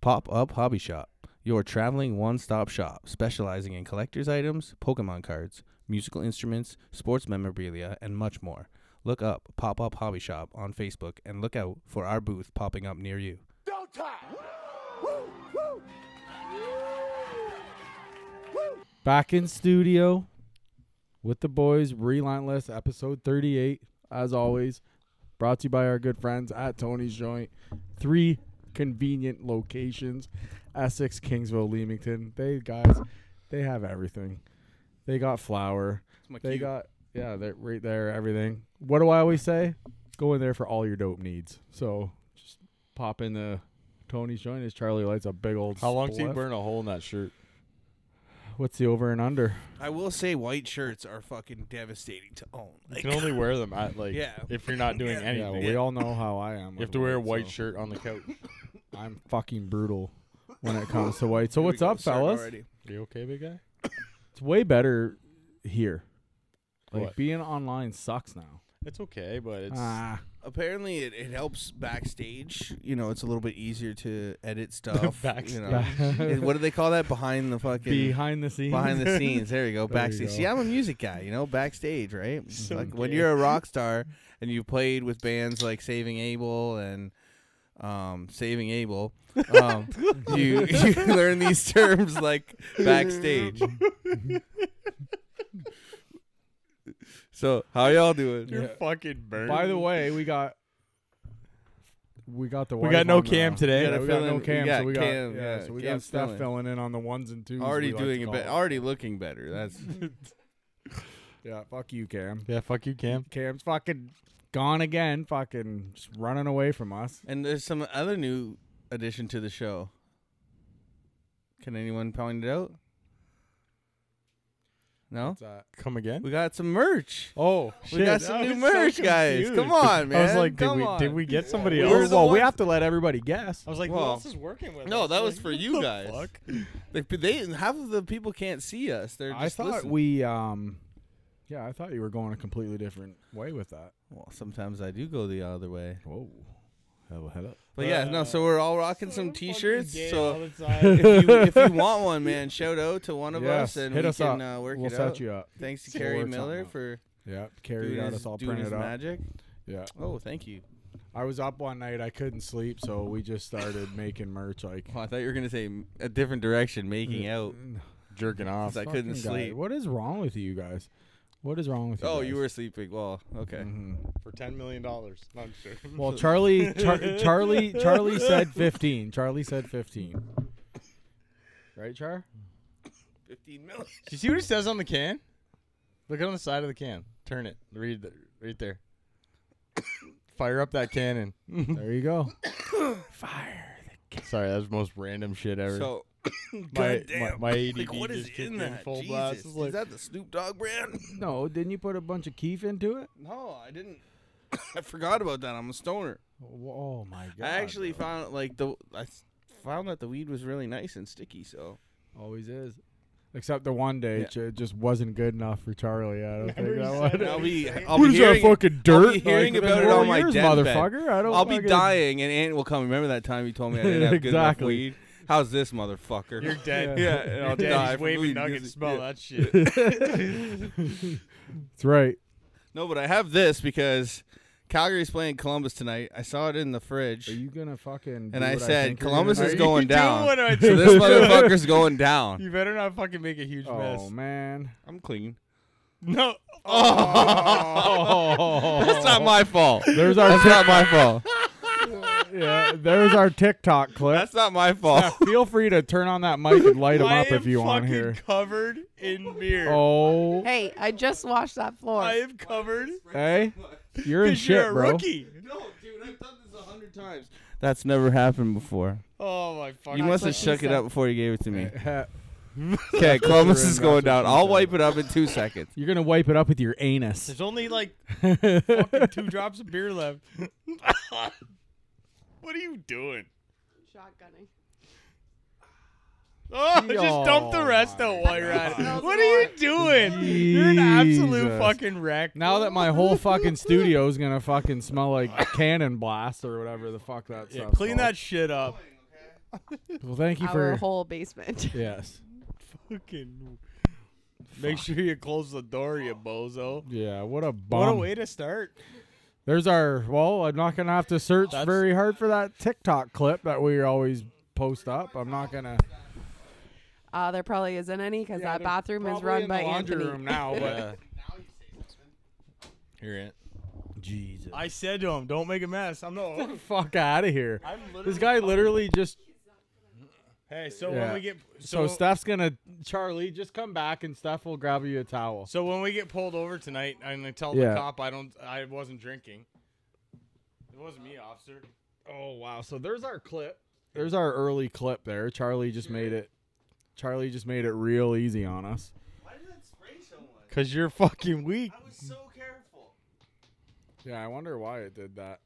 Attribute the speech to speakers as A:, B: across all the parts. A: Pop Up Hobby Shop, your traveling one stop shop specializing in collector's items, Pokemon cards, musical instruments, sports memorabilia, and much more. Look up Pop Up Hobby Shop on Facebook and look out for our booth popping up near you.
B: Back in studio with the boys, Relentless, episode 38, as always, brought to you by our good friends at Tony's Joint. Three convenient locations Essex, Kingsville, Leamington. They, guys, they have everything. They got flour. They got, yeah, they're right there, everything. What do I always say? Go in there for all your dope needs. So just pop in the Tony's Joint as Charlie lights a big old
C: How long till you
B: spliff.
C: burn a hole in that shirt?
B: What's the over and under?
A: I will say white shirts are fucking devastating to own.
C: You can only wear them at like
A: Yeah.
C: if you're not doing
A: Yeah,
C: anything.
B: Yeah, well, we all know how I
C: you
B: am. with
C: have to wear a white
B: so
C: shirt on the couch.
B: I'm fucking brutal when it comes to white. So what's up, fellas?
C: you okay, big guy?
B: It's way better here. Like
C: What?
B: being online sucks now.
C: It's okay, but it's
B: ah,
A: Apparently, it, it helps backstage. You know, it's a little bit easier to edit stuff. You know, It- what do they call that? Behind the fucking
B: behind the scenes.
A: behind the scenes. There you go.
B: There you
A: Backstage.
B: go.
A: See, I'm a music guy. You know, backstage, right?
C: So
A: like when
C: gay.
A: you're a rock star and you played with bands like Saving Abel and um, Saving Abel, um, you you learn these terms like backstage. so how y'all doing?
C: you're
B: Yeah.
C: fucking burned.
B: By the way, we got we got the
C: We
B: wife
C: got no
B: on the-
C: cam today.
B: Yeah,
A: Gotta
B: we
A: fill
B: got no
A: in- we
B: cam.
A: got
B: so we got
A: Cam,
B: yeah,
A: yeah,
B: so we
A: Cam's
B: got
A: filling.
B: Steph filling in on the ones and twos.
A: Already
B: we like to
A: doing it,
B: call
A: be-
B: it.
A: already looking better. That's
B: Yeah, fuck you, Cam.
C: yeah, fuck you, Cam.
B: Cam's fucking gone again. Fucking just running away from us.
A: and there's some other new addition to the show. Can anyone point it out? No,
B: What's that?
C: Come again?
A: we got some merch.
C: Oh,
A: We got some new merch, guys. Come on, man.
C: I was like, did
A: Come
C: we
A: on.
C: did we get somebody
A: We're
C: else?
A: the ones-
B: to let everybody guess.
C: I was like,
A: Well,
C: who else is working with?
A: no,
C: us?
A: that
C: Like,
A: was for you
C: what the
A: guys.
C: fuck?
A: They, they half of the people can't see us. They're just
B: I thought
A: listening.
B: we um yeah, I thought you were going a completely different way with that.
A: Well, sometimes I do go the other way.
B: Whoa. Hello, hello.
A: But yeah,
B: Uh,
A: no. So we're all rocking some T-shirts.
C: Fucking gay all
A: So
C: the time.
A: if you, if you want one, man, shout out to one of
B: Yes,
A: us and
B: hit
A: we
B: us
A: can
B: up.
A: uh, work
B: we'll
A: it
B: set
A: out.
B: you up.
A: Thanks to
B: We'll
A: Carrie
B: work something
A: Miller
B: out.
A: for
B: Yeah. Carrie
A: doing
B: got
A: his,
B: us all
A: doing his
B: printed up.
A: magic.
B: Yeah.
A: Oh, thank you.
B: I was up one night, I couldn't sleep, so we just started making merch like
A: Oh, I thought you were gonna say m- a different direction, making out.
C: jerking off.
A: Since I couldn't
B: Mm. Fucking guy,
A: sleep.
B: What is wrong with you guys? What is wrong with you?
A: Oh,
B: guys?
A: you were sleeping. Well, okay.
B: Mhm.
C: for ten million dollars. No, I'm sure.
B: Well, Charlie, Char- Charlie, Charlie said fifteen. Charlie said fifteen. Right, Char?
A: Fifteen million.
C: Do you see what it says on the can? Look on the side of the can. Turn it. Read the, right there. Fire up that cannon.
B: There you go. Fire.
C: Sorry, that's the most random shit ever.
A: So,
C: my, my,
A: goddamn.
C: my ADD
A: like, what
C: just
A: is
C: kicked
A: in that?
C: full
A: Jesus,
C: blast. It's like,
A: is that the Snoop Dogg brand?
B: No, didn't you put a bunch of keef into it?
A: No, I didn't. I forgot about that. I'm a stoner.
B: Oh my god!
A: I actually
B: bro.
A: found like the I s- found that the weed was really nice and sticky. So
B: always is. Except the one day
A: Yeah.
B: it ju- it just wasn't good enough for Charlie. I don't
C: Remember
B: think that
C: you
B: one.
C: said
A: I'll be I'll
B: What
A: be
B: is
A: hearing,
B: that fucking
A: I'll
B: dirt?
A: be hearing
B: Like,
A: about it
B: four
A: on my
B: years,
A: deathbed.
B: motherfucker. I don't.
A: I'll be
B: fucking-
A: dying, and Aunt will come. Remember that time you told me I didn't have good enough
B: Exactly.
A: weed? How's this motherfucker?
C: you're dead.
B: Yeah.
A: yeah, and
C: You're
A: I'll
C: dead.
A: die.
C: He's
A: from
C: waving
A: weed.
C: nuggets.
A: This-
C: Smell
A: yeah.
C: that shit.
B: That's right.
A: No, but I have this because Calgary's playing Columbus tonight. I saw it in the fridge,
B: Are you gonna fucking? do
A: and I
B: what
A: said
B: think you're
A: Columbus
B: gonna
A: is
B: do?
A: going
C: You do
A: down.
C: what I
A: So this
C: do.
A: motherfucker's going down.
C: You better not fucking make a huge
B: Oh
C: mess.
B: man.
A: I'm clean.
C: No.
A: That's not my fault.
B: There's our
A: Oh. That's not my fault.
B: yeah. There's our TikTok clip.
A: That's not my fault.
B: Feel free to turn on that mic and light him
C: Oh. I
B: up if
C: am
B: you want
C: fucking
B: here.
C: covered in beer.
B: Oh,
D: Hey, I just washed that floor.
C: I am covered.
B: hey, you're in
C: 'cause
B: shit,
C: you're a
B: bro.
C: rookie.
A: No, dude, I've done this a hundred times. That's never happened before.
C: Oh my fucking.
A: You must have
D: what she
A: shook it
D: said.
A: up before you gave it to me. Okay,
B: That's what
A: Columbus
B: you're
A: is
B: in,
A: going down.
B: that's what
A: I'll
B: she
A: wipe it up in two seconds.
B: You're gonna wipe it up with your anus.
C: There's only like fucking
B: Fucking
C: two drops of beer left. what are you doing?
D: Shotgunning.
C: Oh, just dump the
B: Oh
C: rest
B: my
C: out while you're at
D: God.
C: it. What are you doing? You're an absolute
B: Jesus.
C: fucking wreck.
B: Now that my whole fucking studio is gonna fucking smell like cannon blast or whatever the fuck that
C: yeah,
B: stuff's
C: clean
B: called.
C: that shit up.
B: Well, thank you
D: our
B: for
D: whole basement.
B: yes.
C: Fucking. Make sure you close the door, you bozo.
B: Yeah, what
C: What
B: a
C: a
B: bum.
C: way to start.
B: There's our well, I'm not gonna have to search
C: That's-
B: very hard for that TikTok clip that we always post up. I'm not gonna
D: Uh, there probably isn't any because
B: Yeah,
D: that
B: they're
D: bathroom is
B: probably
D: run
B: in
D: by
B: the laundry
D: Anthony.
B: room now, but
C: Yeah. You're it.
B: Jesus.
C: I said to him, "Don't make a mess." I'm not.
B: fuck out of here.
C: I'm
B: This guy literally just
C: Hey, so
B: Yeah.
C: when we get
B: so,
C: so
B: Steph's gonna Charlie, just come back and Steph will grab you a towel.
C: so when we get pulled over tonight, I'm gonna tell
B: Yeah.
C: the cop I don't I wasn't drinking. It wasn't me, officer.
B: oh wow. So there's our clip. There's our early clip there. Charlie just made it Charlie just made it real easy on us.
A: Why did that spray so much?
C: Cause you're fucking weak.
A: was so careful.
B: Yeah, I wonder why it did that.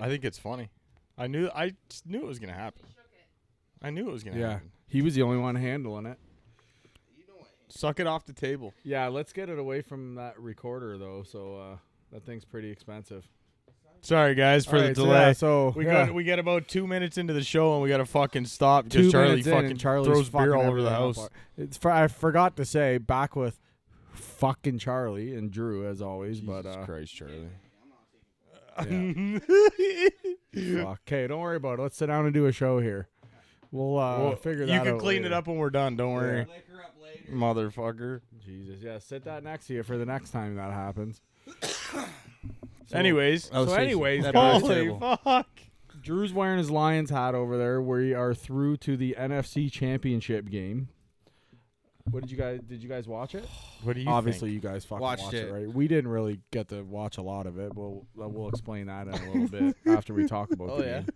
C: I think it's funny. I knew I just knew it was gonna happen. I knew it was gonna
B: Yeah.
C: happen.
B: He was the only one handling it.
C: Suck it off the table.
B: Yeah, let's get it away from that recorder though. So uh, that thing's pretty expensive.
C: Sorry guys for the
B: Alright, so
C: delay.
B: yeah, So,
C: we
B: yeah.
C: got we got about two minutes into the show and we gotta fucking stop because
B: Two
C: Charlie
B: minutes in,
C: fucking
B: and Charlie's
C: throws
B: fucking
C: beer all over the
B: everything
C: house.
B: up. It's fr- I forgot to say back with fucking Charlie and Drew as always, but
C: Jesus
B: uh,
C: Christ, Charlie.
B: okay, don't worry about it. Let's sit down and do a show here. We'll uh,
C: Well,
B: figure that
C: you
B: out.
C: can clean it
B: later.
C: up when we're done. Don't worry,
B: Yeah.
A: Liquor up later.
C: motherfucker.
B: Jesus, yeah, sit that next to you for the next time that happens.
C: anyways,
A: I was
C: so
A: facing-
C: anyways,
A: that was
C: holy
A: terrible.
C: fuck.
B: Drew's wearing his Lions hat over there. We are through to the NFC Championship game. What did you guys? Did you guys watch it?
C: What do you
B: Obviously, you guys fucking
A: Watched
B: watched it.
A: it.
B: right? We didn't really get to watch a lot of it. We'll uh, we'll explain that in a little bit after we talk about.
A: Oh,
B: the
A: yeah?
B: game.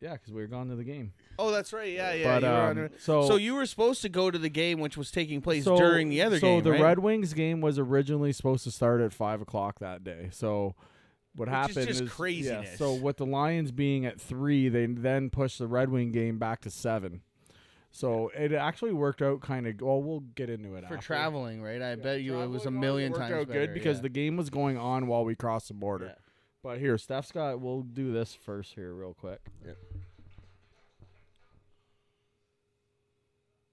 B: yeah, because we were gone to the game.
A: Oh, that's right. Yeah, yeah.
B: But,
A: you were
B: um,
A: under-
B: so-
A: so you were supposed to go to the game, which was taking place during the other
B: so
A: game.
B: the
A: right?
B: Red Wings game was originally supposed to start at five o'clock that day. So
A: Which
B: what
A: is
B: happened
A: just
B: yeah,
A: craziness.
B: so with the Lions being at three, they then pushed the Red Wing game back to seven. So it actually worked out kind of. Well, we'll get into it
E: for
B: after.
E: traveling, right? I bet you it was a
B: Traveling
E: million
B: worked
E: times
B: out
E: better,
B: good because
E: yeah.
B: the game was going on while we crossed the border.
E: Yeah.
B: But here, Steph's got. We'll do this first here, real quick.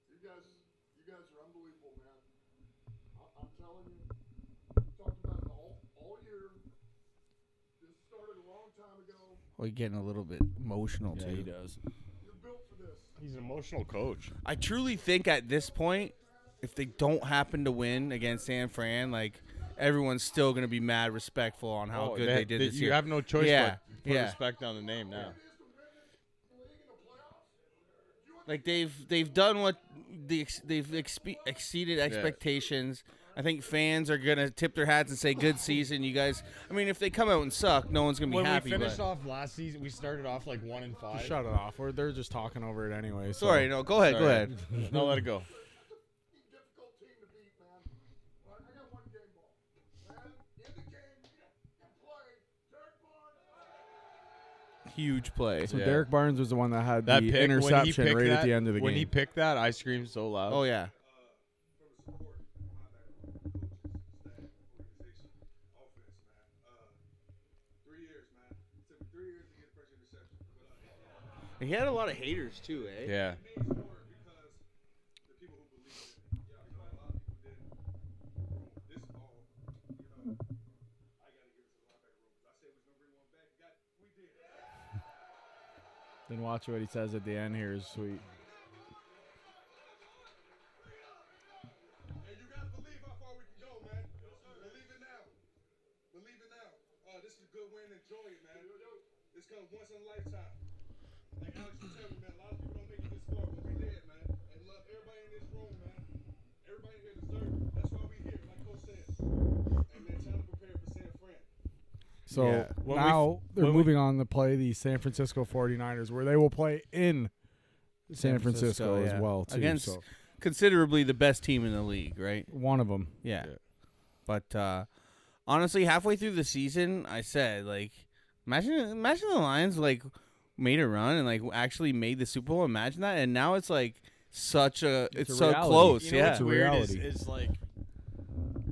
F: You guys, you guys are unbelievable, man. I, I'm telling you, we talked about it all, all year. This started a long time ago.
E: we're getting a little bit emotional
B: Yeah, he
E: too.
B: does.
F: You're built for this.
C: He's an emotional coach.
A: I truly think at this point, if they don't happen to win against San Fran, like everyone's still gonna be mad respectful on how good they, did this
C: Oh, You
A: year.
C: have no choice
A: Yeah,
C: but put
A: yeah.
C: respect on the name now.
A: like they've they've done what the ex- they've expe- exceeded expectations. I think fans are gonna tip their hats and say, "Good season, you guys." I mean, if they come out and suck, no one's gonna be
C: When
A: happy.
C: we finished
A: but-
C: off last season, we started off like one and five.
B: Shut it off. We're, they're just talking over it anyway. So.
A: Sorry, no. Go ahead, go
C: Sorry.
A: ahead.
C: no, let it go.
F: Fucking difficult team to beat, man. But I got one game ball. Man, in the game, you play. Derek Barnes.
A: Huge play.
B: So
C: Yeah.
B: Derek Barnes was the one that had
C: That
B: the
C: pick when he
B: interception
C: picked
B: right
C: that,
B: at the end of the
C: when
B: game.
C: he picked that, I screamed so loud.
A: Oh yeah. He had a lot of haters too, eh?
C: yeah.
B: Then watch what he says at the end here is
F: And
B: sweet.
F: you gotta believe how far we can go, man. Believe it now. Believe it now. Oh, this is a good win. Enjoy it, man. This comes once in a lifetime. Like Alex was telling me, man, a lot of people don't make it this far, but we did, man. And love everybody in this room, man. Everybody here deserves it. That's why we here, like Coach said. And man, try to prepare for San Fran.
B: So
C: Yeah. When we-
B: now they're
C: when we-
B: moving on to play the San Francisco 49ers, where they will play in San, Francisco,
A: yeah.
B: as well, too.
A: Against
B: so
A: considerably the best team in the league, right?
B: one of them.
A: Yeah.
C: Yeah.
A: But uh, honestly, halfway through the season, I said like, imagine, imagine the Lions like made a run and like actually made the Super Bowl. Imagine that, and now it's like such a it's,
B: a
A: so
B: reality.
A: close.
C: You know
A: yeah,
C: what's weird is,
B: reality.
C: is like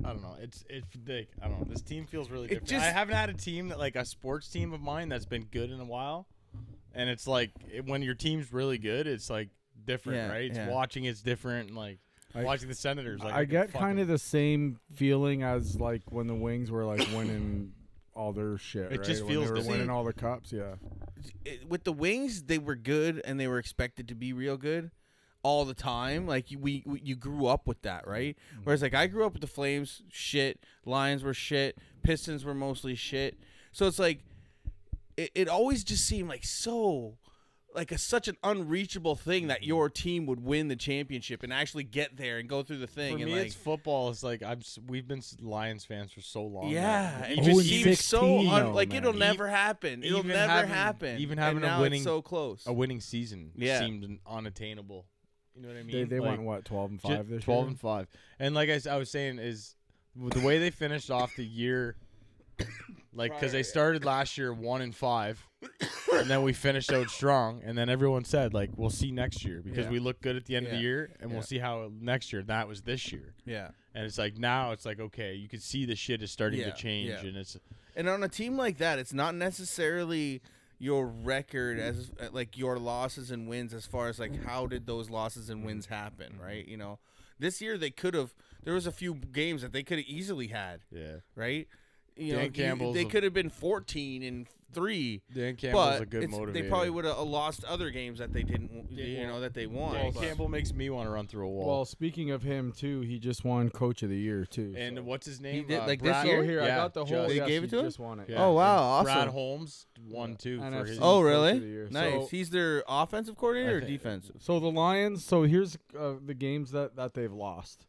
C: I don't know. It's it's like I don't know. This team feels really
A: It
C: different.
A: just-
C: I haven't had a team that like a sports team of mine that's been good in a while, and it's like it- when your team's really good, it's like different,
A: Yeah,
C: right? It's
A: yeah.
C: watching it's different. and, Like
B: I-
C: watching the Senators, like
B: I
C: can
B: get kind
C: fucking-
B: of the same feeling as like when the Wings were like winning all their shit.
C: It
B: right?
C: just
B: When
C: feels
B: they were
C: different.
B: winning all the cups. Yeah,
A: it- with the wings, they were good and they were expected to be real good all the time. Like you- we, we you grew up with that, right?
C: Mm-hmm.
A: Whereas like I grew up with the Flames, shit. Lions were shit. Pistons were mostly shit. So it's like it, it always just seemed like so like a, such an unreachable thing
C: Mm-hmm.
A: that your team would win the championship and actually get there and go through the thing
C: For
A: and
C: me,
A: like
C: it's football. It's like I'm. s- We've been s- Lions fans for so long. that
A: yeah,
C: it
A: it
B: Oh,
A: just
B: and
A: seems so
B: 16
A: un-
B: though,
A: like
B: man.
A: it'll
B: E-
A: never happen. It'll
C: even
A: never
C: having-
A: happen.
C: even
A: And
C: having a
A: now it's
C: winning-
A: so close.
C: a winning season
A: Yeah.
C: seemed unattainable. You know what I mean?
B: they they
C: Like,
B: went what twelve and
C: ju-
B: five this
C: 12
B: year.
C: and 5. And like I, s- I was saying is with the way they finished off the year like cuz they started last year 1 and 5 and then we finished out strong and then everyone said like we'll see next year because
A: Yeah.
C: we look good at the end of
A: Yeah.
C: the year and
A: Yeah.
C: we'll see how next year that was this year.
A: yeah.
C: And it's like now it's like okay, you can see the shit is starting
A: Yeah,
C: to change
A: yeah.
C: and it's
A: And on a team like that, it's not necessarily your record as like your losses and wins as far as like how did those losses and wins happen,
C: Mm-hmm.
A: right? You know, this year they could have there was a few games that they could have easily had,
C: yeah.
A: right? You
C: Dan
A: know, you-
C: Campbell's
A: they
C: a-
A: could have been 14 and 3.
C: Dan Campbell's
A: But
C: a good
A: it's-
C: motivator.
A: they probably would have lost other games that they didn't, w-
C: Yeah.
A: you know, that they won.
C: Dan
A: but-
C: Campbell makes me want to run through a wall.
B: Well, speaking of him too, he just won Coach of the Year too.
C: and
B: so.
C: what's his name?
A: did,
C: Uh,
A: like, this
C: Brad-
A: year?
B: here I
C: Yeah,
B: got the whole.
C: Judge.
A: They
B: yes,
A: gave it
B: he
A: to him?
B: Just won it.
C: Yeah.
A: Oh wow,
C: Brad
A: awesome!
C: Holmes won too for
B: NFC.
C: his.
A: Oh
B: Coach of
A: really?
B: the Year.
A: Nice.
B: So-
A: He's their offensive coordinator or
C: think-
A: defensive?
B: So the Lions. So here's uh, the games that that they've lost.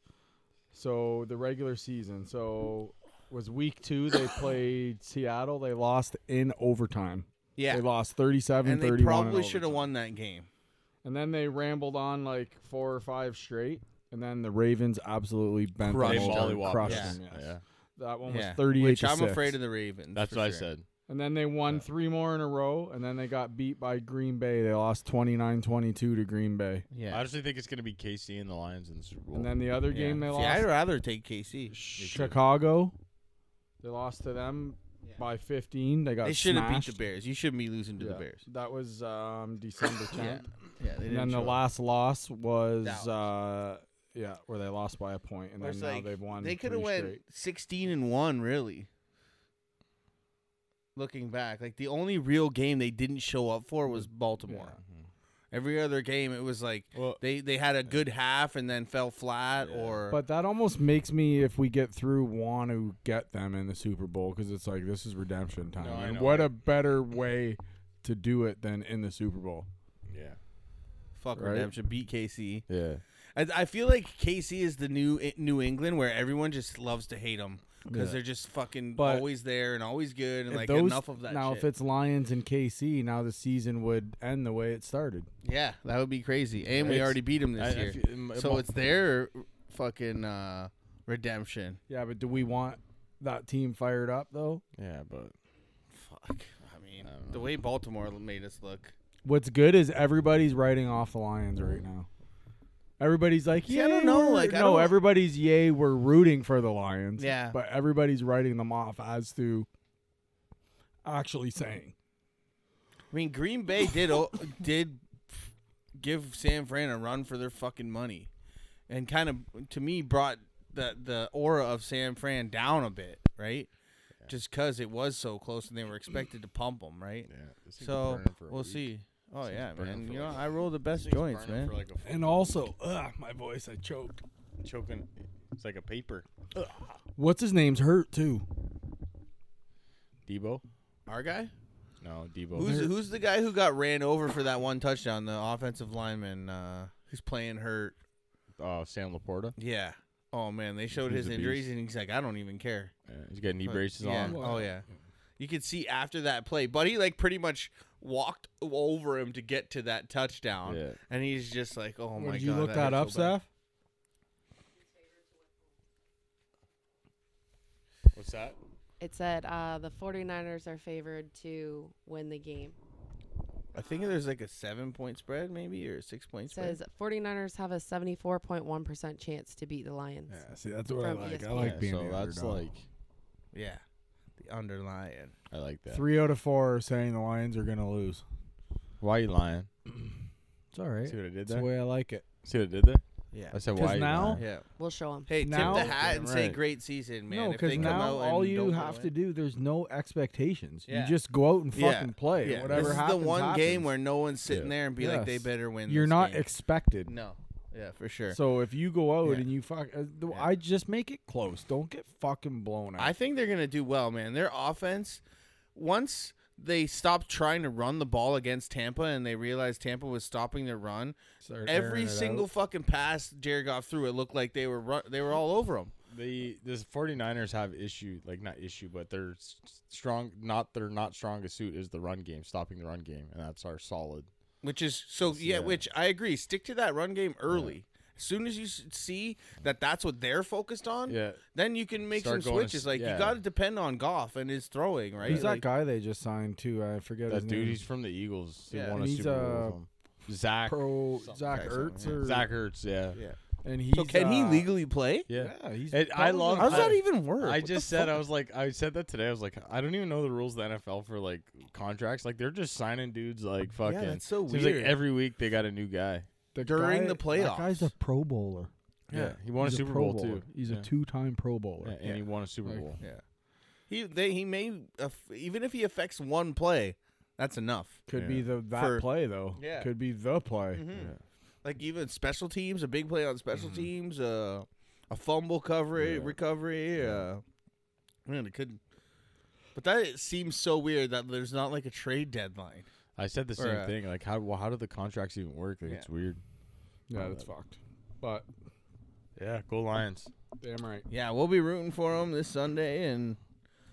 B: So the regular season. So was week two. They played Seattle. They lost in overtime.
A: Yeah,
B: They lost 37
A: and they
B: 31 in
A: probably should have
B: overtime.
A: won that game.
B: And then they rambled on like four or five straight. And then the Ravens absolutely bent them
A: Crushed
B: over,
C: them.
B: crushed
A: Yeah.
B: them. yes. That one was 38
A: Which
B: to
A: I'm
B: six.
A: afraid of the Ravens.
C: That's
A: for
C: what I
A: sure.
C: said.
B: And then they won three more in a row. And then they got beat by Green Bay. They lost 29-22 to Green Bay.
A: Yeah.
C: I honestly think it's going to be KC and the Lions in the Super Bowl.
B: And then the other game they
A: See,
B: lost.
A: I'd rather take KC.
B: Chicago. They lost to them by 15. They got
A: They should have beat the
B: smashed.
A: Bears. You shouldn't be losing to the
B: Yeah.
A: Bears.
B: That was um, December 10th.
A: Yeah, they
B: And then the last loss was
A: Dallas.
B: uh, yeah, where they lost by a point, and then now they've won.
A: They could
B: could
A: have went 16 and one, really. Looking back, like the only real game they didn't show up for was Baltimore. Every other game, it was like
C: Well-
A: they they had a good half and then fell flat, or
B: But that almost makes me, if we get through, want to get them in the Super Bowl because it's like this is redemption time,
C: No, I
B: and
C: know.
B: what a better way to do it than in the Super Bowl.
C: yeah,
A: fuck
B: right?
A: redemption, beat KC.
C: yeah.
A: I, I feel like KC is the new I- New England where everyone just loves to hate them because they're just fucking
B: But
A: always there and always good and
B: If
A: like
B: those-
A: enough of that.
B: Now,
A: shit.
B: if it's Lions and KC, now the season would end the way it started.
A: yeah, that would be crazy. And we
C: It's-
A: already beat them
C: I- I
A: this year,
C: feel-
B: um,
C: m-
A: so
C: mo-
A: it's their fucking uh, redemption.
B: Yeah, but do we want that team fired up though?
C: yeah, but
A: Fuck, I mean,
C: I don't
A: the
C: know.
A: way Baltimore made us look.
B: What's good is everybody's writing off the Lions right now. Everybody's like,
A: See,
B: yeah,
A: I don't know, like, I
B: no,
A: don't-
B: everybody's yay. We're rooting for the Lions.
A: Yeah.
B: but everybody's writing them off as to actually saying.
A: I mean, Green Bay did o- did give San Fran a run for their fucking money, and kind of to me brought the the aura of San Fran down a bit, right? Just 'cause it was so close and they were expected to pump them, right?
C: yeah. this thing's
A: so
C: burning for a
A: we'll
C: week.
A: see. Oh
C: This
A: yeah,
C: thing's burning
A: man.
C: for
A: You know
C: like-
A: I roll the best
C: This thing's
A: joints,
C: burning
A: man.
C: for like a
B: And also, ugh, my voice, I choked.
C: f- choking. It's like a paper.
B: What's his name's hurt too?
C: Debo?
A: Our guy?
C: No, Debo.
A: Who's who's the guy who got ran over for that one touchdown? The offensive lineman uh, who's playing hurt.
C: uh, Sam Laporta?
A: Yeah. Oh man, they showed
C: He's
A: his
C: a
A: injuries
C: beast.
A: and he's like, I don't even care.
C: Yeah, he's got knee
A: But-
C: braces
A: yeah.
C: on.
A: Oh yeah. You could see after that play, Buddy like pretty much walked over him to get to that touchdown,
C: Yeah.
A: and he's just like, "Oh my
B: Did
A: god!"
B: you look
A: hurt
B: that up,
A: so bad."
B: Steph?
C: What's that?
D: It said uh, the 49ers are favored to win the game.
A: I think there's like a seven point spread, maybe or a six point
D: It
A: spread.
D: says 49ers have a 74.1% chance to beat the Lions.
B: see, that's what
D: I From like. I ESPN.
A: E
C: Yeah,
D: like
C: so that's like
A: Yeah, the underlying.
C: I like that.
B: three out of four are saying the Lions are gonna lose.
C: Why you lying?
B: It's all right.
C: See what I did
B: It's the
C: there?
B: way I like it.
C: See what I did there?
A: Yeah.
C: I said
B: 'Cause
C: why you
B: now-
C: lying?
A: Yeah.
D: We'll show them.
A: Hey,
B: Now-
A: tip the hat
C: Yeah,
A: and say
C: right.
A: great season, man.
B: no,
A: if they
B: because
A: come
B: now
A: out and
B: all you
A: don't
B: have to
A: win.
B: do, there's no expectations.
A: Yeah.
B: You just go out and
A: Yeah.
B: fucking play.
A: Yeah.
B: Whatever
A: this is
B: happens,
A: the one
B: happens.
A: game where no one's sitting
C: Yeah.
A: there and be like, they
B: Yes.
A: better win.
B: you're
A: this
B: not
A: game.
B: expected.
A: no. Yeah, for sure.
B: So if you go out
A: Yeah.
B: and you fuck, uh, th-
A: Yeah.
B: I just make it close. Don't get fucking blown out.
A: I think they're gonna do well, man. Their offense, once they stopped trying to run the ball against Tampa and they realized Tampa was stopping their run, every single fucking pass Jared Goff threw, it looked like they were run- they were all over him.
C: The the 49ers have issue like not issue, but their s- strong not their not strongest suit is the run game, stopping the run game, and that's our solid.
A: Which is so yeah,
C: yeah.
A: Which I agree. Stick to that run game early. As soon as you s- see that that's what they're focused on,
C: Yeah,
A: then you can make
C: Start
A: some
C: going to s-
A: switches. like
C: yeah.
A: you got to depend on Goff and his throwing, right?
B: He's
A: like,
B: that guy they just signed too. I forget his
C: that dude,
B: name.
C: he's from the Eagles. He
A: Yeah.
C: won
B: And
C: a
B: he's,
C: Super Bowl
B: uh,
C: with them. Zach
B: pro
A: Something
B: Zach
A: like
B: Ertz
A: something, yeah.
B: or
C: Zach Ertz, yeah,
A: Yeah.
B: and he's
A: so can he
B: uh,
A: legally play?
C: yeah.
B: Yeah, he's.
C: And I
B: probably
C: love-
B: gonna
A: How's
C: I-
B: play.
A: that even work?
C: I
A: What the
C: just said I
A: fuck?
C: was like I said that today. I was like I don't even know the rules of the NFL for like contracts. Like they're just signing dudes like fucking.
A: yeah, that's so
C: seems
A: weird.
C: like every week they got a new guy.
B: The
A: during
B: guy-
A: the playoffs.
B: That guy's a Pro Bowler.
C: Yeah, he won a
B: He's
C: Super
B: Pro
C: Bowl
B: Bowler.
C: too.
B: He's
C: yeah.
B: a two-time Pro Bowler.
C: Yeah, and he won a Super
B: Like-
C: Bowl.
A: He they he may aff- even if he affects one play, that's enough.
B: Could
C: Yeah.
B: be the that
A: For-
B: play though.
A: Yeah. Mm-hmm.
B: Could be the play.
A: Like even special teams, a big play on special teams, uh, a fumble recovery,
C: Yeah.
A: recovery. Uh, man, it could. But that seems so weird that there's not like a trade deadline.
C: I said the
A: Or,
C: same
A: uh,
C: thing. Like how well, how do the contracts even work? Like
A: Yeah.
C: it's weird.
B: Yeah,
C: Oh,
B: that's
C: that-
B: fucked. But
C: Yeah, go Lions.
B: damn right.
A: Yeah, we'll be rooting for them this Sunday, and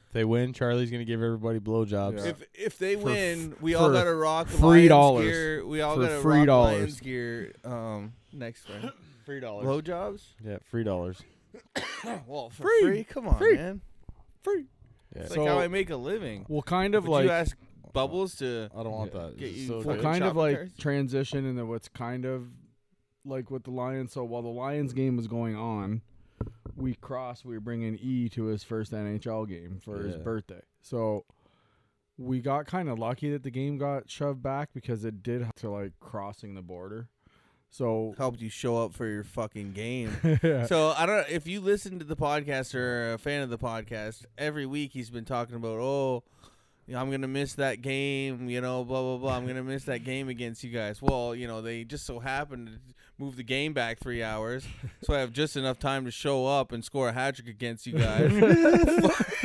C: If they win, Charlie's gonna give everybody blowjobs.
B: Yeah.
A: if if they
B: For
A: win,
B: f-
A: we all
B: for
A: gotta rock
B: free
A: Lions
B: dollars.
A: gear. We all
B: For
A: gotta
B: free
A: rock
B: dollars.
A: Lions gear. Um, next thing,
C: Free dollars.
A: blowjobs.
C: yeah, free dollars.
A: Well, for free,
B: Free.
A: come on,
B: Free.
A: man.
C: Yeah.
A: It's
B: So-
A: like how I make a living.
B: Well, kind of
A: Would
B: like
A: you ask Bubbles to?
C: I don't want that.
A: Get
C: It's
A: you
C: so
A: full
B: Well,
C: good.
A: Like
B: kind of
A: shopping
B: like
A: carts?
B: transition into what's kind of like with the Lions. So while the Lions game was going on, we cross. We were bringing E to his first NHL game for his
C: Yeah.
B: birthday. So we got kind of lucky that the game got shoved back because it did have to like crossing the border. So
A: helped you show up for your fucking game.
B: yeah,
A: so I don't. If you listen to the podcast or are a fan of the podcast, every week he's been talking about, oh, you know, I'm gonna miss that game. You know, blah blah blah. I'm gonna miss that game against you guys. Well, you know, they just so happened to move the game back three hours, so I have just enough time to show up and score a hat trick against you guys.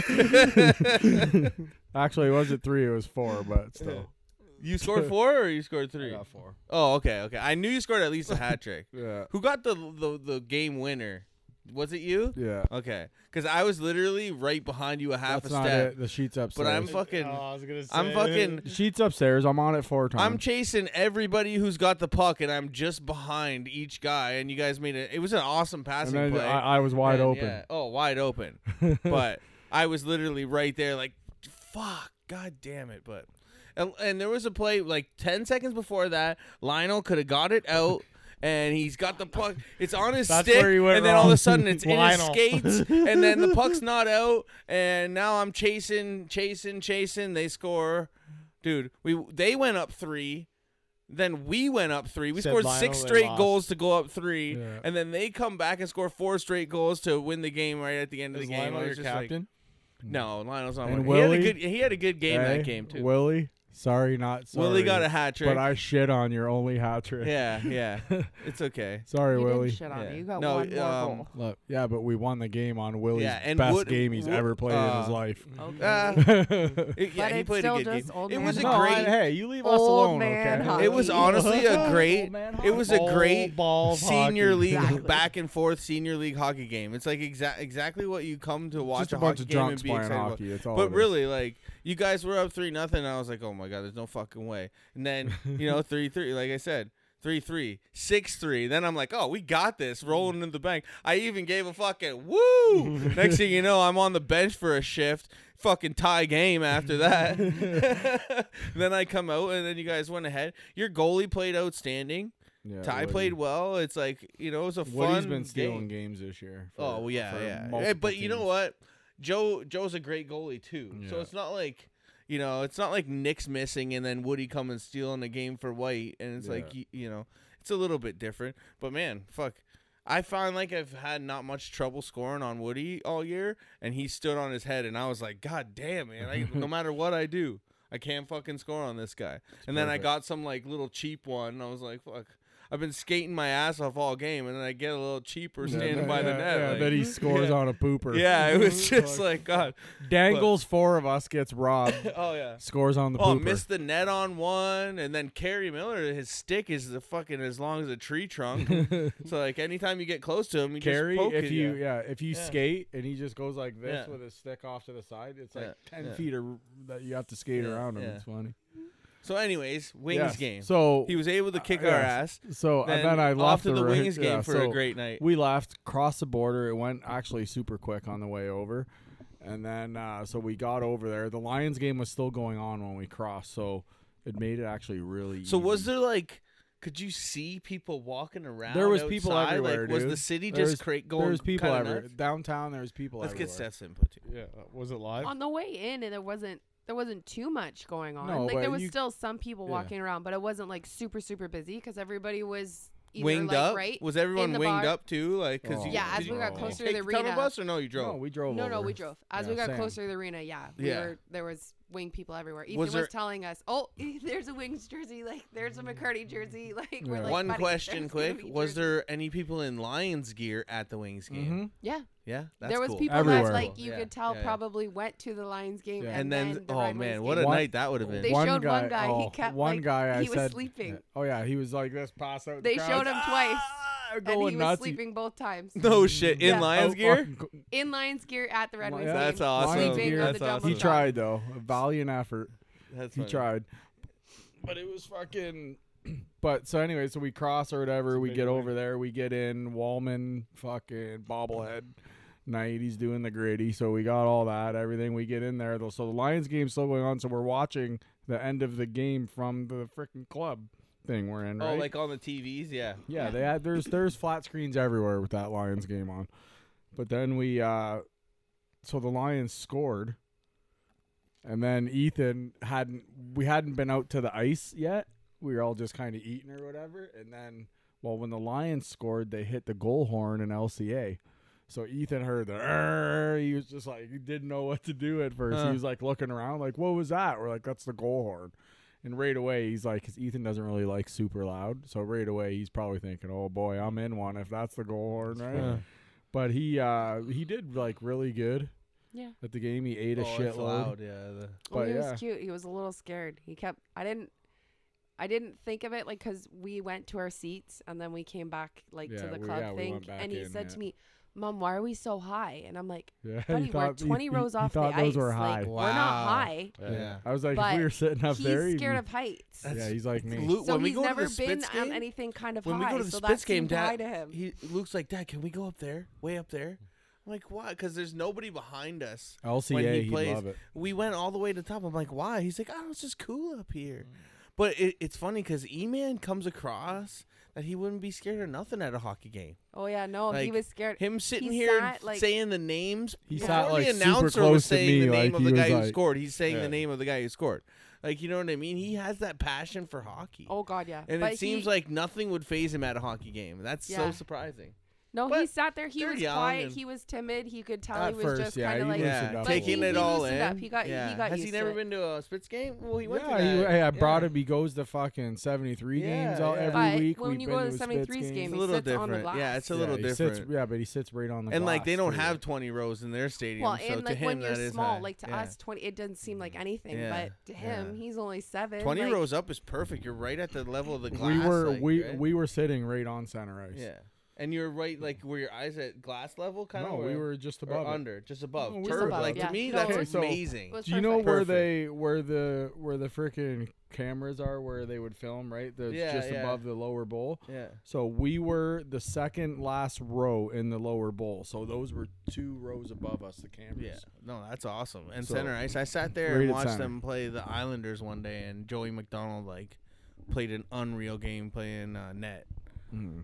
B: actually, it wasn't three; it was four. But still,
A: you scored four or you scored three?
B: I got four.
A: Oh, okay, okay. I knew you scored at least a hat trick.
B: Yeah,
A: Who got the the, the game winner? Was it you?
B: yeah.
A: Okay, because I was literally right behind you a half
B: That's
A: a
B: not
A: step,
B: it. The sheets upstairs.
A: but I'm fucking,
C: Oh, I was gonna say.
A: I'm fucking,
B: sheets upstairs. I'm on it four times.
A: I'm chasing everybody who's got the puck, and I'm just behind each guy. And you guys made it. It was an awesome
B: and
A: passing
B: then uh,
A: play.
B: I, I was wide
A: And,
B: open.
A: yeah, oh, wide open. but I was literally right there, like, fuck, god damn it. But and, and there was a play like ten seconds before that. Lionel could have got it out. And he's got the puck. It's on his
C: That's
A: stick,
C: where he went
A: and then all of
C: wrong.
A: a sudden it's in his
C: Lionel.
A: skates, and then the puck's not out. And now I'm chasing, chasing, chasing. They score, dude. We they went up three, then we went up three. We
C: Said
A: scored
C: Lionel,
A: six
C: they
A: straight
C: lost.
A: goals to go up three,
B: Yeah.
A: and then they come back and score four straight goals to win the game right at the end of the game. I was just like- no, Lionel's not.
B: And
A: one. He had a
B: Willie?
A: good. He had a good game
B: Hey,
A: that game too.
B: Willie, sorry, not sorry.
A: Willie got a hat trick.
B: But I shit on your only hat trick.
A: yeah, yeah, it's okay.
B: Sorry,
D: you
B: Willie.
D: didn't shit on
A: Yeah.
D: me. You got
A: No,
D: one more
A: um,
D: goal.
B: Look, yeah, but we won the game on Willie's
A: Yeah, and
B: best
A: would-
B: game he's
A: would-
B: ever played in his
A: uh,
B: life.
D: Okay.
A: Uh,
B: it
A: it- yeah,
D: But
A: he
D: it's
A: played a
D: still
A: good game.
D: just old
A: It
D: man
A: was a
D: hockey.
A: great.
B: hey, you leave us
D: Old
B: alone,
D: man
B: okay?
D: hockey.
A: It was honestly a great. It was a great
C: ball
A: senior league
D: Exactly.
A: back and forth senior league hockey game. It's like exact exactly what you come to watch
B: Just a
A: a
B: bunch
A: hockey
B: of
A: game and
B: drunks
A: be
B: playing
A: excited about.
B: hockey. That's all. it
A: But
B: is.
A: really, like you guys were up three nothing, and I was like, "Oh my god, there's no fucking way." And then you know, three three, like I said, three three, six three. Then I'm like, "Oh, we got this, rolling in the bank." I even gave a fucking woo. Next thing you know, I'm on the bench for a shift. Fucking tie game after that. then I come out, and then you guys went ahead. Your goalie played outstanding.
B: yeah,
A: Ty
B: Willie.
A: played well. It's like you know, it was a fun.
B: Willie's been stealing
A: game.
B: games this year. for-
A: Oh well, yeah,
B: for
A: yeah. Hey,
B: multiple
A: but you know
B: teams.
A: what? Joe Joe's a great goalie too. So
B: Yeah.
A: it's not like You know, it's not like Nick's missing and then Woody come and stealing a game for White, and it's like
B: Yeah.
A: you, you know, it's a little bit different. But man, fuck, I find like I've had not much trouble scoring on Woody all year, and he stood on his head, and I was like, God damn, man! I, no matter what I do, I can't fucking score on this guy. and then I
B: perfect.
A: got some like little cheap one, and I was like, fuck. I've been skating my ass off all game, and then I get a little cheaper standing by the net.
B: Yeah,
A: like-
B: then he scores
A: Yeah.
B: on a pooper.
A: Yeah, it was just like God.
B: Dangles four of us, gets robbed,
A: Oh yeah.
B: scores on the
A: Oh,
B: pooper.
A: missed the net on one, and then Kerry Miller, his stick is the fucking as long as a tree trunk. so like anytime you get close to him, you
B: Carry
A: just poke
B: if
A: it,
B: you
A: yeah.
B: yeah. if you
A: Yeah.
B: skate and he just goes like this
A: Yeah.
B: with his stick off to the side, it's like
A: Yeah,
B: ten
A: yeah.
B: feet or, that you have to skate
A: Yeah,
B: around him.
A: yeah.
B: It's funny.
A: So, anyways, wings
B: Yes.
A: game. So
B: So
A: he was able to kick
B: Uh,
A: our
B: yes.
A: ass.
B: so
A: Then,
B: and then I
A: off
B: left
A: to the,
B: right-
A: wings game
B: yeah,
A: for
B: so
A: a great night.
B: We left, crossed the border. It went actually super quick on the way over. And then, uh, so we got over there. The Lions game was still going on when we crossed, so it made it actually really.
A: So was
B: easy.
A: there like? Could you see people walking around?
B: There was people
A: outside?
B: everywhere,
A: Like, was
B: dude.
A: the city
B: There
A: just
B: was-
A: cra- going?
B: there was people
A: kinda
B: everywhere
A: nuts?
B: downtown? There was people.
A: Let's get
B: everywhere.
A: Seth's input. Too.
C: Yeah, was it live?
D: On the way in, and there wasn't there wasn't too much going on.
B: No,
D: like
B: but
D: there was
B: you-
D: still some people
B: yeah.
D: walking around, but it wasn't like super super busy because everybody was either,
A: Winged
D: like,
A: up?
D: right.
A: Was everyone
D: the
A: winged
D: bar.
A: up too? Like, cause
B: Oh,
A: you,
D: yeah, as
A: did
D: we
A: you
D: got
B: Oh.
D: closer
A: take
D: to the
A: the tunnel
D: arena.
A: bus or no? You drove.
B: No, we drove.
D: no, no,
B: over.
D: we drove. As
B: Yeah,
D: we got
B: same.
D: closer to the arena, yeah, we
A: Yeah.
D: were there was wing people everywhere. Ethan
A: Was
D: was,
A: there-
D: telling us, "Oh, there's a wings jersey. Like there's a McCarty jersey. Like we're
B: Yeah.
D: like
A: One
D: buddy,
A: question,
D: there's gonna
A: quick:
D: be
A: Was
D: jerseys."
A: there any people in Lions gear at the Wings game?
B: Mhm.
D: Yeah,
A: Yeah, that's
D: there was
A: cool.
D: people
B: Everywhere.
D: that like you
A: Yeah,
D: could tell
A: yeah, yeah.
D: probably went to the Lions game
B: Yeah.
A: And, then,
D: the
A: oh
D: Ryan
A: man,
D: Wings
A: what
D: game.
A: a
B: One- oh,
A: night that would have been!
D: They showed one guy, he kept,
B: one
D: like,
B: guy. I
D: he was
B: said-
D: sleeping.
B: Oh yeah, he was like this, pass out. in the
D: They
B: crowd.
D: showed him twice,
B: Ah,
D: and
B: going
D: he was
B: nuts.
D: sleeping both times
A: no shit, in
D: Yeah.
A: Lions
B: Oh,
A: gear.
B: fucking-
D: in Lions gear at the Red
B: Lions-
D: Wings game.
A: That's awesome.
D: Sleeping on
A: That's
D: the jumbo
A: awesome.
B: He
D: shot.
B: tried though, a valiant effort.
A: That's
B: he
A: funny.
B: tried, but it was fucking. But so anyway, so we cross or whatever. We
C: big
B: get
C: win.
B: over there. We get in Wallman fucking bobblehead night. He's doing the gritty. So we got all that everything. We get in there though. So the Lions game's still going on. So we're watching the end of the game from the freaking club thing we're in.
A: Oh,
B: Right?
A: like on the TVs, yeah.
B: Yeah, they had there's there's flat screens everywhere with that Lions game on. But then we uh so the Lions scored. And then Ethan hadn't we hadn't been out to the ice yet. We were all just kind of eating or whatever. And then well when the Lions scored, they hit the goal horn in LCA. So Ethan heard the "Arr," he was just like he didn't know what to do at first.
A: Huh.
B: He was like looking around like what was that? We're like that's the goal horn. And right away, he's like, because Ethan doesn't really like super loud. So right away, he's probably thinking, oh boy, I'm in one if that's the goal horn, right?
A: Yeah.
B: But he uh, he did like really good
D: Yeah.
B: at the game. He ate a
A: oh, it's
B: shitload.
A: loud, yeah. the-
D: Well,
B: But
D: he
B: yeah.
D: was cute. He was a little scared. He kept. I didn't. I didn't think of it like because we went to our seats and then we came back like
B: Yeah,
D: to the
B: we-
D: club
B: yeah, we
D: thing,
B: went back
D: and he
B: in,
D: said
B: yeah.
D: to me, "Mom, why are we so high?" And I'm like,
B: Yeah, he
D: "Buddy, we're
B: thought- he-
D: 20
B: he-
D: rows
B: he
D: off the
B: thought
D: ice.
B: those were high.
D: Like, We're not
A: Wow.
D: high.
B: yeah.
A: Yeah.
B: I was like, if
D: But
B: we were sitting up
D: he's
B: there. he'd
D: scared
B: be-
D: of heights.
B: yeah,
A: That's-
B: he's like me.
A: Luke,
D: so
A: Uh, when we
D: he's
A: go
D: never
A: to the
D: been
A: Spitz
D: on
A: game,
D: anything kind of
A: when
D: high.
A: we go to the
D: so
A: Spitz
D: that
A: game,
D: seemed
A: Dad,
D: high to him.
A: he Luke's like, Dad, can we go up there, way up there? I'm like, why? Because there's nobody behind us. when
B: LCA,
A: he
B: he'd
A: plays.
B: love it.
A: We went all the way to the top. I'm like, why? He's like, oh, it's just cool up here.
B: Mm.
A: But it, it's funny because E-Man comes across that he wouldn't be scared of nothing at a hockey game.
D: oh yeah, no, he
A: like,
D: was scared.
A: Him sitting
D: He
A: here
D: sat, like-
A: saying the names.
B: He
A: before
B: sat, like,
A: the
B: super
A: announcer
B: close
A: was
B: to
A: saying
B: me,
A: the name
B: like,
A: of the
B: he
A: guy
B: was
A: who
B: like-
A: scored. He's saying
C: Yeah.
A: the name of the guy who scored. Like you know what I mean? He has that passion for hockey.
D: oh god, yeah.
A: and
D: but
A: it seems
D: he-
A: like nothing would phase him at a hockey game. That's so
D: Yeah.
A: surprising.
D: no, he
A: but
D: sat there. He
A: they're
D: was
A: young
D: quiet.
A: and-
D: He was timid. He could tell
B: At
D: he was
B: first,
D: just
B: yeah,
D: kind of
B: he
D: like.
B: was- loosened
A: yeah,
B: up a
A: taking
B: little.
A: it
D: He
A: all in.
D: loosened up. He got- he
A: yeah.
D: got
A: Has he
D: used to
A: never
D: it.
A: been to a Spitz game? Well, he went
B: yeah,
A: to
B: he,
A: that.
B: I brought him. He goes to fucking 73
A: Yeah,
B: games all,
A: yeah.
B: every
D: But
B: week.
D: when
B: We've
D: you
B: been
D: go to
B: a
D: the
B: Spitz
D: 73's
B: game.
A: It's
D: game,
A: a
D: he
A: little
D: sits on the
A: different. Yeah,
D: glass.
A: it's a little
B: yeah, he
A: different.
B: Sits, yeah, but he sits right on the
A: and like they
B: glass,
A: don't
B: too.
A: have 20 rows in their stadium.
D: Well,
A: so
D: and
A: to
D: like
A: him,
D: when
A: that
D: you're
A: is
D: small,
A: high.
D: like to
A: Yeah. Mm-hmm.
D: us, twenty it doesn't seem like anything,
A: Yeah,
D: but to him,
A: yeah.
D: he's only seven.
A: 20
D: like,
A: rows up is perfect. You're right at the level of the glass.
B: we were
A: like,
B: we
A: right?
B: we were sitting right on center ice.
A: Yeah. And you're right, like were your eyes at glass level, kind
B: No,
A: of.
B: we were just
A: or
B: above. it.
A: under, just above.
B: No, we
D: were
A: Perf-
D: above,
A: like
D: yeah.
A: to me,
D: No,
A: that's
B: Okay, so-
A: amazing.
D: It was
B: Do you know
D: perfect.
B: where
A: Perfect.
B: they where the where the freaking cameras are where they would film right? That's
A: Yeah,
B: just
A: yeah.
B: above the lower bowl.
A: yeah.
B: So we were the second last row in the lower bowl. So those were two rows above us. The cameras.
A: Yeah. No, that's awesome. And
B: So-
A: center ice. I sat there
B: Right
A: and
B: at
A: watched
B: center.
A: them play the Islanders one day, and Joey McDonald like played an unreal game playing uh, net.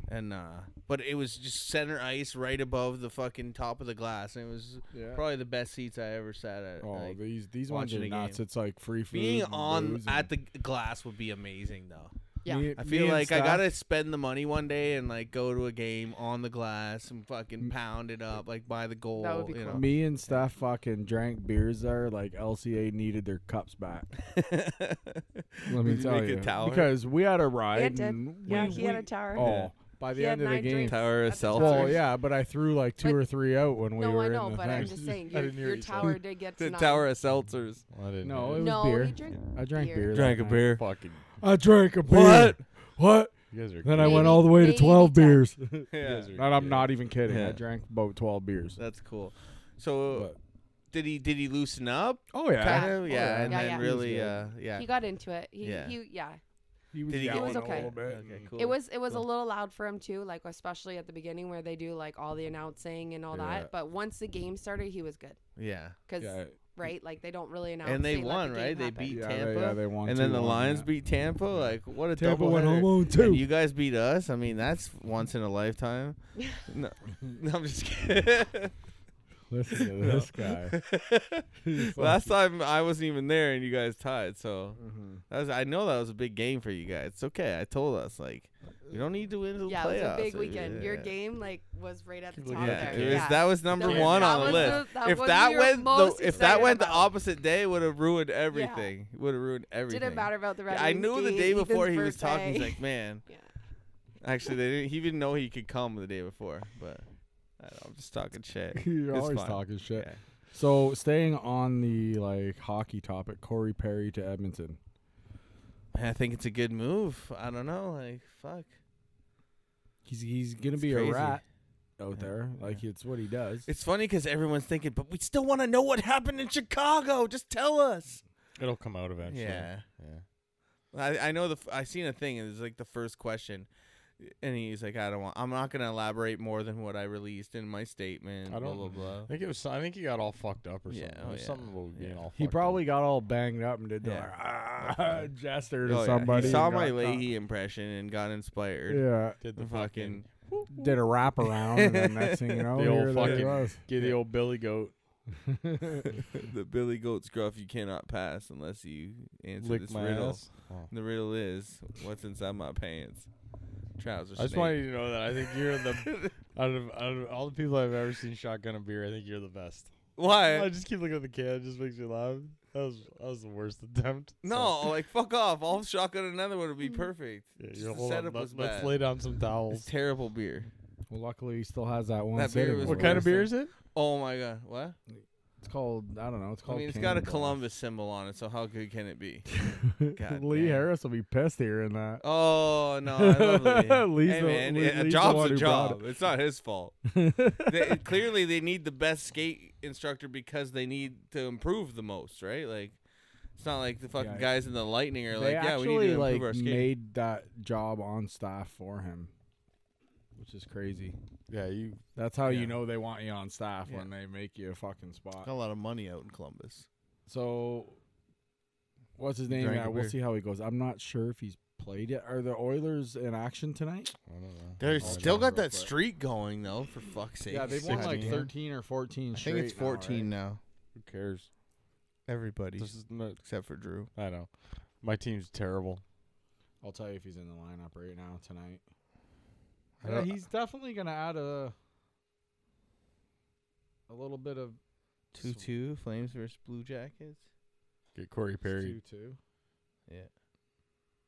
A: and uh, but it was just center ice right above the fucking top of the glass, and it was
B: Yeah.
A: probably the best seats I ever sat at.
B: oh,
A: like,
B: these these ones
A: watching
B: are
A: a
B: nuts.
A: game.
B: It's like free food.
A: being
B: and
A: on
B: booze
A: at
B: and-
A: the g- glass would be amazing, though.
D: Yeah.
B: Me-
A: I
B: me
A: feel
B: and
A: like I
B: Steph-
A: gotta spend the money one day and like go to a game on the glass and fucking pound it up like by the goal.
D: That would be
A: you
D: cool.
A: know.
B: Me and staff fucking drank beers there. Like LCA needed their cups back. Let me
A: Did you
B: tell
A: make
B: you,
A: a tower?
B: because we had a ride.
D: did.
B: and
D: yeah,
B: we-
D: he had
B: we-
D: a tower.
B: Oh, by the
D: He
B: end
D: had
B: of the
D: nine
B: game.
D: drinks
A: Tower of
D: at the time.
A: Celsius.
B: Well, yeah, but I threw like two
D: But-
B: or three out when we
D: no,
B: were
D: I
B: in
D: know,
B: the
D: but
B: thing.
D: I'm just saying
C: I
D: your,
C: didn't hear
D: your
C: you say
D: tower did get to nine.
A: of Seltzers.
C: I didn't
B: No, it was
D: No,
B: beer.
D: he drank.
B: I drank
D: beer.
B: beer. that
G: Drank a
B: night.
G: beer.
C: fucking.
B: I drank a beer.
G: What?
B: What?
C: You guys are.
B: Then I
C: gay.
B: went
D: Maybe-
B: all the way to
D: maybe
B: 12
D: ten.
B: beers.
C: You
A: Yeah,
C: guys are
B: and I'm
C: gay.
B: not even kidding. I
G: Yeah.
B: drank about 12 beers.
A: that's cool. So
B: But-
A: did he did he loosen up?
B: oh, yeah.
A: Kind of, yeah,
B: yeah.
A: and
D: Yeah,
A: then
D: yeah.
A: really,
B: He's
A: uh, yeah.
D: He got into it. He,
A: Yeah.
D: he, yeah.
B: He was,
A: Did he get
D: It was
A: one
D: okay.
A: over?
B: Okay,
A: Okay, cool.
D: It was it was a
A: Cool.
D: little loud for him too, like especially at the beginning where they do like all the announcing and all
B: Yeah.
D: that. But once the game started, he was good
A: yeah,
D: because
B: Yeah,
D: right, like they don't really announce.
A: and they
D: let the
A: won,
D: game
A: right? They
D: happen.
A: beat
B: yeah,
A: Tampa,
B: They, yeah, they won
A: and then the
B: 2-1,
A: Lions
B: yeah.
A: beat Tampa. Like what a
B: Tampa
A: double
B: went home
A: header.
B: on
A: And
B: two.
A: you guys beat us. I mean, that's once in a lifetime. No, no I'm just kidding.
B: Listen to this guy.
A: Last time I wasn't even there, and you guys tied. So
B: Mm-hmm.
A: that was, I know that was a big game for you guys. It's okay. I told us like you don't need to win the
D: Yeah,
A: playoffs.
D: it was a big
A: Like,
D: weekend. Your
A: yeah.
D: game like was right at the
C: looking
D: top
A: Yeah,
D: there.
A: it was,
D: yeah.
A: that was number
D: That-
A: one
D: that
A: on the
D: was
A: list.
D: the- that
A: if
D: was
A: that
D: we were
A: went, the,
D: most
A: if that
D: excited
A: went the
D: about.
A: opposite day, would have ruined everything. Would have ruined everything.
D: Didn't matter about the Red
A: I
D: Wings
A: knew the
D: game,
A: day
D: Ethan's
A: before he was
D: birthday.
A: talking. He's like, man,
D: Yeah.
A: actually, they didn't. He didn't know he could come the day before, but I don't know, I'm just talking shit.
B: You're
A: It's
B: always
A: fine.
B: talking shit.
A: Yeah.
B: So, staying on the like hockey topic, Corey Perry to Edmonton.
A: I think it's a good move. I don't know, like fuck.
B: He's he's gonna
A: It's
B: be
A: crazy.
B: a rat out
A: Yeah,
B: there. Like it's what he does.
A: It's funny because everyone's thinking, but we still want to know what happened in Chicago. Just tell us.
C: It'll come out
B: Oh,
C: eventually.
A: Yeah.
C: Yeah.
A: I, I know the f- I seen a thing. It was like the first question, and he's like, "I don't want. I'm not gonna elaborate more than what I released in my statement."
C: I don't-
A: blah blah blah.
C: I think it was. I think he got all fucked up or
A: Yeah,
C: something.
A: oh
C: It was
A: yeah,
C: Something about being
A: yeah.
C: all.
B: he
C: fucked
B: probably
C: Up.
B: got all banged up and did
A: Yeah.
B: the
A: Okay.
B: ah, jester to
A: Oh, yeah.
B: somebody.
A: He saw
B: and
A: my
B: got caught.
A: Leahy impression and got inspired.
B: Yeah,
C: Did the
A: Fucking-
C: fucking
B: did a wraparound, and then next thing you know,
C: The old
B: here there he
C: fucking-
B: was.
C: get the old Billy Goat
A: the Billy Goat scruff you cannot pass unless you answer
C: licked
A: this
C: my
A: riddle.
C: ass. Oh.
A: The riddle is what's inside my pants. Trousers.
C: I just want you to know that I think you're the out of, out of all the people I've ever seen shotgun a beer. I think you're the best. I
A: Why?
C: just keep looking at the can. It just makes me laugh. That was that was the worst attempt.
A: No, like fuck off. I'll shotgun another one would be perfect.
C: Yeah,
A: Just
C: you're-
A: the
C: hold on,
A: setup
C: let-
A: was
C: let's
A: bad.
C: lay down some
A: It's
C: towels.
A: terrible beer.
B: Well, luckily he still has that one.
A: That beer
B: sitting
A: was
B: over
C: What kind
A: worse
C: of
B: there.
C: beer
A: than-
C: is it?
A: Oh my god. What?
B: It's called I don't know. It's
A: I
B: called.
A: mean, it's got a
B: Cannonball.
A: Columbus symbol on it, so how good can it be? God
B: Lee
A: damn.
B: Harris will be pissed hearing that.
A: Oh no, I love Lee.
B: Lee's
A: hey
B: the-
A: man,
B: Lee-
A: a- a
B: Lee's the one
A: job's a
B: who brought
A: job. It's not his fault. They, clearly, they need the best skate instructor because they need to improve the most, right? Like, it's not like the fucking
B: Yeah.
A: guys in the Lightning are
B: they
A: like, yeah, we
B: actually
A: need to improve
B: like
A: our skating.
B: made that job on staff for him, which is crazy.
C: Yeah, you.
B: That's how
A: Yeah.
B: you know they want you on staff
A: Yeah.
B: when they make you a fucking spot.
A: Got a lot of money out in Columbus.
B: So, what's his name?
A: Drank
B: Yeah,
A: a
B: we'll
A: beer.
B: see how he goes. I'm not sure if he's played yet. Are the Oilers in action tonight?
C: I don't know.
A: They're
B: Oh,
A: still got
B: real
A: that
B: quick.
A: streak going though. For fuck's sake.
B: Yeah, they've won like
C: 16.
B: 13 or 14.
A: I think it's
B: straight now, right?
A: 14 now.
C: Who cares?
A: Everybody
C: This is not,
A: except for Drew.
C: I know. My team's terrible.
B: I'll tell you if he's in the lineup right now tonight.
A: I
B: Yeah,
A: don't-
B: he's definitely gonna add a a little bit of
A: Two two Flames versus Blue Jackets.
C: Get Corey Perry.
B: two two.
A: Yeah.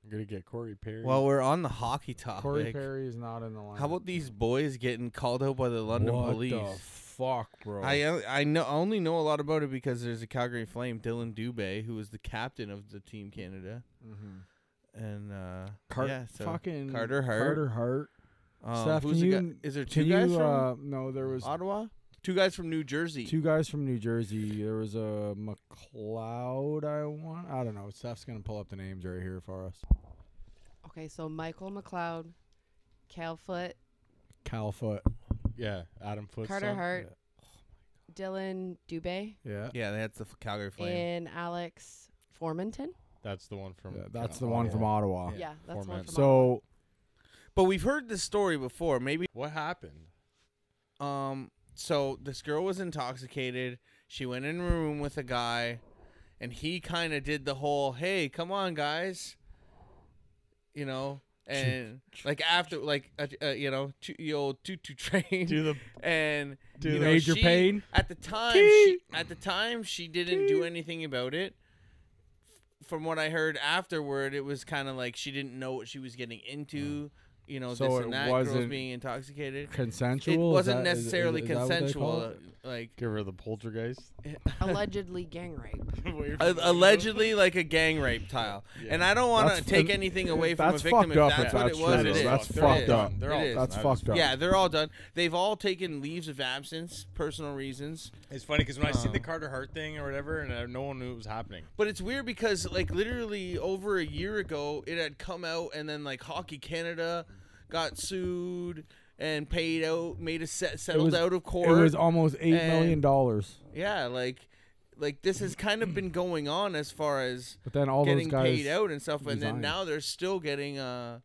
C: I'm gonna get Corey Perry.
A: Well, we're on the hockey topic.
B: Corey Perry is not in the lineup.
A: Ah, How about these boys getting called out by the London
B: what
A: police?
B: the fuck, bro?
A: I uh, I know I only know a lot about it because there's a Calgary Flame, Dylan Dubé, who was the captain of the team Canada,
B: mm-hmm.
A: and uh,
B: Car-
A: yeah, so
B: fucking
A: Carter Hart.
B: Carter Hart.
A: um,
B: Steph,
A: who's
B: can
A: the
B: you-
A: guy? Is there two
B: Can
A: guys
B: you,
A: from
B: uh, no, there was
A: Ottawa? Two guys from New Jersey.
B: two guys from New Jersey. There was a McLeod. I want. I don't know. Steph's gonna pull up the names right here for us.
D: Okay, so Michael McLeod, Calefoot,
B: Calfoot.
C: yeah, Adam Foote.
D: Carter Hart, Dylan Dubé,
B: Yeah.
A: Yeah, that's the f- Calgary Flame.
D: and Alex Formanton.
C: That's the one from.
B: Yeah, that's the one from
C: Ottawa.
B: Ottawa.
D: Yeah, that's one
C: Formanton.
D: from
B: So
A: But we've heard this story before. Maybe
C: What happened?
A: um so this girl was intoxicated. She went in a room with a guy and he kind of did the whole, "Hey, come on, guys." You know, and like after like uh, uh, you know, to, you old tutu train
C: Do the
A: and
C: do
A: you
C: the-
A: know,
B: Major
A: she-
B: pain?
A: at the time she, at the time she didn't do anything about it F- from what i heard afterward it was kind of like she didn't know what she was getting into you know
B: Mm. So
A: this
B: it
A: and that girls
B: wasn't
A: being intoxicated
B: Consensual.
A: it
B: Is
A: wasn't
B: that- is- is-
A: necessarily
B: is that what they call
A: consensual
B: it?
A: uh, like
C: give her the poltergeist.
D: Allegedly gang rape.
A: a- allegedly like a gang rape tile and i don't want to
B: That's-
A: take
B: and-
A: anything away from
B: that's
A: a victim
B: fucked up
A: if
B: if
A: that's what
B: that's
A: it was
B: true.
A: it
B: That is
A: is.
B: That's
A: It
B: fucked
A: is.
B: up.
C: They're
A: It
C: all
A: is.
C: done.
B: That's
C: I
B: fucked up.
A: yeah they're all done they've all taken leaves of absence personal reasons
C: It's funny because when I seen the
A: Um,
C: Carter Hart thing or whatever, and uh, no one knew it was happening.
A: But it's weird because like literally over a year ago, it had come out, and then like Hockey Canada got sued and paid out, made a set settled
B: was-
A: out of court.
B: It was almost eight
A: and-
B: million dollars.
A: yeah, like like this has kind of been going on as far as
B: But then all those
A: getting
B: guys
A: paid out and stuff, and
B: resigned.
A: then now they're still getting uh,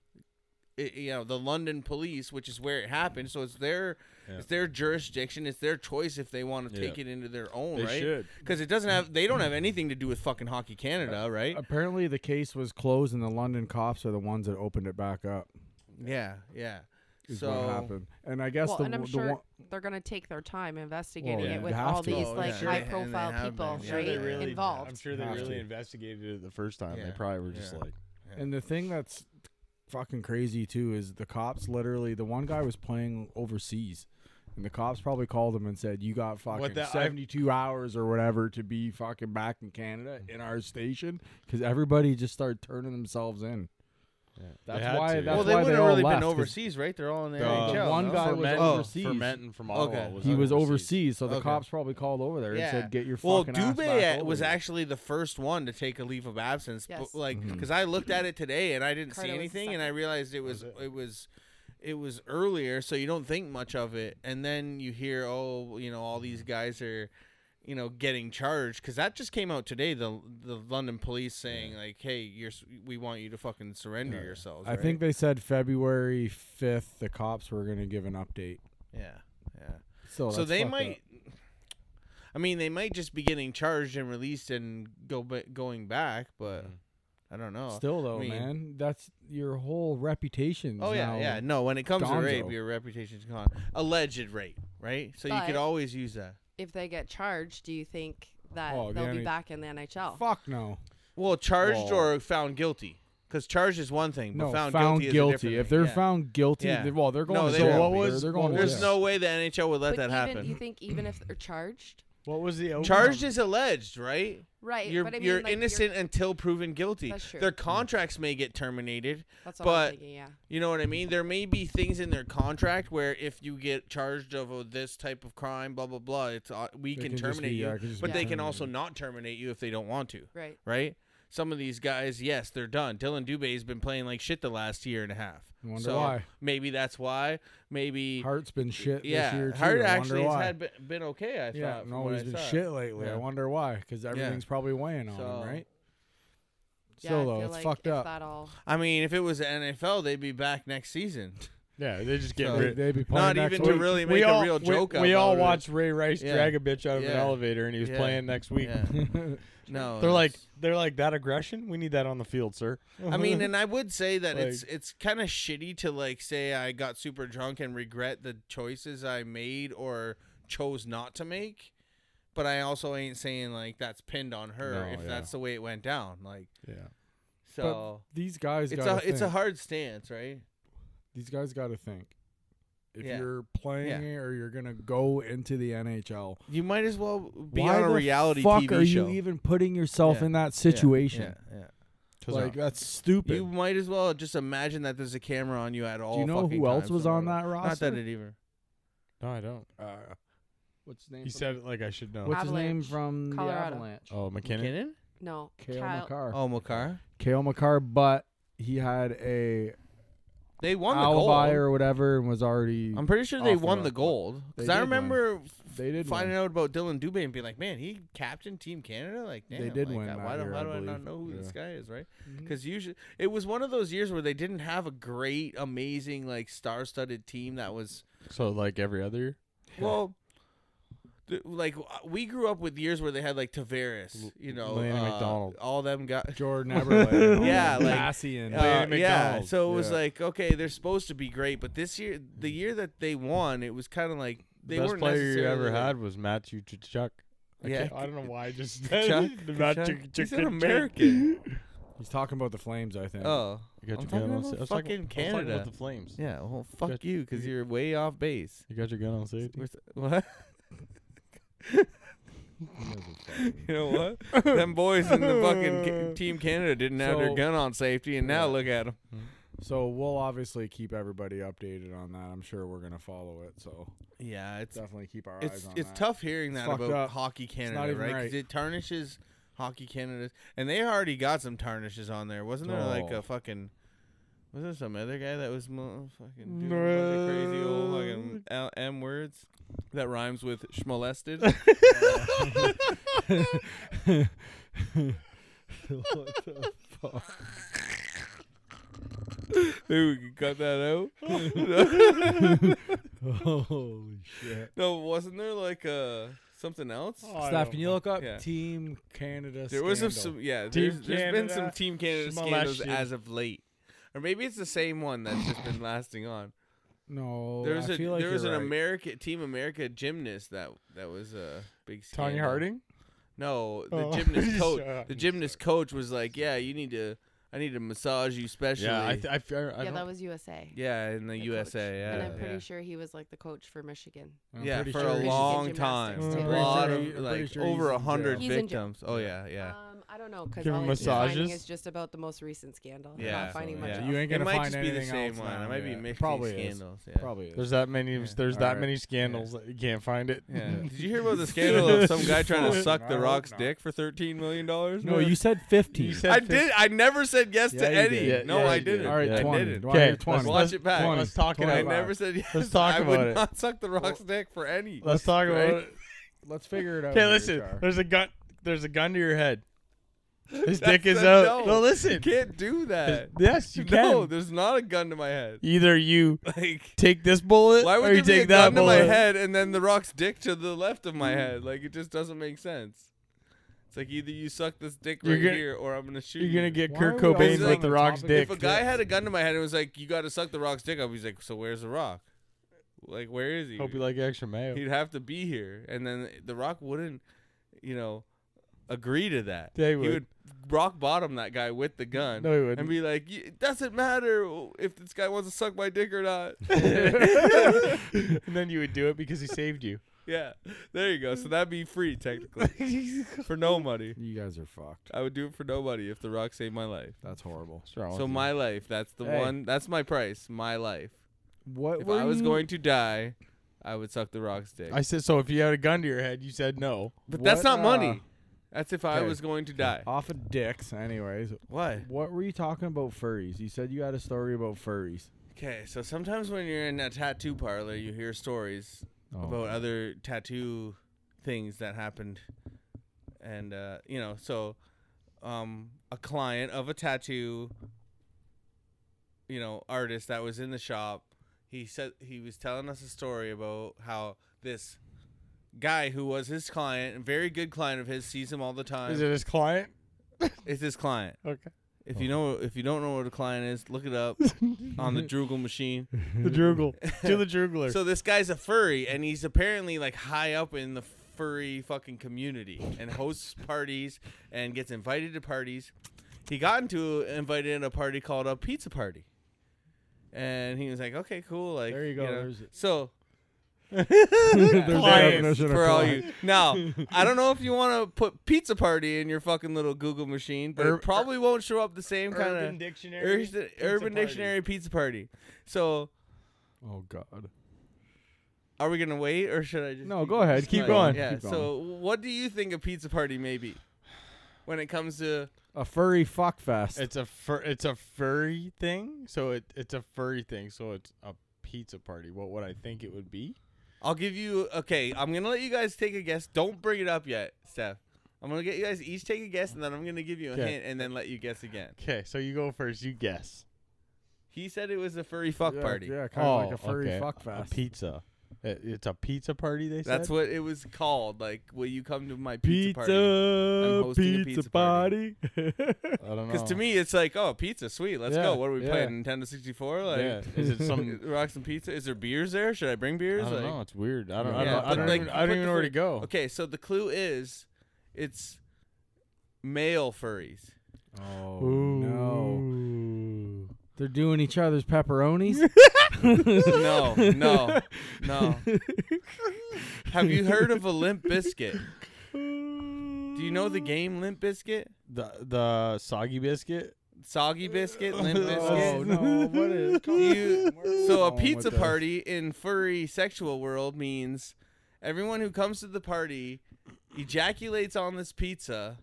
A: i you know, the London police, which is where it happened. So it's their
C: Yeah.
A: it's their jurisdiction, it's their choice if they want to
C: Yeah.
A: take it into their own,
C: They
A: right?
C: should.
A: Because it doesn't have they don't have anything to do with fucking Hockey Canada, right?
B: Apparently, the case was closed, and the London cops are the ones that opened it back up.
A: Yeah, yeah.
B: Is
A: so
B: what happened. And I guess
D: well,
B: the,
D: and I'm
B: the
D: sure
B: one,
D: they're going to take their time investigating
B: Well,
C: yeah.
D: it with
B: You have
D: all
B: to.
D: these
A: Oh,
D: like
A: yeah. Sure,
D: high
A: and they
D: profile
A: have
D: people
A: been.
C: I'm sure
D: right
C: they really,
D: involved.
C: I'm sure they
B: Have
C: really
B: to.
C: investigated it the first time. They
A: Yeah.
C: probably were just
A: Yeah.
C: like,
B: and the thing that's fucking crazy too is the cops. Literally, the one guy was playing overseas, and the cops probably called him and said, "You got fucking
C: that- I-
B: 72 hours or whatever to be fucking back in Canada in our station," because everybody just started turning themselves in. That's
C: They had
B: why-
C: to,
B: that's
C: yeah.
A: well, they
B: why
A: wouldn't
B: all
A: have really
B: left,
A: been
B: 'cause
A: overseas, right? They're all in the
C: The
A: NHL.
B: one
A: no?
B: guy was
C: Ferment-
B: overseas.
C: Fermentin from Ottawa.
A: Okay.
C: Was
B: He was overseas, so the
A: Okay.
B: cops probably called over there
A: Yeah.
B: and said, "Get your
A: Well,
B: fucking ass back
A: Dubé
B: over
A: was
B: here."
A: actually the first one to take a leave of absence, but,
D: Yes.
A: like
B: Mhm.
A: because I looked at it today and I didn't
D: Carter
A: see
D: was the
A: anything, and I
D: second.
A: realized it was, it was it was earlier, so you don't think much of it, and then you hear, oh, you know, all
B: Mm-hmm.
A: these guys are, you know, getting charged because that just came out today. The the London police saying like, hey, you're s- we want you to fucking surrender yourselves.
B: I
A: right?
B: think they said February 5th the cops were going to give an update.
A: yeah, yeah. so
B: So, Oh, that's
A: they
B: fucked
A: might. I mean, they might just be getting charged and released and go ba- going back, but I don't know.
B: up. Mm-hmm. Still though,
A: Oh, I mean-
B: man, that's your whole reputation.
A: oh yeah, yeah. No, when it comes to rape,
B: Gonzo.
A: your reputation's gone. Alleged rape, right? So you could
D: But-
A: always use that.
D: If they get charged, do you think that
B: Oh, the
D: they'll
B: NH
D: be back in the NHL?
B: Fuck no.
A: Well, charged
C: Well-
A: or found guilty, because charged is one thing, but
B: No,
A: found,
B: found,
A: guilty, is
B: guilty.
A: a different
B: If
A: thing.
B: they're
A: Yeah.
B: found guilty,
A: Yeah.
B: they- well, they're
A: No,
B: going to
A: they
B: jail.
A: won't.
C: What
B: They're-
C: was-
B: they're
C: what
B: going to
A: There's
B: jail.
A: no way the NHL would let
D: but
A: that
D: even,
A: happen.
D: You think even if they're charged,
C: What was the
A: Charged is alleged, right?
D: right?
A: You're
D: but I mean,
A: you're
D: like, you're-
A: innocent until proven guilty.
D: That's true.
A: Their contracts may get terminated,
D: that's what
A: but
D: I'm thinking. Yeah.
A: You know what I mean? There may be things in their contract where if you get charged of uh, this type of crime, blah blah blah, it's uh, we
B: They
A: can,
B: can just
A: terminate
B: be-
A: you,
B: yeah, it can just
A: but
D: be
A: they can
B: terminated.
A: also not terminate you if they don't want to,
D: Right.
A: right? Some of these guys, yes, they're done. Dylan Dubé has been playing like shit the last year and a half.
B: I wonder
A: so
B: why.
A: maybe that's why. Maybe
B: Hart's been shit
A: yeah,
B: this year too. I
A: Hart
B: wonder
A: actually has
B: why.
A: had been, been okay. I
B: yeah,
A: thought. from
B: no,
A: what
B: he's
A: I
B: been
A: saw.
B: shit lately.
A: Yeah.
B: I wonder why, because everything's probably weighing on
A: So-
B: him, right?
D: Yeah,
B: Still
D: I
B: though,
D: feel
B: it's
D: like
B: fucked
D: if
B: up.
D: That all.
A: I mean, if it was the NFL, they'd be back next season.
C: Yeah, they just get
A: So-
C: rid.
B: They'd be playing
A: Not
B: next
A: even
B: week.
A: to really
C: we
A: make
C: all,
A: a real
C: we-
A: joke.
C: we, all
A: about it.
C: watched Ray Rice
A: Yeah.
C: drag a bitch out of an
A: Yeah.
C: elevator, and he was
A: Yeah.
C: playing next week.
A: Yeah. No,
C: They're like,
A: that's-
C: they're like that aggression. We need that on the field, sir.
A: I mean, and I would say that it's
C: Like-
A: it's kind of shitty to like say I got super drunk and regret the choices I made or chose not to make. But I also ain't saying like that's pinned on her
C: No,
A: if
C: yeah.
A: that's the way it went down. Like
C: yeah,
B: But
A: so,
B: these guys.
A: it's a
B: gotta
A: it's a
B: think.
A: hard stance, right?
B: these guys got to think. If
A: Yeah.
B: you're playing
A: Yeah.
B: it or you're gonna go into the NHL,
A: You might as well be
B: why
A: on a
B: the
A: reality
B: fuck
A: TV
B: are
A: show.
B: you even putting yourself
A: Yeah.
B: in that situation?
A: Yeah, yeah.
B: Like that's stupid.
A: You might as well just imagine that there's a camera on you at all.
B: Do you know
A: fucking
B: who else
A: times
B: was
A: no
B: on
A: matter
B: that
A: what. Not
B: roster?
A: that it even.
C: no, I don't.
B: uh, what's his name?
C: He said it like I should know.
B: what's his name
D: Avalanche,
B: from
D: Colorado.
B: the Avalanche?
C: Oh, McKinnon.
A: McKinnon?
D: No.
B: Kale
D: Kyle-
B: McCarr.
A: Oh, McCarr.
B: Kale McCarr, but he had a
A: They won the
B: alibi
A: gold.
B: or whatever, and was already.
A: I'm pretty sure they
B: off the
A: won
B: road.
A: the gold
B: They
A: because I
B: did win.
A: remember f-
B: They did
A: finding
B: win.
A: out about Dylan Dubé and being like, "Man, he captained Team Canada." Like,
B: They
A: damn,
B: did
A: like,
B: win
A: I-
B: that
A: Why, do-
B: year,
A: why
B: I
A: do I not
B: believe.
A: know who this
B: Yeah. Mm-hmm.
A: guy is, right?
B: Mhm.
A: Because usually it was one of those years where they didn't have a great, amazing, like star-studded team that was
C: So like every other year.
A: well. th- Like w- we grew up with years where they had like Tavares, you know,
C: Lanny
A: uh,
C: McDonald.
A: all them guys.
B: Jordan Eberle.
A: Yeah, like,
B: Cassian.
A: Uh,
C: Lanny
A: yeah,
C: McDonald.
A: so it was
B: Yeah. Mm-hmm.
A: like okay, they're supposed to be great, but this year, the year that they won, it was kind of like
C: The
A: they
C: best
A: weren't
C: player you
A: necessarily,
C: ever
A: like-
C: had was Matthew Chuck. I
A: Yeah.
C: can't- I don't know why I just
A: Chuck?
C: Not
A: Chuck?
C: Chuck-
A: He's
C: Chuck-
A: an
C: Chuck.
A: American.
B: He's talking about the Flames, I think.
A: Oh,
C: I got
A: I'm
C: your
A: talking
C: gun on
A: about
C: sa- I was
A: fucking
C: talking, I was talking
A: Canada.
C: about the Flames.
A: yeah. Well, fuck
C: Got-
A: you, because you're way off base.
C: You got your gun on safety.
A: We're s- What? you know what? Them boys in the fucking ca- Team Canada didn't have their
B: So-
A: gun on safety, and now
B: Yeah.
A: look at them.
B: So we'll obviously keep everybody updated on that. I'm sure we're gonna follow it. So
A: Yeah, it's
B: definitely keep our eyes
A: it's
B: on
A: it's
B: that.
A: tough hearing
B: It's
A: that
B: fucked
A: about
B: up.
A: hockey Canada,
B: not
A: right?
B: even
A: 'Cause
B: right.
A: it tarnishes hockey Canada, and they already got some tarnishes on there, wasn't there? Like
B: Oh.
A: a fucking was there some other guy that was mo- fucking doing a bunch of crazy old fucking L- M words that rhymes with schmolested? Uh,
B: what the fuck?
A: Maybe we could cut that out.
B: Holy shit!
A: No, wasn't there like uh something else?
B: Steph, can you look up
A: Yeah.
B: Team Canada?
A: There was some,
B: scandal?
A: some yeah.
C: Team
A: There's, there's been some
C: Canada,
A: Team Canada scandals
C: Schmolested.
A: as of late, or maybe it's the same one that's just been lasting on.
B: No,
A: There was
B: Oh, I
A: a
B: feel like
A: there was an
B: you're right.
A: America Team America gymnast that that was a big
C: Tony
A: scandal.
C: Harding?
A: No, the
C: Oh.
A: gymnast
C: Shut
A: coach.
C: up.
A: The gymnast coach was like, "Yeah, you need to. I need to massage you specially."
C: Yeah, I, th- I, f- I, I
D: yeah,
C: don't-
D: that was USA.
A: yeah, in the,
D: The coach.
A: USA. Yeah,
D: and I'm pretty
A: yeah.
D: sure he was like the coach for Michigan.
B: I'm
A: yeah,
B: pretty
A: for
B: sure
A: a
B: he's-
A: long
D: He's in
A: time,
D: gymnastics,
A: a
D: too.
A: lot of
B: I'm pretty
A: like
B: sure he's
A: over
B: in
A: a hundred
D: jail. He's in jail.
A: victims. Oh yeah, yeah.
D: Um, I don't know because
C: Give him
D: all I've been finding
C: massages?
D: is just about the most recent scandal. I'm
A: Yeah,
D: not finding
A: so,
D: much.
A: yeah.
D: else.
B: You ain't
A: it
B: gonna
A: might
B: find
A: just be
B: anything
A: the same
B: else
A: one.
B: now,
A: It might
B: yeah.
A: be mixed
B: Probably is.
A: scandals. Yeah.
B: Probably is.
C: There's that many. There's that
A: Alright.
C: many scandals that you can't find it.
A: Yeah. Did you hear about the scandal of some guy trying to suck
B: I
A: the
B: hope
A: Rock's
B: not.
A: dick for thirteen million dollars?
B: no, you said 15.
C: You said
A: I
C: fif-
A: did. I never said yes
B: Yeah,
A: to
B: you
A: Eddie.
B: did.
C: Yeah,
A: no,
C: yeah,
A: I
C: you did.
A: didn't.
B: All right,
A: I
B: 20.
A: didn't.
B: Do I hear
C: Okay,
B: 20?
A: let's- Watch it back.
B: 20.
C: Let's talk it
A: I
C: out.
B: Wow.
A: never said yes.
C: talk
A: I
C: about
A: would
C: it.
A: not suck the rock's dick for any.
C: Let's talk
A: right?
C: about it.
B: Let's figure it out.
C: Okay,
B: here,
C: listen.
B: Char.
C: There's a gun. There's a gun to your head.
A: That's
C: His dick is
A: the
C: out.
A: no.
C: No, listen.
A: You can't do that.
C: Yes, you can.
A: No, there's not a gun to my head.
C: Either you
A: Like,
C: take this bullet,
A: why would
C: or you
A: there be
C: take
A: a
C: that
A: gun to my
C: bullet.
A: head and then the rock's dick to the left of my head? Like, it just doesn't make sense. It's like either you suck this dick
C: You're
A: right
C: gonna-
A: here, or I'm gonna shoot
C: You're gonna get
B: Why
C: Kurt
B: are we
A: always
C: Cobain
A: on
C: with the
B: the
C: Rock's
B: topic
C: dick.
A: If a guy had a gun to my head and was like, "You got to suck the rock's dick up," he's like, "So where's the rock? Like, where is he?
C: Hope you like extra mayo.
A: He'd have to be here, and then the Rock wouldn't, you know, agree to that.
C: They
A: He
C: would.
A: would rock bottom that guy with the gun.
C: No, he
A: And
C: wouldn't.
A: be like, "Y- it doesn't matter if this guy wants to suck my dick or not.
C: and then you would do it because he saved you.
A: yeah, there you go. So that'd be free technically for no money.
B: You guys are fucked.
A: I would do it for nobody if the Rock saved my life.
B: That's horrible.
C: What's wrong
A: So
C: with
A: my life, that's the
B: Hey.
A: one. That's my price. My life.
B: What
A: If
B: were
A: I was
B: you-
A: going to die, I would suck the Rock's dick.
C: you? I said so. If you had a gun to your head, you said no.
A: but that's not
B: what, uh,
A: money. That's if I
B: okay.
A: was going to die.
B: off of dicks, anyways.
A: What?
B: What were you talking about furries? You said you had a story about furries.
A: Okay, so sometimes when you're in a tattoo parlor, you hear stories
B: Oh.
A: about other tattoo things that happened, and uh, you know, so um, a client of a tattoo, you know, artist that was in the shop, he said he was telling us a story about how this guy who was his client, a very good client of his, sees him all the time.
C: Is it his client?
A: it's his client.
C: Okay.
A: If you know, if you don't know what a client is, look it up on the Droogle machine.
C: The droogle. Do the droogler.
A: So this guy's a furry, and he's apparently like high up in the furry fucking community, and hosts parties, and gets invited to parties. He got into invited in a party called a pizza party, and he was like, "Okay, cool." Like,
B: There you go,
A: know.
B: there's-
A: So
B: There's a
A: clients
B: definition of
A: for all
B: client.
A: you. Now, I don't know if you want to put pizza party in your fucking little Google machine, but
C: Ur-
A: it probably won't show up the same kind of
C: Dictionary.
A: Urban Dictionary pizza party. So,
B: Oh God.
A: Are we gonna wait, or should I just?
B: No,
A: keep
B: go
A: going?
B: ahead.
A: Just
C: Keep
A: like-
C: going.
A: Yeah.
B: Keep going.
A: So, what do you think a pizza party may be? when it comes to
B: A furry fuck fest.
C: It's a fur. It's a furry thing. So it it's a furry thing. So it's a pizza party. What would I think it would be?
A: I'll give you okay, I'm gonna let you guys take a guess. Don't bring it up yet, Steph. I'm gonna get you guys each take a guess and then I'm gonna give you a
C: 'Kay.
A: hint and then let you guess again.
C: Okay, so you go first. You guess.
A: He said it was a furry fuck
B: yeah,
A: party.
B: Yeah, kind of like a furry
C: Oh, okay.
B: fuck
C: A
B: fest.
C: pizza. It- it's a pizza party. They said.
A: That's what it was called. Like, will you come to my pizza, party? I'm
B: Pizza,
A: hosting a
B: pizza
A: pizza party.
B: party.
C: I don't know.
A: Because to me, it's like, oh, pizza, sweet, let's
C: Yeah,
A: go. What are we
C: yeah.
A: playing? Nintendo 64? Like,
C: yeah. Is it some?
A: rock some pizza? Is there beers there? Should I bring beers?
C: I don't
A: like,
C: know. It's weird. I don't. I
A: Yeah,
C: don't. I
A: but
C: don't,
A: like,
C: even,
A: you
C: I
A: put
C: don't even
A: the
C: know where to
A: fur-
C: go.
A: Okay, so the clue is, it's male furries.
B: Oh no!
C: Ooh.
B: They're doing each other's pepperonis.
A: no, no, no. Have you heard of a Limp Biscuit? Do you know the game Limp Biscuit?
C: The the soggy biscuit.
A: Soggy Biscuit, Limp
C: Oh,
A: Biscuit?
B: Oh no! What is?
A: Do you- so a
B: going with
A: pizza
B: this?
A: party in furry sexual world means everyone who comes to the party ejaculates on this pizza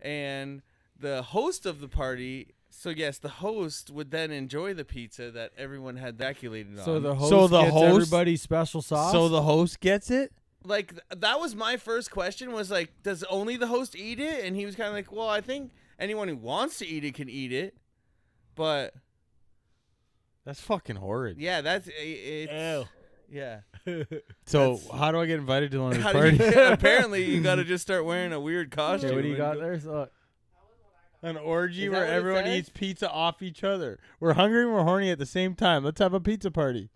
A: and the host of the party so yes the host would then enjoy the pizza that everyone had ejaculated on
B: So the host
C: So the
B: gets
C: host-
B: everybody special sauce.
C: So the host gets it.
A: like th- that was my first question was like does only the host eat it and he was kind of like well i think anyone who wants to eat it can eat it but
C: That's fucking horrid.
A: yeah that's it, it's yeah
C: So how do I get invited to one of these
A: How do you-
C: parties?
A: apparently, you got to just start wearing a weird costume.
B: okay, what do you
A: and
B: got
A: go-
B: there? So,
C: An orgy
A: Is
C: where
A: that what it
C: everyone
A: says?
C: eats pizza off each other. We're hungry and we're horny at the same time. Let's have a pizza party.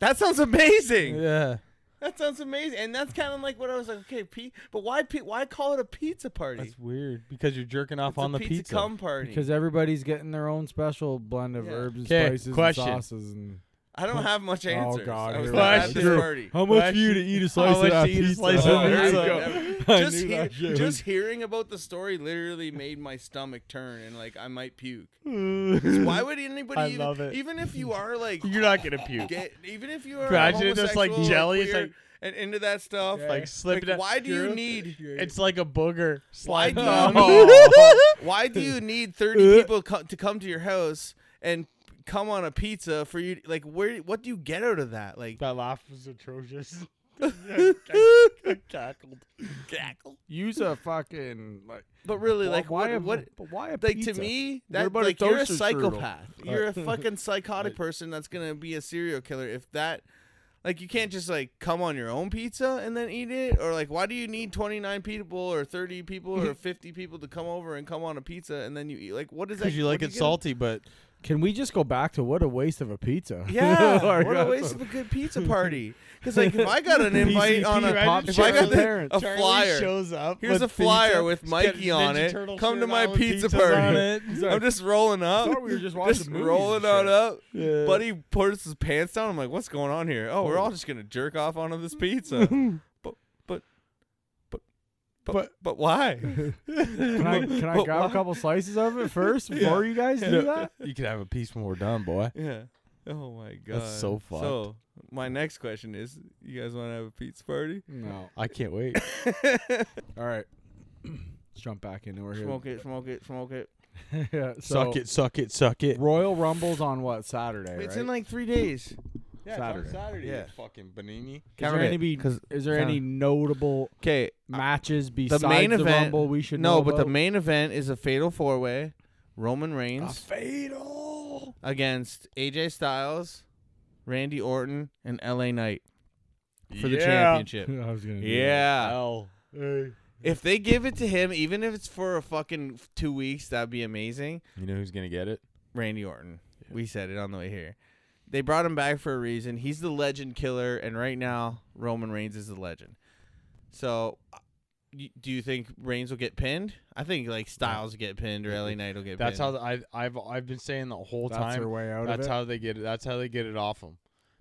A: That sounds amazing.
C: Yeah.
A: That sounds amazing, and that's kind of like what I was like. Okay, pe- but why? Pe- why call it a pizza party?
C: That's weird because you're jerking off
A: It's
C: on
A: a
C: the
A: pizza,
C: pizza.
A: cum party.
B: because everybody's getting their own special blend of
A: Yeah.
B: herbs and
C: 'Kay,
B: spices
C: question.
B: and sauces. And
A: I don't have much answers.
B: Oh, God,
A: I was
B: here
A: not
C: we
A: at this
C: go.
A: party.
B: how
C: much for you to eat a slice of that pizza?
A: Oh,
C: Slice of
A: there you
C: pizza.
A: go.
B: I
A: just,
B: knew
A: hear-
B: that shit
A: just hearing about the story literally made my stomach turn, and like I might puke. 'Cause Why would anybody?
C: I
A: even,
C: love it.
A: Even if you are like
C: You're not gonna puke.
A: get even if you are
C: Imagine it just, like,
A: homosexual,
C: jelly, it's
A: queer,
C: like-
A: and into that stuff
C: Like slip
A: Like,
C: it. up
A: why do you
C: your-
A: need
C: It's like a booger.
A: why
C: Slide
A: do
C: down.
A: you need, why do you need
C: Uh.
A: 30 people co- to come to your house and come on a pizza for you like where what do you get out of that like
C: That laugh was atrocious. Cackled.
B: Use a fucking like.
A: but really
B: why-
A: like
B: why
A: what,
B: a,
A: what
B: But why a
A: like
B: pizza?
A: to me
B: What
A: that
B: about a
A: like you're a
B: toaster strudel?
A: psychopath you're a
B: Uh,
A: fucking psychotic person that's gonna be a serial killer if that like you can't just like come on your own pizza and then eat it or like why do you need 29 people or 30 people or 50 people to come over and come on a pizza and then you eat like what is that
C: Because you like
A: what do
C: it
A: get-
C: salty, but
B: Can we just go back to what a waste of a pizza?
A: Yeah,
B: Like,
A: what a waste of a good pizza party. Because like, if I got an invite
C: PCP,
A: on a,
C: right?
B: Pop
A: if I
B: shit
A: got
B: with
A: the-
B: parents.
A: a flyer,
C: shows up.
A: Here's a flyer with Mikey on it. Come to my pizza party. I'm just rolling up,
B: we were just
A: just rolling on up.
C: Yeah.
A: Buddy pours his pants down. I'm like, what's going on here? Oh, we're all just gonna jerk off onto this pizza. but, but, but, but,
C: But-
A: but why?
B: Can I, can I
A: But
B: grab
A: why?
B: a couple slices of it first before you guys do that?
C: You can have a piece when we're done, boy.
A: Yeah. Oh my god.
C: That's so fucked.
A: So my next question is, you guys want to have a pizza party?
B: No.
C: I can't wait.
B: All right. Let's jump back into it here.
A: Smoke it, smoke it, smoke it.
B: yeah, so
C: suck it, suck it, suck it.
B: Royal Rumble's on what Saturday?
A: It's
B: right?
A: in like three days.
B: Yeah, it's on Saturday.
C: Saturday.
A: Yeah.
C: Fucking Benini.
B: is there, any, be- is there any notable
A: Okay,
B: matches
A: the
B: besides
A: main
B: the
A: event.
B: Rumble we should
A: no,
B: know
A: but the
B: about?
A: main event is a fatal four way: Roman
C: A
A: Reigns
C: fatal.
A: against AJ Styles, Randy Orton, and LA Knight for the
C: Yeah.
A: championship.
B: I was gonna do
A: Yeah.
C: Hell. Hey.
A: If they give it to him, even if it's for a fucking f- two weeks, that'd be amazing.
C: You know who's gonna get it?
A: Randy Orton. We said it on the way here. They brought him back for a reason. He's the legend killer, and right now Roman Reigns is the legend. So, uh, y- do you think Reigns will get pinned? I think like Styles will get pinned or LA Knight will get
C: That's
A: pinned.
C: how the, I, I've I've been saying the whole
B: That's their
C: time.
B: way out
C: That's
B: of it.
C: how they get it. That's how they get it off him,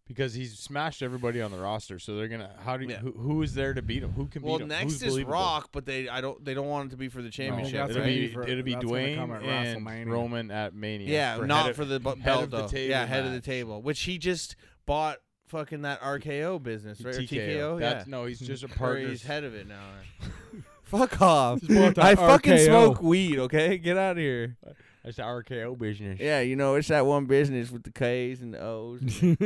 C: because he's smashed everybody on the roster. So they're gonna. How do you,
A: Yeah.
C: who, who is there to beat him? Who can
A: Well,
C: beat him?
A: next
C: Who's
A: is
C: believable?
A: Rock, but they I don't they don't want it to be for the
B: I think
A: championship.
B: that's
C: It'll
B: gonna
A: right?
C: be,
B: be for-
C: it'll be
B: that's gonna come
C: Dwayne
B: at
C: and
B: WrestleMania.
C: Roman at Mania.
A: Yeah,
C: for
A: not
C: head of-
A: for the bu-
C: head
A: belt
C: of the
A: though.
C: table
A: yeah, head of the
C: match.
A: table, which he just bought fucking that RKO business, right? Or TKO,
C: That's,
A: yeah.
C: No, he's just a
A: Or
C: partner.
A: he's head of it now.
G: Fuck off.
B: Just bought that
G: I fucking
B: RKO.
G: smoke weed, okay? Get out of here.
C: That's the RKO business.
A: Yeah, you know, it's that one business with the K's and the O's. and-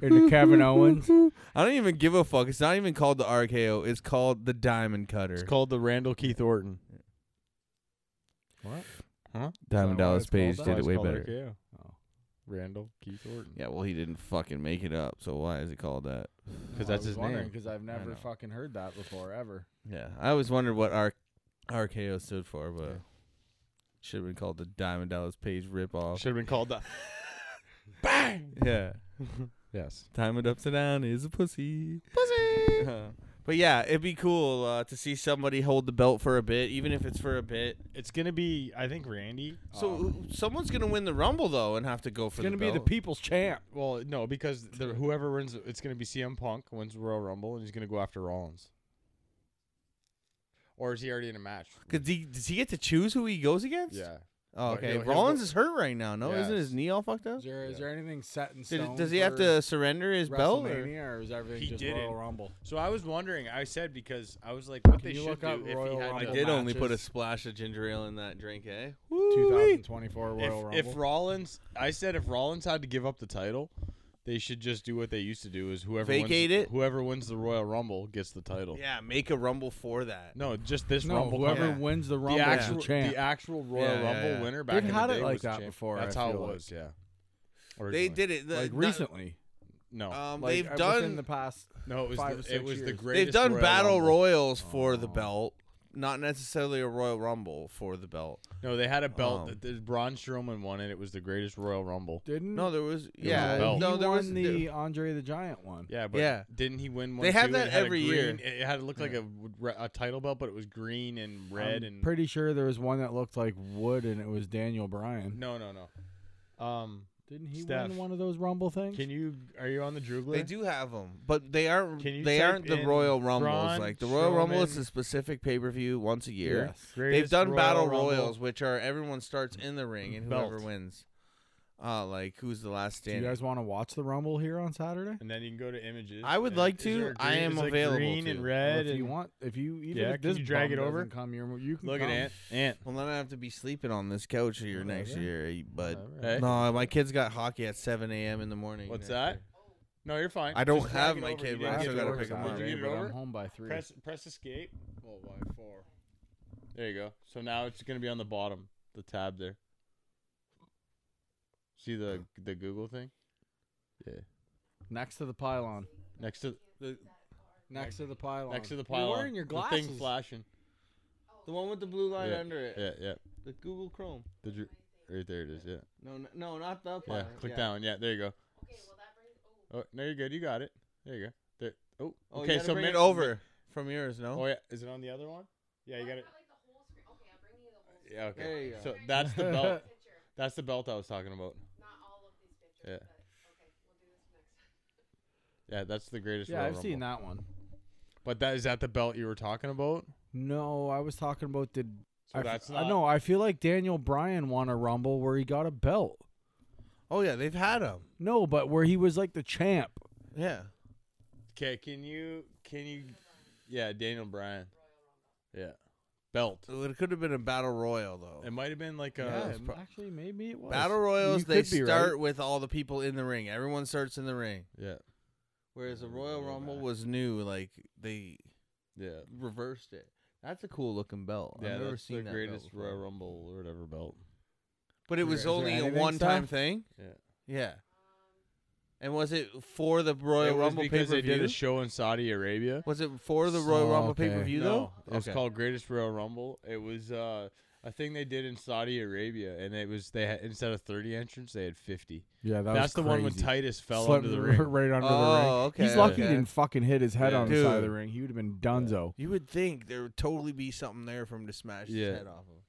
B: Or the Kevin Owens.
G: I don't even give a fuck. It's not even called the RKO. It's called the Diamond Cutter.
C: It's called the Randall Keith Orton.
G: Diamond
B: that why
G: Dallas
B: it's called
G: Page
B: that?
G: did it
C: It's
G: way
C: called
G: better.
C: RKO. Oh. Randall Keith Orton.
A: yeah, well, he didn't fucking make it up, so why is it called that?
C: Because that's his name.
B: Because I've never
A: know.
B: fucking heard that before ever.
A: Yeah, I always wondered what R- RKO stood for, but should have been called the Diamond Dallas Page ripoff.
C: Should have been called the.
A: Yeah,
B: Yes.
A: Diamond upside down is a pussy. Pussy. but yeah, it'd be cool uh, to see somebody hold the belt for a bit, even if it's for a bit.
C: It's gonna be, I think, Randy.
A: So
C: Um,
A: who- someone's gonna win the Rumble though, and have to go for
B: It's gonna
A: the
B: be the
A: belt.
B: people's champ.
C: well, no, because the, whoever wins, it's gonna be CM Punk wins Royal Rumble, and he's gonna go after Rollins. Or is he already in a match?
A: Could he- does he get to choose who he goes against?
C: Yeah.
A: Oh,
C: Or
A: okay.
C: he'll- he'll
A: Rollins
C: go-
A: is hurt right now. No, isn't
C: Yes.
A: his knee all fucked up?
B: Is there, is
C: Yeah.
B: there anything set in
A: Did,
B: stone?
A: does he have
B: for
A: to surrender his belt? or-
B: WrestleMania, or is everything
C: He
B: just
C: didn't.
B: Royal Rumble?
C: So I was wondering. I said because I was like, what
B: Can
C: they
B: you
C: should
B: look
C: do
B: up
C: if
B: Royal
C: he had
B: Rumble?
C: to-
B: I did only put a matches.
A: splash of ginger ale in that drink, eh?
B: 2024 Royal
C: if,
B: Rumble.
C: if Rollins, I said if Rollins had to give up the title, they should just do what they used to do: is whoever
A: Vacate
C: wins,
A: it?
C: Whoever wins the Royal Rumble gets the title.
A: Yeah, make a rumble for that.
C: No, just this
B: no,
C: Rumble.
B: whoever
A: Yeah.
B: wins the Rumble
C: the
B: is
C: actual
B: the champ.
C: the actual Royal
A: Yeah, yeah,
C: Rumble
A: yeah.
C: winner back in
B: had
C: the
B: it
C: day
B: like
C: was
B: that
C: champ.
B: before,
C: That's
B: I
C: how it
B: feel
C: was. Yeah.
A: They
C: Originally.
A: did it the,
B: like
A: not-
B: recently.
C: No,
A: Um,
B: Like,
A: they've
B: uh, within
A: done
B: the past.
C: no, it was
B: five
C: the,
B: or
C: it
B: six
C: was the
B: years.
C: greatest.
A: they've done
C: Royal
A: battle
C: Rumble.
A: royals for the
B: Oh.
A: belt, not necessarily a royal rumble for the belt.
C: No, they had a belt
A: Um,
C: that the Braun Strowman won, and it was the greatest Royal Rumble.
B: Didn't
A: No, there was
C: was a
A: yeah,
C: belt.
A: no,
B: he
A: there
B: won
A: was
B: the Andre the Giant one.
C: Yeah, but
A: Yeah.
C: didn't he win one?
A: They have
C: too?
A: that
C: It had a
A: every
C: green-
A: year.
C: It it had to look like a, re- a title belt, but it was green and red
B: I'm
C: and
B: pretty sure there was one that looked like wood, and it was Daniel Bryan.
C: No, no, no. Um,
B: Didn't he
C: Steph,
B: win one of those Rumble things?
C: can you? Are you on the Droogler?
A: They do have them, but they aren't.
C: Can you
A: They
C: type
A: aren't the
C: in
A: Royal Rumbles.
C: Braun
A: like the Royal Rumble is
C: Strowman?
A: a specific pay per view once a year.
B: Yes.
A: They've
C: Greatest
A: done
C: Royal
A: battle
C: Rumble.
A: royals, which are everyone starts in the ring and whoever
C: Belt.
A: wins. Uh, like who's the last
B: Do you
A: standing?
B: guys want to watch the Rumble here on Saturday?
C: and then you can go to images.
A: I would
C: and
A: like
C: is there a
A: to. I
C: green-
A: am
C: is it
A: available
C: Green
A: to.
C: and
A: Well,
B: Well,
C: red.
B: if you
C: and-
B: want, if you even
C: Yeah,
B: if
C: can
B: this
C: you drag
B: bum
C: it over?
B: doesn't come here, you can
C: look
B: come.
C: at Ant. Ant.
A: then I have to be sleeping on this couch
C: Oh,
A: here next
B: Whatever.
A: year, eh, but
C: Hey,
A: no, my kid's got hockey at 7 a.m. in the morning. next
C: what's that? No, you're fine.
A: I don't
C: Just
A: have
C: drag it
A: my
C: over.
A: kid,
C: You
A: but I
C: didn't
A: still
C: get
A: gotta
C: yours
A: pick 'em
C: out.
A: up.
C: Did you get it
B: but I'm
C: over?
B: home by three.
C: Press press escape. Well, by four. There you go. So now it's gonna be on the bottom, the tab there. See the the Google thing
B: Next to the pylon.
C: next to
A: The,
B: Next to the pylon.
C: next to the
B: You're
C: pile.
B: wearing your glasses.
C: The thing flashing.
A: the one with the blue line
C: Yeah.
A: under it.
C: Yeah, yeah.
A: The Google Chrome.
C: The dr- right there it is. Yeah.
A: No, n- no, not the.
C: Yeah,
A: button.
C: click that one. Yeah, there you go. Okay, well that brings. Oh, no, you're good. You got it. There you go. There. Oh,
A: Oh, you
C: okay.
A: gotta
C: So
A: bring
C: ma-
A: it over from yours,
C: Oh
A: no?
C: yeah, is it on the other one? Yeah, you got it. Yeah, okay.
A: There you go.
C: So that's the belt. that's the belt I was talking about. Yeah. Yeah, that's the greatest.
B: Yeah,
C: Royal
B: I've seen
C: Rumble.
B: that one.
C: But that is that the belt you were talking about?
B: No, I was talking about the.
C: So
B: I,
C: that's
B: f- I
C: not-
B: know. I feel like Daniel Bryan won a Rumble where he got a belt.
A: Oh yeah, they've had them.
B: No, but where he was like the champ.
A: Yeah.
C: Okay, can you can you? Yeah, Daniel Bryan. Yeah, belt.
A: So It could have been a battle royal though.
C: It might have been like
B: Yeah,
C: a.
B: m- actually, maybe it was
A: Battle royals,
B: You
A: they
B: could be right.
A: start with all the people in the ring. Everyone starts in the ring.
C: Yeah,
A: Whereas the Royal
C: Roll
A: Rumble
C: back.
A: was new, like they
C: yeah.
A: reversed it. That's a cool looking belt.
C: Yeah,
A: I've never
C: that's
A: seen
C: the
A: that
C: greatest
A: belt before.
C: Royal Rumble or whatever belt.
A: But it
B: Is
A: was
B: there- is there
A: only a
B: anything,
A: one time
B: Steph?
A: thing.
C: Yeah.
A: Yeah. And was it for the Royal
C: it was
A: Rumble pay
C: because
A: per
C: they did
A: view?
C: a show in Saudi Arabia.
A: was it for the Royal
B: Oh,
A: Rumble
B: okay.
A: pay per view
C: No,
A: though?
C: it's called Greatest Royal Rumble. It was uh, a thing they did in Saudi Arabia, and it was they had instead of thirty entrants, they had fifty.
B: Yeah, that
C: That's the
B: was
C: one when
B: crazy.
C: Titus fell
B: Slipped
C: under the
B: r-
C: ring.
B: right under the ring.
A: Oh, okay.
B: He's lucky
A: okay.
B: he didn't fucking hit his head
C: Yeah.
B: on the side of
A: Dude.
B: the ring. He would have been Dunzo.
A: You would think there would totally be something there for him to smash
C: Yeah.
A: his head off of.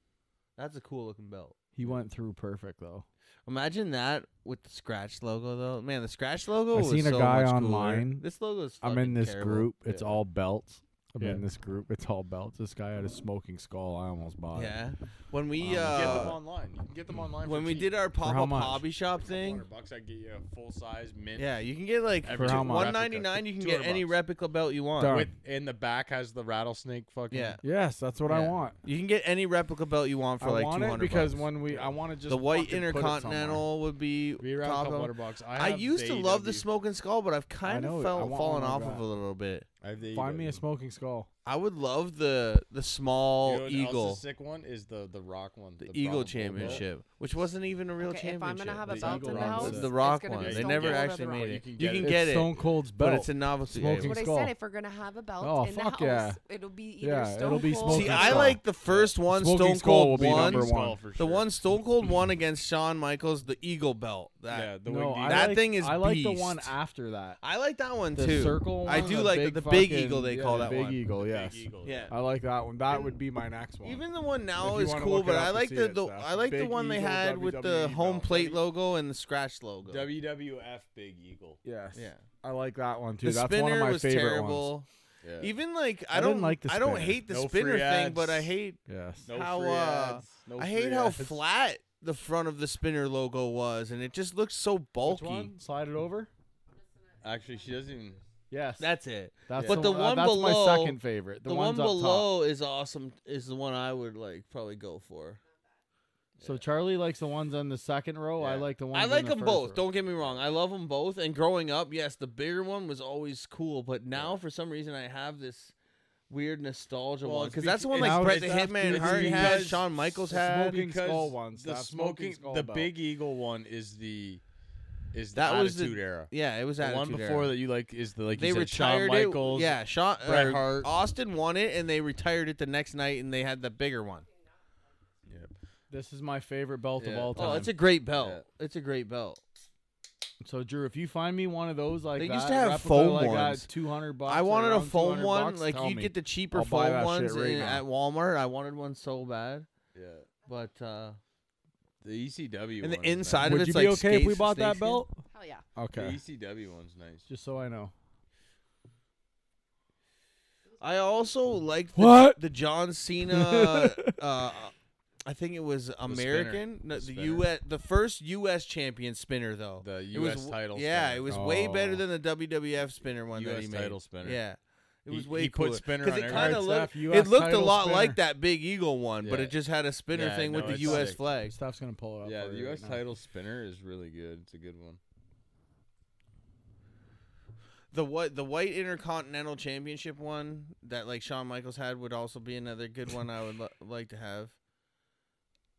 A: That's a cool looking belt.
B: He went through perfect though.
A: Imagine that with the scratch logo though. Man, the scratch logo.
B: I
A: was
B: seen a
A: so
B: guy
A: much cooler.
B: online.
A: This logo is.
B: I'm in
A: fucking
B: this
A: terrible.
B: group. It's
A: Yeah.
B: all belts. I'm
C: Yeah.
B: in this group. It's all belts. This guy had a smoking skull. I almost bought it.
A: Yeah. When
B: um,
A: we
C: get them
A: uh,
C: online. You can get them online.
A: when we did our pop
B: how
A: up
B: much?
A: hobby shop thing,
C: bucks, I get you a full size mint.
A: yeah, you can get like
C: Every
B: how much?
A: one ninety nine. You can get
C: 200
A: any
C: bucks.
A: replica belt you want.
B: Darn.
C: With in the back has the rattlesnake fucking.
A: Yeah,
B: Yes, that's what I
A: Yeah.
B: want.
A: you can get any replica belt you want for
B: I
A: like
B: want
A: two
B: it
A: hundred.
B: because when we, I want to just
A: the white
B: fucking put it somewhere.
A: intercontinental would be
C: Be around
A: top
C: Cup
A: of-
C: water box. I,
A: I
C: have
A: used to love the
C: AEW.
A: smoking skull, but I've kind
B: know
A: of
B: it. I
A: felt
B: want
A: fallen
B: one
A: off
B: like
A: of
B: that.
A: a little bit.
C: I have the
B: Find me a
C: AEW.
B: smoking skull.
A: I would love the the
C: You
A: small
C: know what else is
A: eagle,
C: sick one is the the rock one.
A: the,
C: Brahma Bull
A: eagle
C: Bull.
A: championship, which wasn't even a real
D: Okay, if
A: championship.
D: I'm gonna have a
C: The
D: belt
C: Eagle
D: in the
C: Rock
D: house,
C: one.
A: the rock
D: it's gonna
A: one.
D: Be
A: They
D: Stone
A: never
D: Cold or The
A: actually
D: Rock.
A: made it.
C: can
A: You
C: get
A: can
C: it.
B: It's
A: get it,
B: Stone Cold's belt.
A: but it's a novelty.
B: Smoking
D: That's
A: item.
D: what I
B: Skull.
D: said. If we're gonna have a belt
B: Oh,
D: in the
B: fuck
D: house,
B: yeah.
D: it'll be either
B: Yeah,
D: Stone
B: it'll be
D: Cold.
B: Smoking
A: See, I
B: Skull.
A: like the first one,
B: Smoking
A: Stone
B: Skull will
A: Cold
B: be
A: one.
B: number
C: Skull
B: one.
C: Oh, for
A: The
C: sure.
A: one Stone Cold one against Shawn Michaels, the eagle belt. That
C: Yeah, the
B: no,
C: winged
B: I
C: eagle.
A: That
B: like-
A: thing is
B: I like the
A: beast.
B: one after that.
A: I like that one
B: The
A: too.
B: circle.
A: I
B: one,
A: do
B: the
A: like
B: big
A: the big
B: fucking-
A: eagle they
B: yeah,
A: call
B: the
A: that
B: big
A: one.
B: eagle. Yes,
C: Big eagle.
A: Yeah.
B: I like that one. That would be my next one.
A: Even the one now
B: If you
A: is
B: wanna
A: cool,
B: look it
A: but
B: up
A: I
B: to
A: like
B: see
A: the,
B: it,
A: the
B: Seth.
A: I like the
B: Big
A: one they
B: Eagle
A: had with the
B: WWE
A: home
B: belt.
A: plate logo and the scratch logo.
C: WWF Big Eagle.
B: yes,
A: yeah,
B: I like that one too.
A: the
B: That's
A: spinner
B: one of my
A: was
B: favorite
A: terrible.
B: ones.
C: Yeah.
A: Even like I,
B: I didn't
A: don't
B: like the
A: I don't
B: spinner.
A: hate the
C: No free
A: spinner thing,
C: ads.
A: but I hate
B: Yes.
C: No
A: How,
C: free
A: uh,
C: ads. No
A: I hate
C: free
A: how
C: ads.
A: flat the front of the spinner logo was, and it just looked so
B: Which
A: bulky.
B: one? Slide it over.
C: Actually, she doesn't. Even,
B: Yes.
A: That's it.
B: That's
A: But the
B: uh,
A: one
B: that's my
A: below-
B: second favorite.
A: The,
B: The,
A: one
B: one's up top.
A: below is awesome. Is the one I would like probably go for.
B: So Charlie likes the ones on the second row. I
A: Yeah.
B: like the ones.
A: I
B: in
A: like
B: the
A: them
B: first
A: both.
B: row.
A: Don't get me wrong. I love them both. And growing up, yes, the bigger one was always cool. But now, for some reason, I have this weird nostalgia
C: Well,
A: one
C: it's
A: because that's the one
C: beca-
A: like Bret
B: it's
A: the
B: after-
A: Hitman
B: it's
A: Hart had,
C: because
A: Shawn Michaels
B: the
A: had.
B: smoking
C: because
B: skull ones.
C: The
B: that
C: smoking,
B: smoking skull
C: the
B: belt.
C: Big Eagle one is the is the
A: That was the-
C: Attitude Era.
A: Yeah, it was
C: The
A: that
C: one before that you like is the like
A: They
C: you said, Shawn
A: retired
C: Michaels.
A: it. Yeah, Shawn
C: Bret
A: or
C: Hart.
A: Austin won it, and they retired it the next night, and they had the bigger one.
B: This is my favorite belt
C: Yeah.
B: of all time.
A: Oh, it's a great belt. It's a great belt.
B: so Drew, if you find me one of those like
A: They
B: that,
A: used to have
B: replica
A: foam
B: like
A: ones.
B: That, Two hundred bucks.
A: I
B: or
A: wanted a
B: around
A: foam
B: 200
A: one.
B: bucks,
A: like
B: tell
A: you
B: me.
A: get the cheaper
B: I'll buy that
A: foam
B: shit
A: ones
B: right
A: in-
B: now.
A: at Walmart. I wanted one so bad,
C: Yeah.
A: but uh,
C: The ECW
A: and the
C: one is
A: inside
B: Would
A: of it's
B: you
A: like
B: be okay if we
A: skates-
B: bought that
A: snakeskin.
B: belt?
D: Hell yeah.
B: Okay.
C: nice. The ECW one's nice.
B: Just so I know.
A: I also liked the,
B: What?
A: the John Cena. uh, I think it was American, no, the,
C: spinner.
A: U.S. the first U.S. champion spinner though.
C: The
A: It was
C: US
A: w-
C: title
A: Yeah,
C: spinner.
A: it was way better
B: Oh.
A: than the WWF spinner one that
C: US
A: he made.
C: title spinner.
A: Yeah, it
C: He-
A: was way
C: he put
A: cooler.
C: spinner
A: 'Cause
C: on
A: it
C: everything.
A: kind of
B: Alright,
A: looked.
B: Steph, US
A: It looked a
B: title
A: lot
B: spinner.
A: like that big eagle one, but
C: Yeah.
A: it just had a spinner
C: Yeah,
A: thing
C: no,
A: with the
C: it's
A: U.S.
C: sick.
A: flag.
B: Steph's gonna pull it up.
C: Yeah,
B: for
C: the
B: you
C: U.S.
B: right now.
C: title spinner is really good. It's a good one.
A: The what the white intercontinental championship one that like Shawn Michaels had would also be another good one I would lo- like to have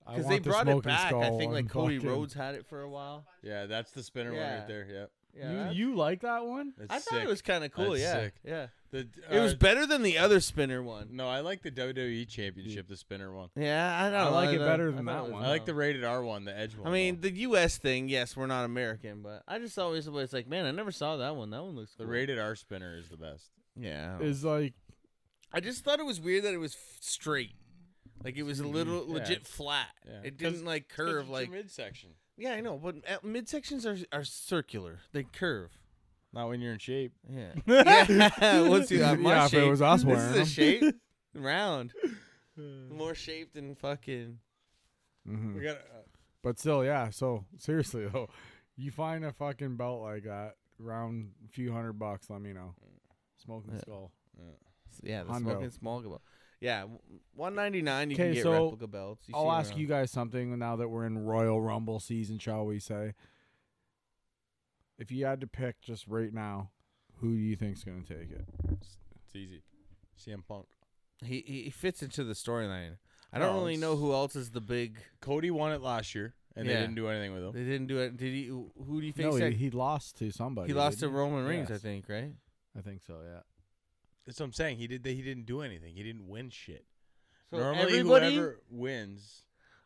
B: I
A: because they
B: want the
A: brought it
B: smoking
A: back. I
B: skull
A: think like
B: one,
A: Cody
B: fucking-
A: Rhodes had it for a while.
C: Yeah, that's the spinner one
A: Yeah.
C: right there. Yep.
A: Yeah,
B: You-
A: that's-
B: you like that one?
C: That's
A: I thought
C: sick.
A: it was kind of cool.
C: That's
A: yeah,
C: sick.
A: yeah.
C: The,
A: It was
C: uh,
A: better than the other spinner one.
C: No, I like the WWE Championship, the spinner one.
A: Yeah, I don't.
B: I like it
A: don't-
B: better than
A: I
B: that
A: don't
B: one.
C: I like
A: know.
C: the rated R one, the Edge one.
A: I mean,
C: though.
A: the U.S. thing. Yes, we're not American, but I just always was like, man, I never saw that one. That one looks
C: the
A: cool.
C: rated R spinner is the best.
A: Yeah, I don't know.
B: Is like
A: I just thought it was weird that it was f- straight. Like it was a little
C: yeah,
A: legit
C: it's-
A: flat.
C: yeah.
A: It
C: 'Cause-
A: didn't like curve like
C: midsection.
A: Yeah, I know, but uh, midsections are are circular. They curve.
C: Not when you're in shape.
A: Yeah.
B: uh,
A: yeah. Let's see that. My
B: Yeah, if it
A: shape.
B: was us
A: this
B: wearing
A: is a
B: them.
A: shape round. More shaped than fucking.
B: Mhm.
C: We got. Uh,
B: But still, yeah. So seriously though, you find a fucking belt like that, round few hundred bucks. Let me know. Smoking
A: Yeah.
B: skull.
A: Yeah, the
B: Hundo.
A: smoking small belt. Yeah, one ninety nine. You can
B: 'Kay,
A: get
B: so
A: replica belts. You see
B: I'll ask
A: around.
B: you guys something now that we're in Royal Rumble season, shall we say? If you had to pick just right now, who do you think's gonna take it?
C: it's easy. CM Punk.
A: He he he fits into the storyline. I don't
C: No,
A: really know
C: it's-
A: who else is the big.
C: Cody won it last year, and
A: Yeah.
C: they didn't do anything with him.
A: They didn't do it. Did he? Who do you think?
B: No, he,
A: said-
B: he lost to somebody.
A: he lost to
B: didn't
A: Roman Reigns, I
B: Yes.
A: think. Right.
B: I think so. Yeah.
C: That's what I'm saying. He did. He didn't do anything. He didn't win shit.
A: So
C: Normally,
A: everybody.
C: whoever wins.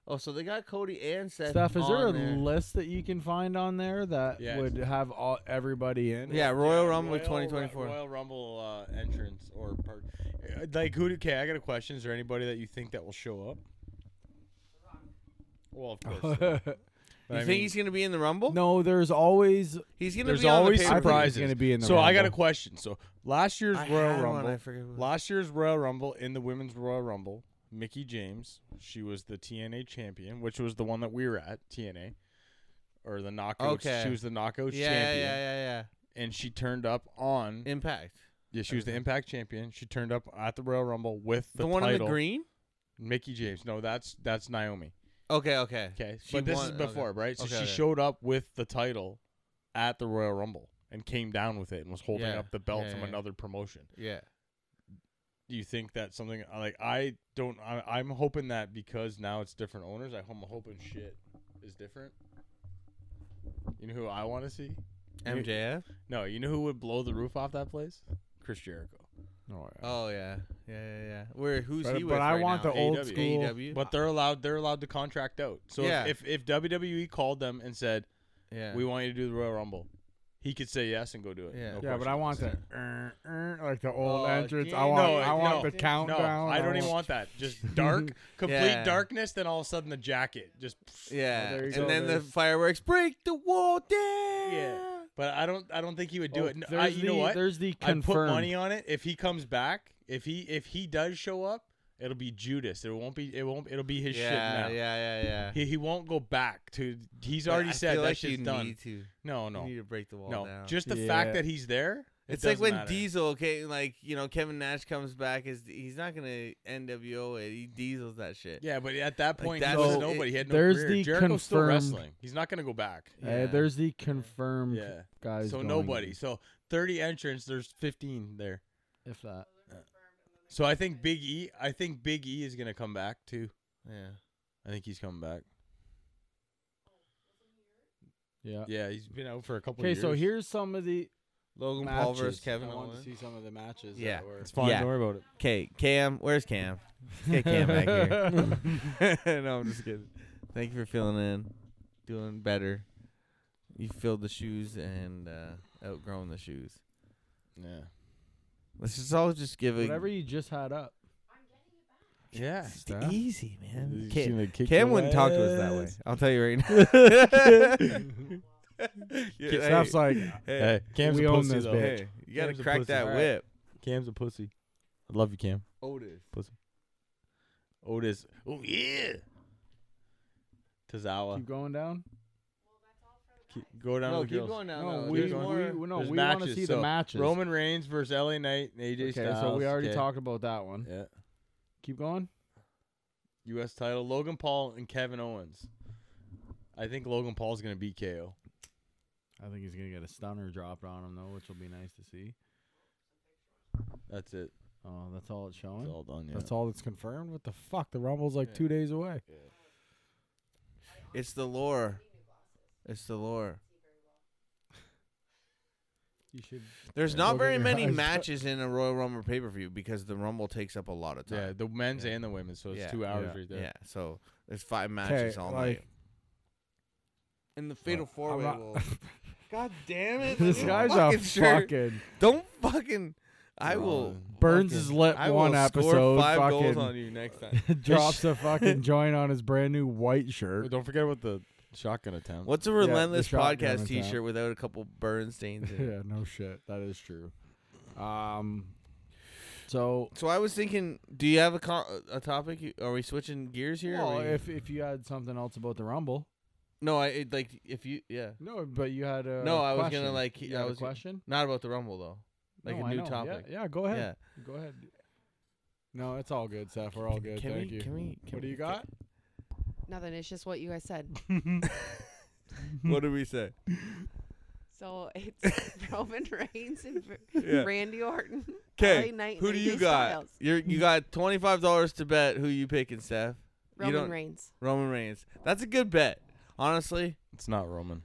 A: oh, so they got Cody and Seth.
B: Steph, is there a
A: on there.
B: list that you can find on there that
C: Yeah,
B: would have all everybody in?
A: Yeah, Royal Rumble
C: Royal Ru-
A: 2024.
C: Royal Rumble uh, entrance or part. Uh, Like who? do- Okay, I got a question. Is there anybody that you think that will show up? Well, of course. But
A: you
C: I
A: think
C: mean,
A: he's gonna be in the Rumble?
B: No, there's always
A: he's gonna
C: there's
A: be on the
C: always
A: pay-per-view.
C: surprises.
B: gonna be in the
C: so I got a
B: Rumble.
C: question. So last year's
A: I
C: Royal
A: had one,
C: Rumble,
A: I forget what-
C: last year's Royal Rumble in the women's Royal Rumble, Mickey James, she was the TNA champion, which was the one that we were at TNA, or the knockouts.
A: Okay.
C: She was the knockouts
A: Yeah, yeah,
C: champion,
A: yeah,
C: and she turned up on.
A: yeah. Impact.
C: yeah, she was the Impact champion. She turned up at the Royal Rumble with the,
A: The, one
C: title.
A: in the green.
C: Mickey James. No, that's that's Naomi.
A: Okay, okay.
C: Okay,
A: She
C: but this
A: won-
C: is before,
A: okay.
C: right? So
A: Okay,
C: she
A: okay.
C: showed up with the title at the Royal Rumble and came down with it and was holding
A: Yeah,
C: up the belt
A: yeah,
C: from
A: yeah.
C: another promotion.
A: Yeah.
C: Do you think that's something like I don't? I, I'm hoping that because now it's different owners. I- I'm hoping shit is different. You know who I want to see?
A: MJF.
C: No, you know who would blow the roof off that place? Chris Jericho.
A: Oh yeah, yeah, yeah. yeah. Where who's
B: But-
A: he
B: but
A: with?
B: I
A: right
B: want
A: now? E
B: the old
C: AEW.
B: school-
A: AEW.
C: But they're allowed. They're allowed to contract out. So if-
A: Yeah.
C: if, if WWE called them and said,
A: yeah.
C: we want you to do the Royal Rumble. He could say yes and go do it.
A: Yeah.
C: no
B: yeah, but I
C: questions.
B: want the er, er, like the old
A: Oh,
B: entrance. I
A: yeah.
B: want
C: No,
B: I
C: no,
B: want
C: no.
B: the countdown.
C: No, I don't even want that. Just dark, complete
A: Yeah.
C: darkness. Then all of a sudden the jacket just.
A: yeah.
B: there you
A: and
B: go,
A: then the
B: there's-
A: fireworks break the wall down.
C: Yeah. But I don't. I don't think he would do
B: Oh,
C: it. No,
B: there's
C: I, you
B: the,
C: know what?
B: There's the
C: I
B: confirmed.
C: put money on it. If he comes back, if he if he does show up, it'll be Judas. It won't be. It won't. It'll be his shit
A: Yeah,
C: now.
A: yeah, yeah, yeah.
C: He, he won't go back to. He's
A: But
C: already
A: I
C: said
A: feel
C: that
A: like you
C: shit's done.
A: Need to.
C: no,
A: You
C: no,
A: need to break the wall
C: no.
A: down.
C: Just the
B: Yeah.
C: fact that he's there. it
A: it's like
C: doesn't
A: when
C: matter.
A: Diesel, okay, like you know, Kevin Nash comes back. Is he's not gonna NWO it? He diesels that shit.
C: Yeah, but at that
A: Like,
C: point,
A: that's
C: he was
A: so-
C: nobody. He had no
B: there's
C: career.
B: the
C: Jericho's still
B: confirmed-
C: wrestling. He's not going to go back.
B: Uh,
A: Yeah.
B: there's the confirmed
C: Yeah.
B: guys.
C: So
B: going
C: nobody.
B: in,
C: So 30 entrants. There's 15 there.
B: If that.
C: So I think Big E. I think Big E is going to come back too.
A: Yeah.
C: I think he's coming back.
B: Yeah.
C: Yeah, he's been out for a couple.
B: Uh, Okay,
C: of years.
B: so here's some of the
A: Logan
B: matches.
A: Paul versus Kevin
B: I wanted to
A: Owens.
B: see some of the matches. that
A: Yeah.
B: were-
C: it's fine.
A: Yeah.
C: Don't worry about it.
A: Okay, Cam, where's Cam? Let's get Cam back here. no, I'm just kidding. Thank you for filling in, doing better. You filled the shoes and uh, outgrown the shoes.
C: Yeah.
A: Let's just all just give a
B: Whatever you just had up.
C: Yeah.
A: It's
B: stuff.
A: easy, man.
C: You seen
A: Cam,
C: the kick
A: Cam
C: your
A: wouldn't talk to us that way.
C: ass?
A: I'll tell you right now. Yeah, hey,
B: Stuff's like
A: hey,
C: Hey, Cam's
B: We
C: a
B: own
C: pussy
B: this
C: though.
B: bitch.
A: hey, you gotta
C: Cam's a
A: crack
C: pussy.
A: that
C: All right.
A: whip.
C: Cam's a pussy. I love you, Cam.
A: Otis.
C: Otis. Oh yeah. Tazawa.
B: keep going down.
C: Keep- Go down
A: No,
C: with the
A: keep
C: girls.
A: going now.
B: no,
A: No,
B: we,
A: there's
B: we,
A: more.
B: we- no,
C: There's
B: we want to
C: matches,
B: see the
C: so
B: matches.
C: Roman Reigns versus LA Knight and AJ
B: okay,
C: Styles.
B: so we already
C: okay.
B: talked about that one.
C: Yeah.
B: Keep going.
C: U.S. title, Logan Paul and Kevin Owens. I think Logan Paul's gonna beat KO.
B: I think he's gonna get a stunner dropped on him though, which will be nice to see.
C: That's it.
B: Oh, that's all it's showing.
C: It's all done. Yeah.
B: That's all that's confirmed. What the fuck? The Rumble's like
C: Yeah.
B: two days away.
A: It's the lore. It's the lore.
B: You should.
A: There's
B: Yeah.
A: not
B: Look
A: very
B: at your
A: many
B: eyes.
A: matches in a Royal Rumble pay per view because the Rumble takes up a lot of
C: Yeah,
A: time.
C: the men's
A: Yeah.
C: and the women's, so it's
A: Yeah.
C: two hours
B: Yeah.
C: right
A: Yeah,
C: there.
A: so there's five
B: Okay,
A: matches all
B: like
A: night. And the Fatal Four
B: I'm not-
A: God damn it!
B: this
A: let me
B: guy's a
A: fucking shirt.
B: fucking
A: Don't fucking. I will.
C: Wrong.
B: burns
A: fucking-
B: his lip
A: I will
B: one
A: Score
B: episode.
A: five goals
B: Fucking
A: on you next time.
B: drops a fucking joint on his brand new white
C: Oh,
B: shirt.
C: Don't forget about the shotgun attempt.
A: What's a
B: the
A: relentless
B: shotgun
A: podcast
B: attack.
A: T-shirt without a couple burn stains? in it?
B: yeah, no shit. That is true. Um, so
A: So I was thinking, do you have a co- a topic? You- Are we switching gears here? or
B: well,
A: we-
B: if if you had something else about the Rumble,
A: no, I it, like if you yeah.
B: no, but you had a
A: No, I was gonna,
B: question.
A: like,
B: You
A: I
B: had a
A: was-
B: question.
A: Not about the Rumble though. Like
B: No,
A: a
B: I
A: new
B: know. Yeah,
A: topic.
B: Yeah, go ahead. Go ahead. No, it's all good, Seth. We're all good.
A: Can
B: Thank
A: we,
B: you.
A: Can we, can
B: what do
A: we-
B: you got?
D: Nothing. It's just what you guys said.
A: what did we say?
D: So it's Roman Reigns and Ver-
A: Yeah.
D: Randy Orton. LA
A: Okay.
D: Knight and
A: Who do you
D: AJ
A: got?
D: Styles.
A: You you got twenty five dollars to bet. Who you picking, Steph? you
D: Roman
A: don't,
D: Reigns.
A: Roman Reigns. That's a good bet. Honestly,
C: It's not Roman.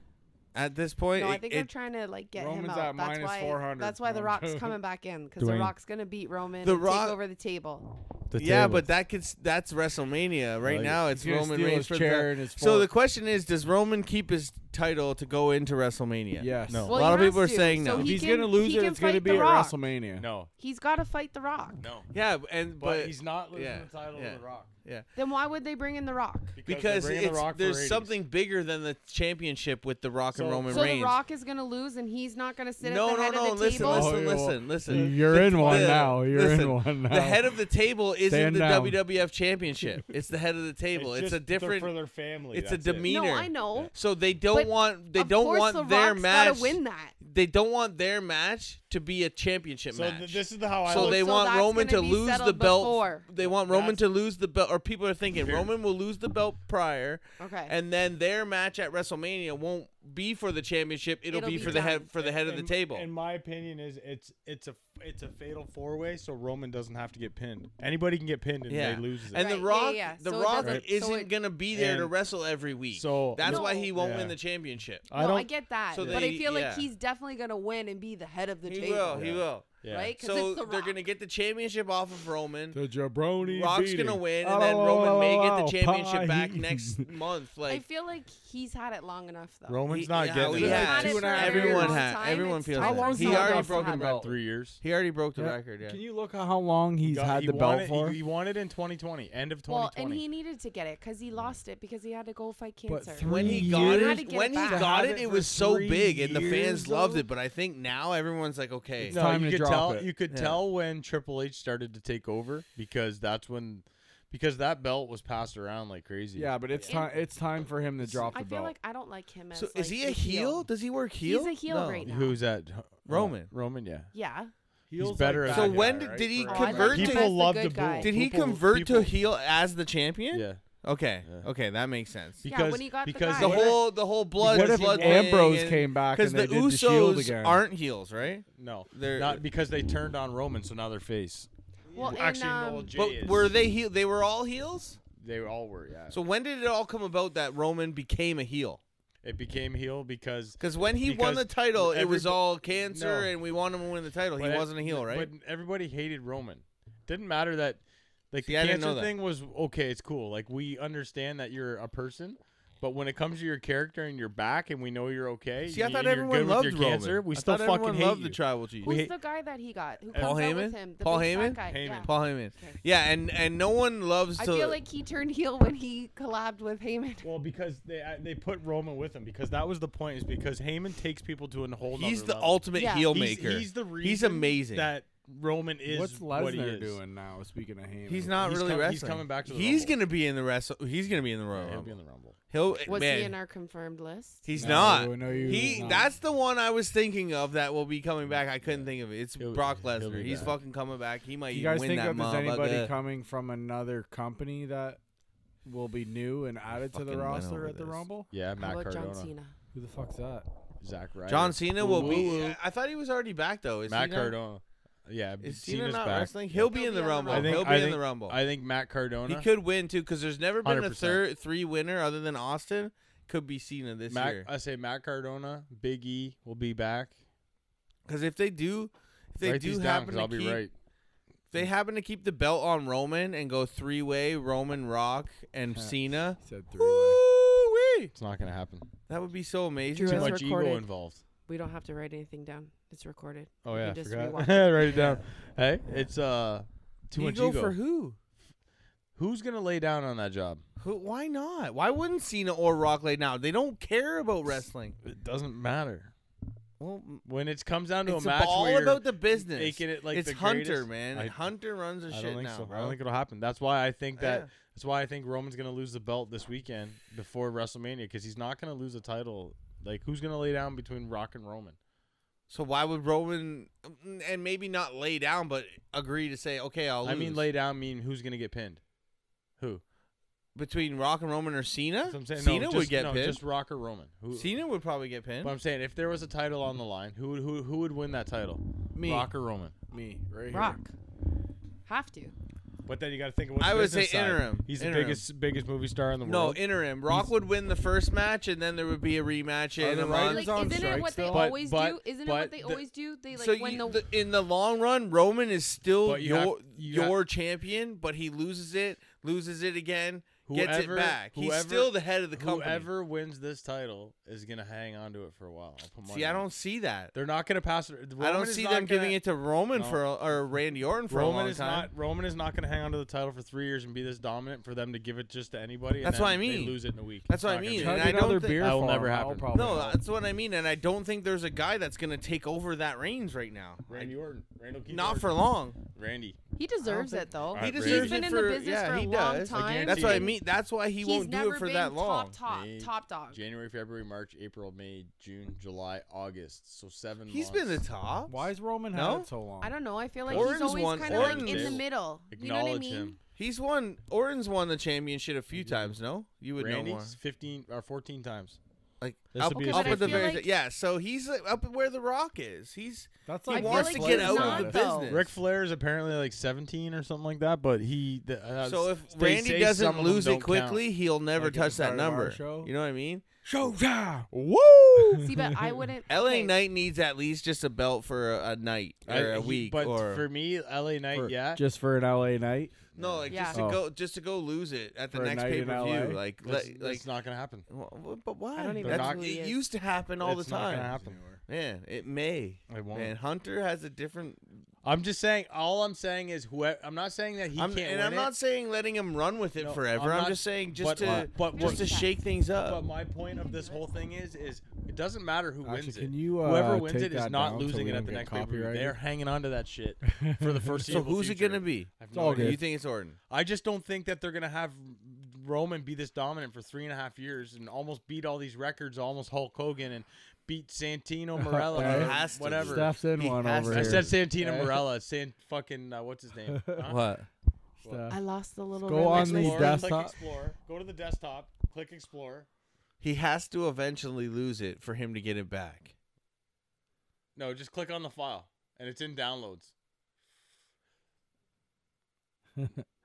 A: at this point,
D: No, I
A: it-
D: think
A: it-
D: they're trying to like get him
B: Roman's
D: out.
B: at
D: that's
B: minus
D: why.
B: 400.
D: That's why
B: No,
D: the
B: I'm
D: Rock's
B: joking.
D: coming back in because the
C: Dwayne.
D: Rock's gonna beat Roman.
A: The
D: and
A: Rock-
D: take over the table.
C: the
A: yeah,
C: table.
A: but that could s- that's WrestleMania right
C: Like,
A: now. It's
C: he's gonna
A: Roman
C: steal
A: Reigns
C: his
A: for
C: chair
A: the.
C: and his
A: So the
C: fork.
A: question is, does Roman keep his title to go into WrestleMania?
B: Yes.
C: No.
B: No.
D: Well,
A: a lot
D: he
A: of people
D: has
A: are
D: to,
A: saying
D: so
A: no.
B: if
D: he
B: he's
D: can-
B: gonna lose
D: he
B: it,
D: can
B: it's gonna
D: fight
B: be
D: The
B: at
D: Rock.
B: WrestleMania.
C: no,
D: He's got to fight The Rock.
C: no.
A: Yeah, and
C: But,
A: but,
C: he's not losing
A: yeah,
C: the title
A: yeah.
C: to The Rock
D: Then why would they bring in The Rock?
C: they're
A: because
C: bringing
A: it's,
C: the Rock for
A: there's
C: ratings.
A: something bigger than the championship with the Rock and
C: So-
A: Roman
D: So
A: Reigns.
D: The Rock is going to lose and he's not going to sit
A: no,
D: at the
A: no,
D: head
A: no!
D: of the
A: listen,
D: table?
B: Oh,
A: listen,
B: yeah, well,
A: listen, listen.
B: You're in one now. You're in
A: listen,
B: one now.
A: The head of the table isn't
B: Stand
A: the
B: down.
A: WWF Championship. It's the head of the table. It's, a
C: just they're
A: different.
C: for their family.
A: it's a
C: that's it.
A: demeanor.
D: No, I know.
A: So they don't
D: But
A: want they
D: of
A: don't
D: course
A: want
D: the
A: their
D: Rock's gotta
A: match.
D: win that.
A: They don't want their match to be a championship
C: So
A: match.
C: th- this is the how I
A: so
C: look.
A: they
D: So
A: want
D: that's
A: Roman to
D: gonna be
A: lose the
D: settled
A: belt.
D: before.
A: They want Roman
C: That's-
A: to lose the belt, or people are thinking
C: Here.
A: Roman will lose the belt prior,
D: Okay.
A: and then their match at WrestMania won't be for the championship. It'll,
D: It'll
A: be,
D: be
A: for the
D: done.
A: head for the head of the
C: In-
A: table.
C: In my opinion, is it's it's a it's a fatal four way, so Roman doesn't have to get pinned. Anybody can get pinned and
A: yeah,
C: they lose. It.
A: and the
D: Right, yeah,
A: Rock,
D: yeah.
A: the
D: So it
A: Rock
D: doesn't-
A: isn't
D: so it-
A: gonna be there to
C: And-
A: wrestle every week.
C: so-
A: that's why
D: No.
A: he won't
C: Yeah.
A: win the championship.
C: I
D: no,
C: don't.
D: I get that.
A: So
D: but
A: they-
D: I feel
A: yeah.
D: like he's definitely going to win and be the head of the
A: He
D: table.
A: will. He
C: Yeah.
A: will.
C: yeah.
D: Right? 'Cause
A: So
D: it's the
A: they're
D: Rock.
A: gonna get the championship off of Roman.
B: The jabroni. Oh,
A: Rock's
B: beating.
A: gonna win, and
C: Oh,
A: then Roman may get the championship back next month.
D: I
A: Like
D: feel like he's had it long enough, though.
C: Roman's
A: He-
C: not
A: yeah,
C: getting
A: he
C: it.
A: has.
C: Two and a half
A: Everyone
C: years.
A: has. everyone feels
B: How long
A: He
B: has
A: already
B: Rock
A: broke
B: had
A: the
B: that?
A: belt.
C: Three years.
A: He already broke the
B: Yeah.
A: record. Yeah.
B: Can you look at how long he's
C: Got-
B: had
C: he
B: the
C: won
B: belt
C: it,
B: for?
C: He, he won it in 2020, end of
D: Well,
C: 2020.
D: and he needed to get it because he lost it because he had to go fight
B: But
D: cancer.
B: three
A: when he
B: years.
A: got
D: How to
A: it,
D: get
A: when
D: it
A: he
D: back.
A: got
B: Have
A: it,
B: it
A: it
B: for
A: was so
B: three
A: big, and the
B: years,
A: fans loved
B: though?
A: it. But I think now everyone's like, okay,
C: no,
B: time
C: you
B: to
C: could
B: drop
C: tell.
B: it.
C: You could
A: Yeah.
C: tell when Triple H started to take over because that's when, because that belt was passed around like crazy.
B: Yeah, but it's
D: Yeah.
B: time. It's time for him to drop the
D: I feel
B: belt.
D: like I don't like him as
A: so
D: like,
A: is he
D: the
A: a heel? Does he work heel?
D: He's a heel
A: No.
D: right now.
C: Who's that? uh,
A: Roman.
C: Roman, yeah.
D: Yeah.
B: Heels
C: better
B: Like
C: at
B: that
A: So
C: guy,
A: when
B: guy,
A: did,
B: right?
A: did he
B: For-
D: Oh, I
A: convert
D: like him
A: to?
D: as the
C: People love
D: good
C: to
D: guy.
C: boo.
A: Did he
C: People-
A: convert to
C: people-
A: heel as the champion?
C: Yeah.
A: Okay.
C: Yeah.
A: Okay, that makes sense.
D: Yeah,
C: Because
D: when he got the
C: because
D: guy.
A: The
D: What
A: whole the whole blood.
B: What if
A: blood
B: Ambrose
A: thing,
B: came back and
A: Because
B: they
A: the
B: did the Shield
A: Usos
B: again?
A: aren't heels, right?
C: no,
A: They're-
C: not because they turned on Roman, so now they're face.
D: Well, and,
C: Actually,
D: um,
C: no, Jay
A: But
C: is.
A: were they heel? They were all heels.
C: They all were, yeah.
A: So when did it all come about that Roman became a heel?
C: it became heel because
A: Because when he won the
C: Because
A: title, it was
C: everybo-
A: all cancer,
C: No.
A: and we wanted him to win the title. He
C: But-
A: wasn't a heel, right?
C: But everybody hated Roman. Didn't matter that like
A: See,
C: the
A: I didn't know
C: cancer
A: that.
C: thing was okay, it's cool. Like we understand that you're a person, but when it comes to your character and your back and we know you're okay,
A: See, I
C: and
A: thought
C: you're good
A: everyone
C: with
A: loved
C: your
A: Roman.
C: cancer, we
A: I
C: still
A: thought
C: fucking
A: everyone
C: hate
A: loved
C: you.
A: the tribal chief.
D: Who's
C: hate-
D: the guy that he got? Who
A: Paul
D: comes out
A: Heyman?
D: With him? The
A: Paul
D: big
A: Heyman?
D: fat Guy.
C: Heyman.
D: Yeah.
A: Paul Heyman.
D: Okay.
A: Yeah, and and no one loves
D: I
A: to.
D: feel like he turned heel when he collabed with Heyman.
C: Well, because they uh, they put Roman with him because that was the point is because Heyman takes people to a whole.
A: he's
C: nother
A: the
C: level.
A: ultimate
D: Yeah.
A: heel
C: He's-
A: maker.
C: He's, the reason.
A: He's amazing.
C: That Roman is
B: What's
C: what he
B: Lesnar
C: is.
B: doing now? Speaking of Heyman,
A: He's not
C: He's
A: really
C: com- he's
A: wrestling.
C: coming back to the
A: He's
C: Rumble.
A: gonna be in the wrestle. He's gonna be in the Royal
C: Yeah, he'll be in
A: Rumble.
C: the Rumble.
A: He'll
D: Was
A: man.
D: he in our confirmed list?
A: He's
B: No,
A: not.
B: no, he
A: he
B: was not.
A: that's the one I was thinking of that will be coming back. I couldn't think of it. It's
C: He'll-
A: Brock
C: he'll
A: Lesnar.
C: be
A: He's
C: back.
A: fucking coming back. He might
B: Do you
A: even
B: guys
A: win
B: think
A: that
B: of there's
A: motherfucker.
B: anybody coming from another company that will be new and added to
A: Fucking
B: the
A: went
B: roster
A: over
B: at the
A: this.
B: Rumble?
C: Yeah,
D: How
C: Matt
D: about
C: Cardona,
D: John Cena?
B: Who the fuck's that?
C: Zach Ryder,
A: John Cena will
C: Woo
A: be.
C: woo.
A: I thought he was already back though. Is
C: Matt
A: he not-
C: Cardona. Yeah,
A: Is Cena
C: Cena's
A: not
C: back.
A: wrestling? He'll be in the Rumble.
D: I
A: He'll be
C: I
A: in the Rumble.
C: I think Matt
A: he
C: Cardona.
A: could win too because there's never been a
C: 100%.
A: third three winner other than Austin. Could be Cena this
C: Matt,
A: year
C: I say Matt Cardona, Big E will be back.
A: because if they do, if they
C: Write
A: do
C: these down
A: happen
C: 'cause
A: to
C: I'll
A: keep,
C: be right.
A: if they happen to keep the belt on Roman and go three way Roman Rock and
B: Yeah.
A: Cena.
B: He said three.
A: Woo-wee.
C: It's not gonna happen.
A: That would be so amazing.
D: Drew
C: Too
D: It's
C: much ego
D: recorded.
C: involved.
D: We don't have to write anything down. It's recorded.
C: Oh
D: You
C: yeah,
D: can
C: I
D: just
C: forgot.
D: rewatch
C: Write it down. Hey, it's uh too much
A: ego
C: ego.
A: for who?
C: Who's gonna lay down on that job?
A: Who? Why not? Why wouldn't Cena or Rock lay now? They don't care about wrestling.
C: It doesn't matter.
A: Well,
C: When it comes down to
A: it's
C: a match
A: all
C: where you're
A: about the business.
C: making it like
A: it's
C: the
A: Hunter,
C: greatest-
A: man.
C: I-
A: Hunter runs the
C: I
A: shit
C: don't think
A: now,
C: so.
A: bro.
C: I don't think it'll happen. That's why I think that.
A: Yeah.
C: That's why I think Roman's gonna lose the belt this weekend before WrestleMania because he's not gonna lose a title. Like who's gonna lay down between Rock and Roman?
A: so why would Roman and maybe not lay down, but agree to say, okay, I'll lose.
C: I mean, lay down mean who's gonna get pinned? Who?
A: between Rock and Roman or Cena.
C: That's what I'm saying.
A: Cena
C: no,
A: would
C: just,
A: get
C: no,
A: pinned.
C: Just Rock or Roman. Who?
A: Cena would probably get pinned.
C: But I'm saying if there was a title on the line, who would who who would win that title?
B: Me.
C: Rock or Roman?
B: Me, right here.
D: Rock. Have to.
C: But then you got to think. Of what's
A: I would say
C: business side.
A: interim.
C: He's
A: Interim.
C: the biggest biggest movie star in the
A: No,
C: world.
A: interim. Rock
C: He's-
A: would win the first match, and then there would be a rematch
B: Are
A: in
B: the
A: a
B: writers
A: month.
D: Like,
B: on
D: isn't it
B: strike
D: what they
B: still?
C: But-
D: always
C: but-
D: do? Isn't it
C: but
D: what they
C: the-
D: always do? They like
A: so
D: when
A: you,
D: the
A: the- in the long run, Roman is still
C: But you have-
A: your
C: you got-
A: your champion, but he loses it, loses it again, gets it
C: Whoever-
A: back. He's
C: whoever-
A: still the head of the company.
C: Whoever wins this title is gonna hang on to it for a while. I'll put money
A: See, I
C: on it.
A: don't see that.
C: They're not gonna pass it.
A: I don't
C: Roman is
A: see
C: not
A: them
C: gonna-
A: giving it to Roman
C: No.
A: for a, or Randy Orton for a
C: Roman
A: long
C: is
A: time.
C: not Roman is not gonna hang on to the title for three years and be this dominant for them to give it just to anybody. and
A: That's what
C: then
A: I mean.
C: They lose it in a week.
A: That's
C: It's
A: what
C: not
A: I
C: gonna
A: mean.
C: be
A: and
B: Chug
A: I don't
B: another
A: thi-
B: beer
C: That will
B: for
C: never
B: him. I'll
C: happen.
B: probably
A: no,
B: help.
A: that's what I mean, and I don't think there's a guy that's gonna take over that reigns right now.
C: Randy Orton. Randall Keith
A: Not
C: Orton.
A: for long.
C: Randy.
D: He deserves it though.
C: He
D: He's
C: deserves
D: been
A: it
D: in the
A: for-
D: business
A: yeah,
D: for a
A: he
D: long
A: does. I
D: time.
C: guarantee
A: That's what I
C: Dude.
A: mean. That's why he
D: He's
A: won't do
D: never
A: it for
D: been
A: that long.
D: Top top,
C: Hey,
D: top dog.
C: January, February, March, April, May, June, July, August. So seven.
A: He's
C: months.
A: been the top.
B: Why is Roman had
A: No?
B: it so long?
D: I don't know. I feel like
A: Orton's
D: he's
A: won-
D: always kind of like
A: Orton's-
D: in the middle. You know
C: Acknowledge
D: what I mean?
C: him.
A: He's won. Orton's won the championship a few times. No, you would know more.
C: Randy's fifteen or fourteen times.
A: Like
C: This
A: up,
C: would be his
A: up
C: Okay,
A: at the
C: but I feel
A: very
D: like-
A: yeah. So he's like, up where the Rock is. He's
B: That's
A: he
B: like
A: wants
B: Ric
A: to
B: Flair's
A: get out
B: status.
A: of the
D: though.
A: business.
C: Ric Flair is apparently like seventeen or something like that, but he. The, uh,
A: so if
C: they
A: Randy
C: say some
A: doesn't
C: of them
A: lose
C: don't
A: it
C: count.
A: quickly, he'll never
B: Like at the
A: touch
B: start
A: that
B: of our
A: number.
B: show.
A: You know what I mean?
B: Showtime.
A: Woo!
D: See, but I wouldn't.
A: LA
D: okay.
A: Knight needs at least just a belt for a, a night or
C: I-
A: a
C: he-
A: week
C: but
A: or
C: for me, LA Knight,
B: For-
C: yeah,
B: Just for an LA night.
A: no, like just
C: Oh.
D: Yeah.
A: to go just to go lose it at the
B: For a
A: next
B: night
A: pay
B: in
A: per view.
B: LA?
A: Like
C: that's,
A: like,
C: that's
A: like
C: not gonna happen.
A: wh- wh- but why?
D: don't even
A: That's-
C: know who
A: it
D: he is.
A: used to happen all
C: It's
A: the
C: not gonna
A: time.
C: happen.
A: Man, it may.
C: It won't.
A: Man, Hunter has a different.
C: I'm just saying. All I'm saying is whoever. I'm not saying that he
A: I'm,
C: can't
A: and
C: win
A: I'm
C: it,
A: not saying letting him run with it
C: No,
A: forever.
C: I'm
A: I'm,
C: not-
A: just saying just
C: but-
A: to
C: but
A: just
C: what-
A: to shake things up.
C: But my point of this whole thing is, is it doesn't matter who
B: Actually,
C: wins it.
B: can you, uh,
C: Whoever wins
B: take
C: it is
B: that
C: not
B: down so
C: losing
B: we
C: it
B: don't
C: at the
B: get
C: next pay per view.
B: copyrighted?
C: They're hanging on to that shit for the first.
A: so who's it gonna be?
C: I have
B: It's
C: no
B: all
C: idea.
B: good.
A: You think it's Orton?
C: I just don't think that they're gonna have Roman be this dominant for three and a half years and almost beat all these records, almost Hulk Hogan and beat Santino Morella,
B: He
C: or
A: has to.
C: whatever.
B: Steph's in
A: He
B: one
A: has
B: over
A: to.
C: I
B: here.
C: said Santino Morella, San fucking uh, what's his name? Huh?
A: What?
B: Steph.
D: I lost the little.
B: go
D: red
B: on
D: light
B: the
C: Explorer,
D: list.
B: desktop.
C: Click Explorer. Go to the desktop. Click Explorer.
A: He has to eventually lose it for him to get it back.
C: No, just click on the file, and it's in downloads.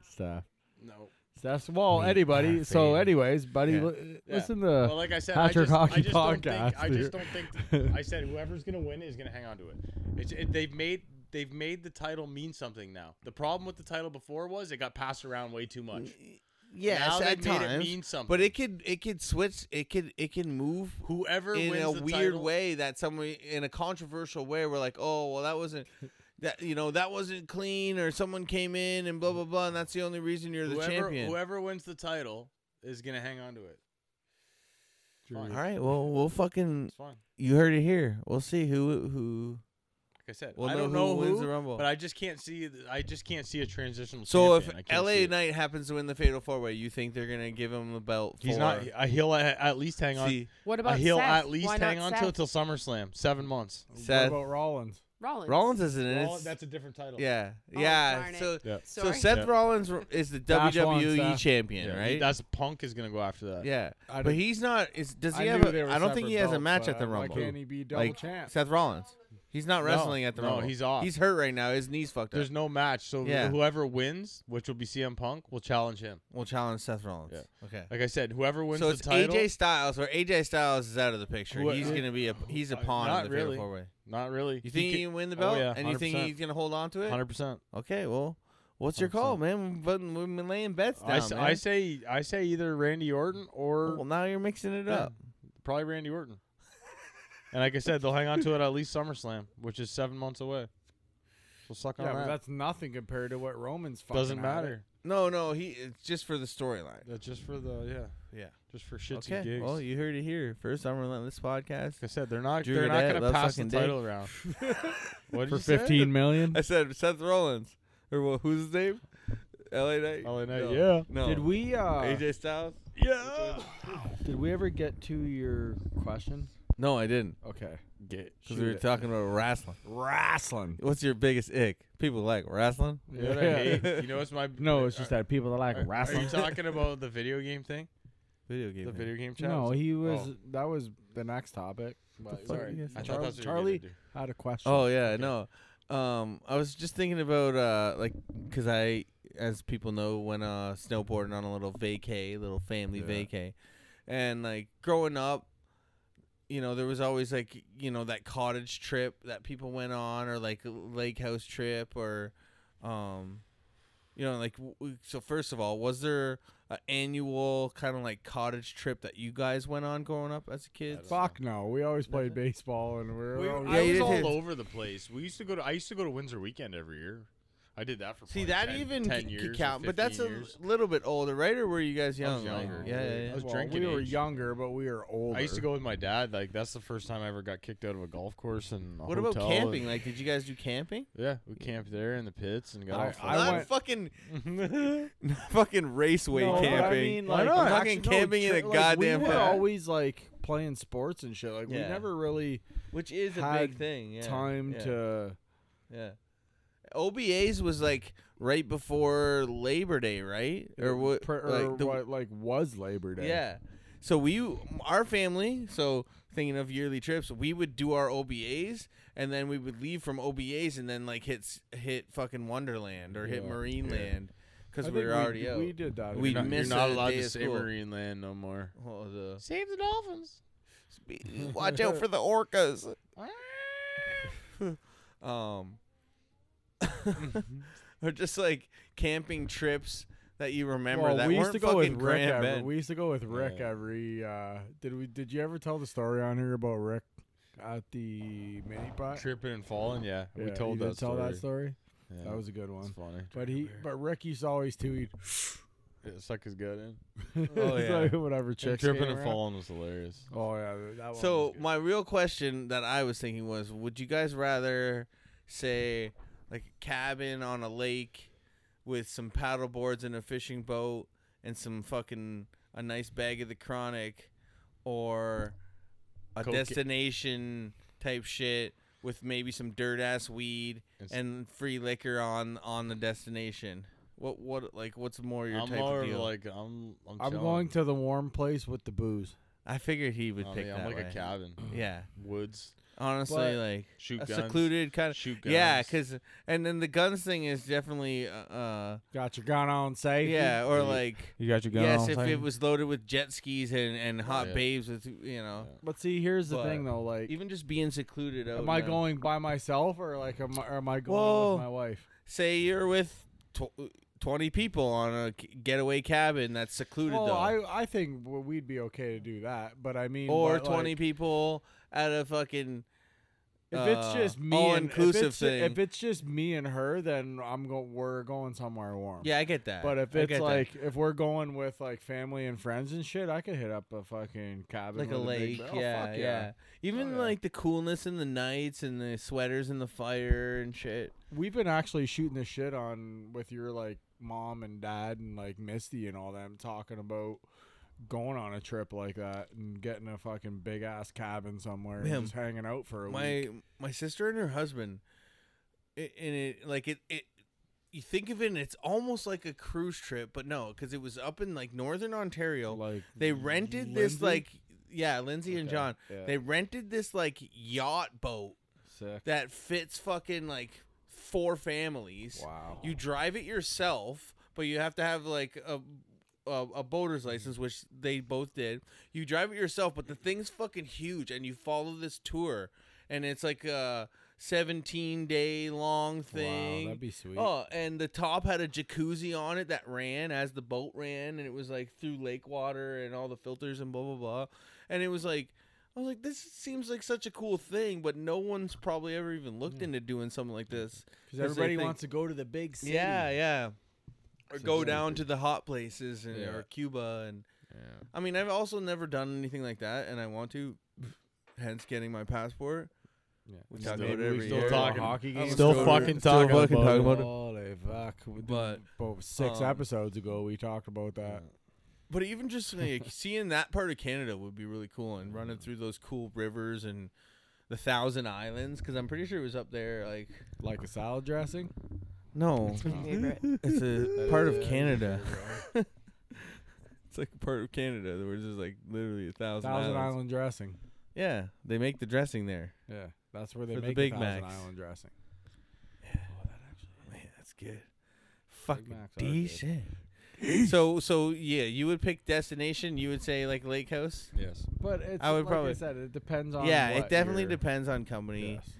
B: Steph.
C: No.
B: Steph's well, anybody. So, anyways, buddy,
A: Yeah.
B: li-
C: Yeah.
B: listen
C: Well,
B: to
C: like I said,
B: Patrick
C: I just,
B: Hockey
C: I just Don't
B: Podcast,
C: think, I
B: dude.
C: just don't think. th- I said whoever's gonna win is gonna hang on to it. It's, it. They've made they've made the title mean something now. The problem with the title before was it got passed around way too much.
A: Yes, at
C: Now they've made it
A: times,
C: mean something.
A: But it could it could switch. It could it can move
C: Whoever
A: in
C: wins
A: a
C: the
A: weird
C: title-
A: way that someone in a controversial way. We're like, oh well, that wasn't. That you know that wasn't clean, or someone came in and blah blah blah, and that's the only reason you're the
C: whoever,
A: champion.
C: whoever wins the title is gonna hang on to it. It's
A: All
C: fine.
A: right, well we'll fucking
C: It's fine.
A: you heard it here. We'll see who who.
C: Like I said,
A: We'll
C: I
A: know
C: don't
A: who
C: know
A: wins the Rumble.
C: but I just can't see. th- I just can't see a transitional.
A: So if
C: champion. I can't see
A: L.A.
C: it.
A: Knight happens to win the Fatal Four Way, you think they're gonna give him the belt?
C: he's
A: for-
C: not. he- I- He'll a- at least hang on.
A: See,
D: What
C: Uh,
D: about
C: he'll
D: Seth?
C: at least
D: Why
C: hang
D: not
C: on
D: Seth?
C: till till SummerSlam, seven months.
B: what
A: Seth
B: about Rollins.
D: Rollins.
A: Rollins isn't in
C: Well,
A: it.
C: that's a different title.
A: Yeah,
D: Oh,
A: yeah.
D: darn it.
A: So,
C: Yeah.
A: so
D: Sorry.
A: Seth
C: Yeah.
A: Rollins r- is the
B: Dash on,
A: WWE
B: Seth.
A: champion,
C: Yeah, he-
A: right?
C: That's Punk is gonna go after that.
A: yeah,
B: I
A: but
B: didn't-
A: he's not. Is does he
B: I
A: have?
B: knew they
A: A,
B: were
A: I don't think he
B: separate
A: has a
B: belts,
A: match
B: but
A: at the
B: Why
A: Rumble.
B: can't he be double
A: like
B: champ?
A: Seth Rollins, he's not
C: No,
A: wrestling at the
C: no,
A: Rumble.
C: he's off.
A: He's hurt right now. His knees fucked up.
C: There's no match, so
A: Yeah.
C: whoever wins, which will be CM Punk, will challenge him.
A: We'll challenge Seth Rollins.
C: Yeah.
A: Okay.
C: Like I said, whoever wins
A: So
C: the
A: it's
C: title,
A: AJ Styles, where AJ Styles is out of the picture.
C: Who-
A: he's
C: who-
A: gonna be a he's a
C: uh,
A: pawn
C: not
A: in the Fatal
C: really.
A: Four Way.
C: not really.
A: You think he can, win the
C: oh,
A: belt?
C: yeah,
A: and you think
C: 100%.
A: he's gonna hold on to it?
C: Hundred percent.
A: Okay, well, what's your call, man? But we're laying bets down.
C: I, s-
A: man.
C: I say, I say either Randy Orton or
A: well, now you're mixing it
C: Yeah.
A: up.
C: probably Randy Orton. and like I said, they'll hang on to it at least SummerSlam, which is seven months away. So suck on
B: Yeah, but
C: that.
B: that's nothing compared to what Roman's fucking
C: Doesn't
B: had.
C: matter.
A: No, no, he it's just for the storyline.
C: That's just for the yeah,
A: Yeah.
C: just for shits and
A: Okay.
C: gigs.
A: Well, you heard it here. First on Relentless podcast.
C: Like I said, they're not.
A: Drew
C: they're
A: Goddard
C: not going to
A: loves
C: pass the
A: sucking dick.
C: title around. what did
B: For
C: you say?
B: 15 million?
A: I said Seth Rollins or well, who's his name? LA Knight.
C: LA Knight,
A: No.
C: yeah.
A: No.
B: Did we uh
A: AJ Styles?
C: Yeah.
B: did we ever get to your question?
A: No, I didn't.
B: Okay.
C: Get
A: Because we were talking about wrestling.
B: Wrestling.
A: What's your biggest ick? People like wrestling.
C: You know what I hate? You know what's my
B: No, it's just
C: are,
B: that people that like
C: Are, are
B: wrestling.
C: you talking about the video game thing?
A: Video game.
C: The video game challenge?
B: No, he was
C: Oh.
B: that was the next topic. But
A: fuck
C: Sorry.
A: you guys
C: I thought that's what
B: Charlie-
C: You
B: I had a question.
A: Oh yeah, no. Um, I was just thinking about uh, like, cause I, as people know, went uh snowboarding on a little vacay, little family
B: Yeah.
A: vacay, and like growing up, you know, there was always like, you know, that cottage trip that people went on, or like a lake house trip, or, um, You know, like w- w- so. First of all, was there an annual kind of like cottage trip that you guys went on growing up as a kid?
B: Fuck no. We always played baseball and we're
C: We,
B: always-
A: Yeah,
C: I
A: you
C: was
A: did
C: all
A: hit-
C: over the place. We used to go to. I used to go to Windsor Weekend every year. I did that for
A: See
C: probably
A: that
C: 10
A: even
C: 10
A: c-
C: years,
A: could
C: or
A: count, but that's
C: 15
A: a
C: years.
A: little bit older, right? Or were you guys young?
C: was
A: like-
C: younger.
A: yeah, yeah, yeah.
C: I was
B: well,
C: drinking
B: We were
C: age.
B: younger, but we were older.
C: I used to go with my dad. Like that's the first time I ever got kicked out of a golf course and a
A: What about
C: hotel
A: camping?
C: and-
A: Like, did you guys do camping?
C: yeah, we camped there in the pits and got
B: I-
C: off.
B: I
A: not
B: went-
A: fucking, not fucking raceway
B: No, but
A: camping.
B: I mean,
A: Why
B: like,
A: not?
B: I'm
A: Fucking
B: actually- no,
A: camping in a
B: tri- like,
A: goddamn
B: We were
A: pit.
B: always like playing sports and shit. Like we
A: Yeah.
B: never really
A: which is a
B: had
A: big thing. Yeah,
B: time
A: yeah,
B: to.
A: yeah. OBAs was like right before Labor Day, right? Or what?
B: Pre- or
A: like the-
B: what? Like was Labor Day?
A: Yeah. So we, our family, so thinking of yearly trips, we would do our OBAs, and then we would leave from OBAs, and then like hit s- hit fucking Wonderland or hit
B: Yeah.
A: Marine Land because
B: I
A: we
B: think
A: were already
B: we,
A: out.
B: We did that.
A: We
C: You're not,
A: missed
C: you're not
A: a
C: allowed
A: day
C: to
A: of
C: say
A: school.
C: marine land no more.
A: Oh, the-
C: Save the dolphins.
A: Watch out for the orcas. um, or just like camping trips that you remember
B: well,
A: that
B: we used
A: weren't
B: to go with
A: fucking
B: Rick.
A: Grand
B: Every,
A: Bend.
B: we used to go with Rick
C: Yeah.
B: every. Uh, did we? Did you ever tell the story on here about Rick at the mini pot?
C: Tripping and falling. Yeah, we
B: Yeah,
C: told
B: you
C: that
B: did tell
C: story.
B: that story.
C: Yeah,
B: That was a good
C: it's
B: one.
C: funny.
B: But he, but Rick used to always too. He'd
C: Yeah, suck his gut in.
B: oh,
A: yeah.
B: whatever
C: And
B: chicks
C: tripping
B: came
C: and
B: around.
C: falling was hilarious.
B: Oh yeah, that one.
A: So
B: was good.
A: my real question that I was thinking was, would you guys rather say like a cabin on a lake with some paddle boards and a fishing boat and some fucking a nice bag of the chronic or a
C: Coke-
A: destination type shit with maybe some dirt ass weed
C: It's-
A: and free liquor on on the destination? What what like what's more your
C: I'm
A: type of
C: more of
A: deal?
C: like I'm. I'm,
B: I'm
C: chilling.
B: going to the warm place with the booze.
A: I figured he would
C: I
A: pick
C: mean,
A: that
C: I'm like
A: way.
C: a cabin,
A: Yeah,
C: woods,
A: honestly,
B: But-
A: like
C: shoot
A: a
C: guns,
A: secluded kind of
C: shoot guns.
A: Yeah, 'cause Yeah, because and then the guns thing is definitely uh, uh
B: Got your gun on safe.
A: yeah, or like
G: You got your gun.
A: yes, if it was loaded with jet skis and and hot
C: Yeah.
A: babes with you know
B: But see, here's the
A: But
B: thing though. Like,
A: even just being secluded. oh, out
B: am I
A: now.
B: going by myself or like am I, or am I going
A: Well,
B: with my wife?
A: Say you're with tw- twenty people on a c- getaway cabin that's secluded
B: Well,
A: though,
B: I I think w- we'd be okay to do that. But I mean,
A: or
B: but,
A: twenty
B: like,
A: people at a fucking.
B: If it's
A: uh,
B: just me, and-
A: all-inclusive
B: if it's, ju-
A: thing.
B: If it's just me and her, then I'm going. We're going somewhere warm.
A: yeah, I get that.
B: But if
A: I
B: it's
A: get that.
B: like if we're going with like family and friends and shit, I could hit up a fucking cabin,
A: like a
B: with big
A: lake,
B: ba-
A: yeah,
B: oh,
A: yeah,
B: fuck
A: Even
B: yeah.
A: like the coolness in the nights and the sweaters and the fire and shit.
B: We've been actually shooting the shit on with your like mom and dad and like Misty and all them talking about going on a trip like that and getting a fucking big ass cabin somewhere
A: Man,
B: and just hanging out for a
A: my
B: week.
A: my sister and her husband i- and it like it, it you think of it and it's almost like a cruise trip but no because it was up in like northern ontario
B: Like
A: they rented this
B: Lindsay?
A: like yeah lindsay and
B: Okay,
A: john
B: yeah.
A: they rented this like yacht boat
B: sick.
A: that fits fucking like four families
B: Wow.
A: you drive it yourself, but you have to have like a a, a boater's
B: Mm-hmm.
A: license, which they both did. You drive it yourself, but the thing's fucking huge, and you follow this tour, and it's like a seventeen day long
B: Wow,
A: thing.
B: that'd be sweet.
A: Oh, and the top had a jacuzzi on it that ran as the boat ran, and it was like through lake water and all the filters and blah blah blah. And it was like, I was like, this seems like such a cool thing, but no one's probably ever even looked
B: Hmm.
A: into doing something like this.
B: Because everybody
A: think-
B: wants to go to the big city.
A: Yeah, yeah. Or go
B: exactly-
A: down to the hot places and,
C: Yeah.
A: or Cuba and I mean I've also never done anything like that and I want to, hence getting my passport.
B: Yeah.
A: We
B: Still-
A: talk about
C: maybe
A: it
C: we
A: every
C: still
A: year.
C: talk Talking-
B: hockey
A: I'm
B: games.
C: still
A: go to-
C: fucking talking about it.
B: Holy fuck. We did-
A: But,
B: about six
A: um,
B: episodes ago, we talked about that.
A: But even just like, seeing that part of Canada would be really cool and running through those cool rivers and the Thousand Islands because I'm pretty sure it was up there like
B: Like a salad dressing?
A: no,
D: favorite.
A: it's a part of Canada. it's like a part of Canada. There was just like literally a thousand,
B: Thousand
A: islands.
B: Island dressing.
A: Yeah, they make the dressing there.
B: Yeah. That's where they
A: For the
B: make
A: Big
B: the Thousand
A: Macs.
B: Island dressing.
A: Man, that's good. Fucking
B: Macs are good.
A: decent. So so yeah, you would pick destination. You would say like lake house.
C: Yes.
B: But it's
A: I would
B: like I
A: probably-
B: said, it depends on
A: yeah, it
B: what
A: definitely
B: your-
A: depends on company.
B: Yes,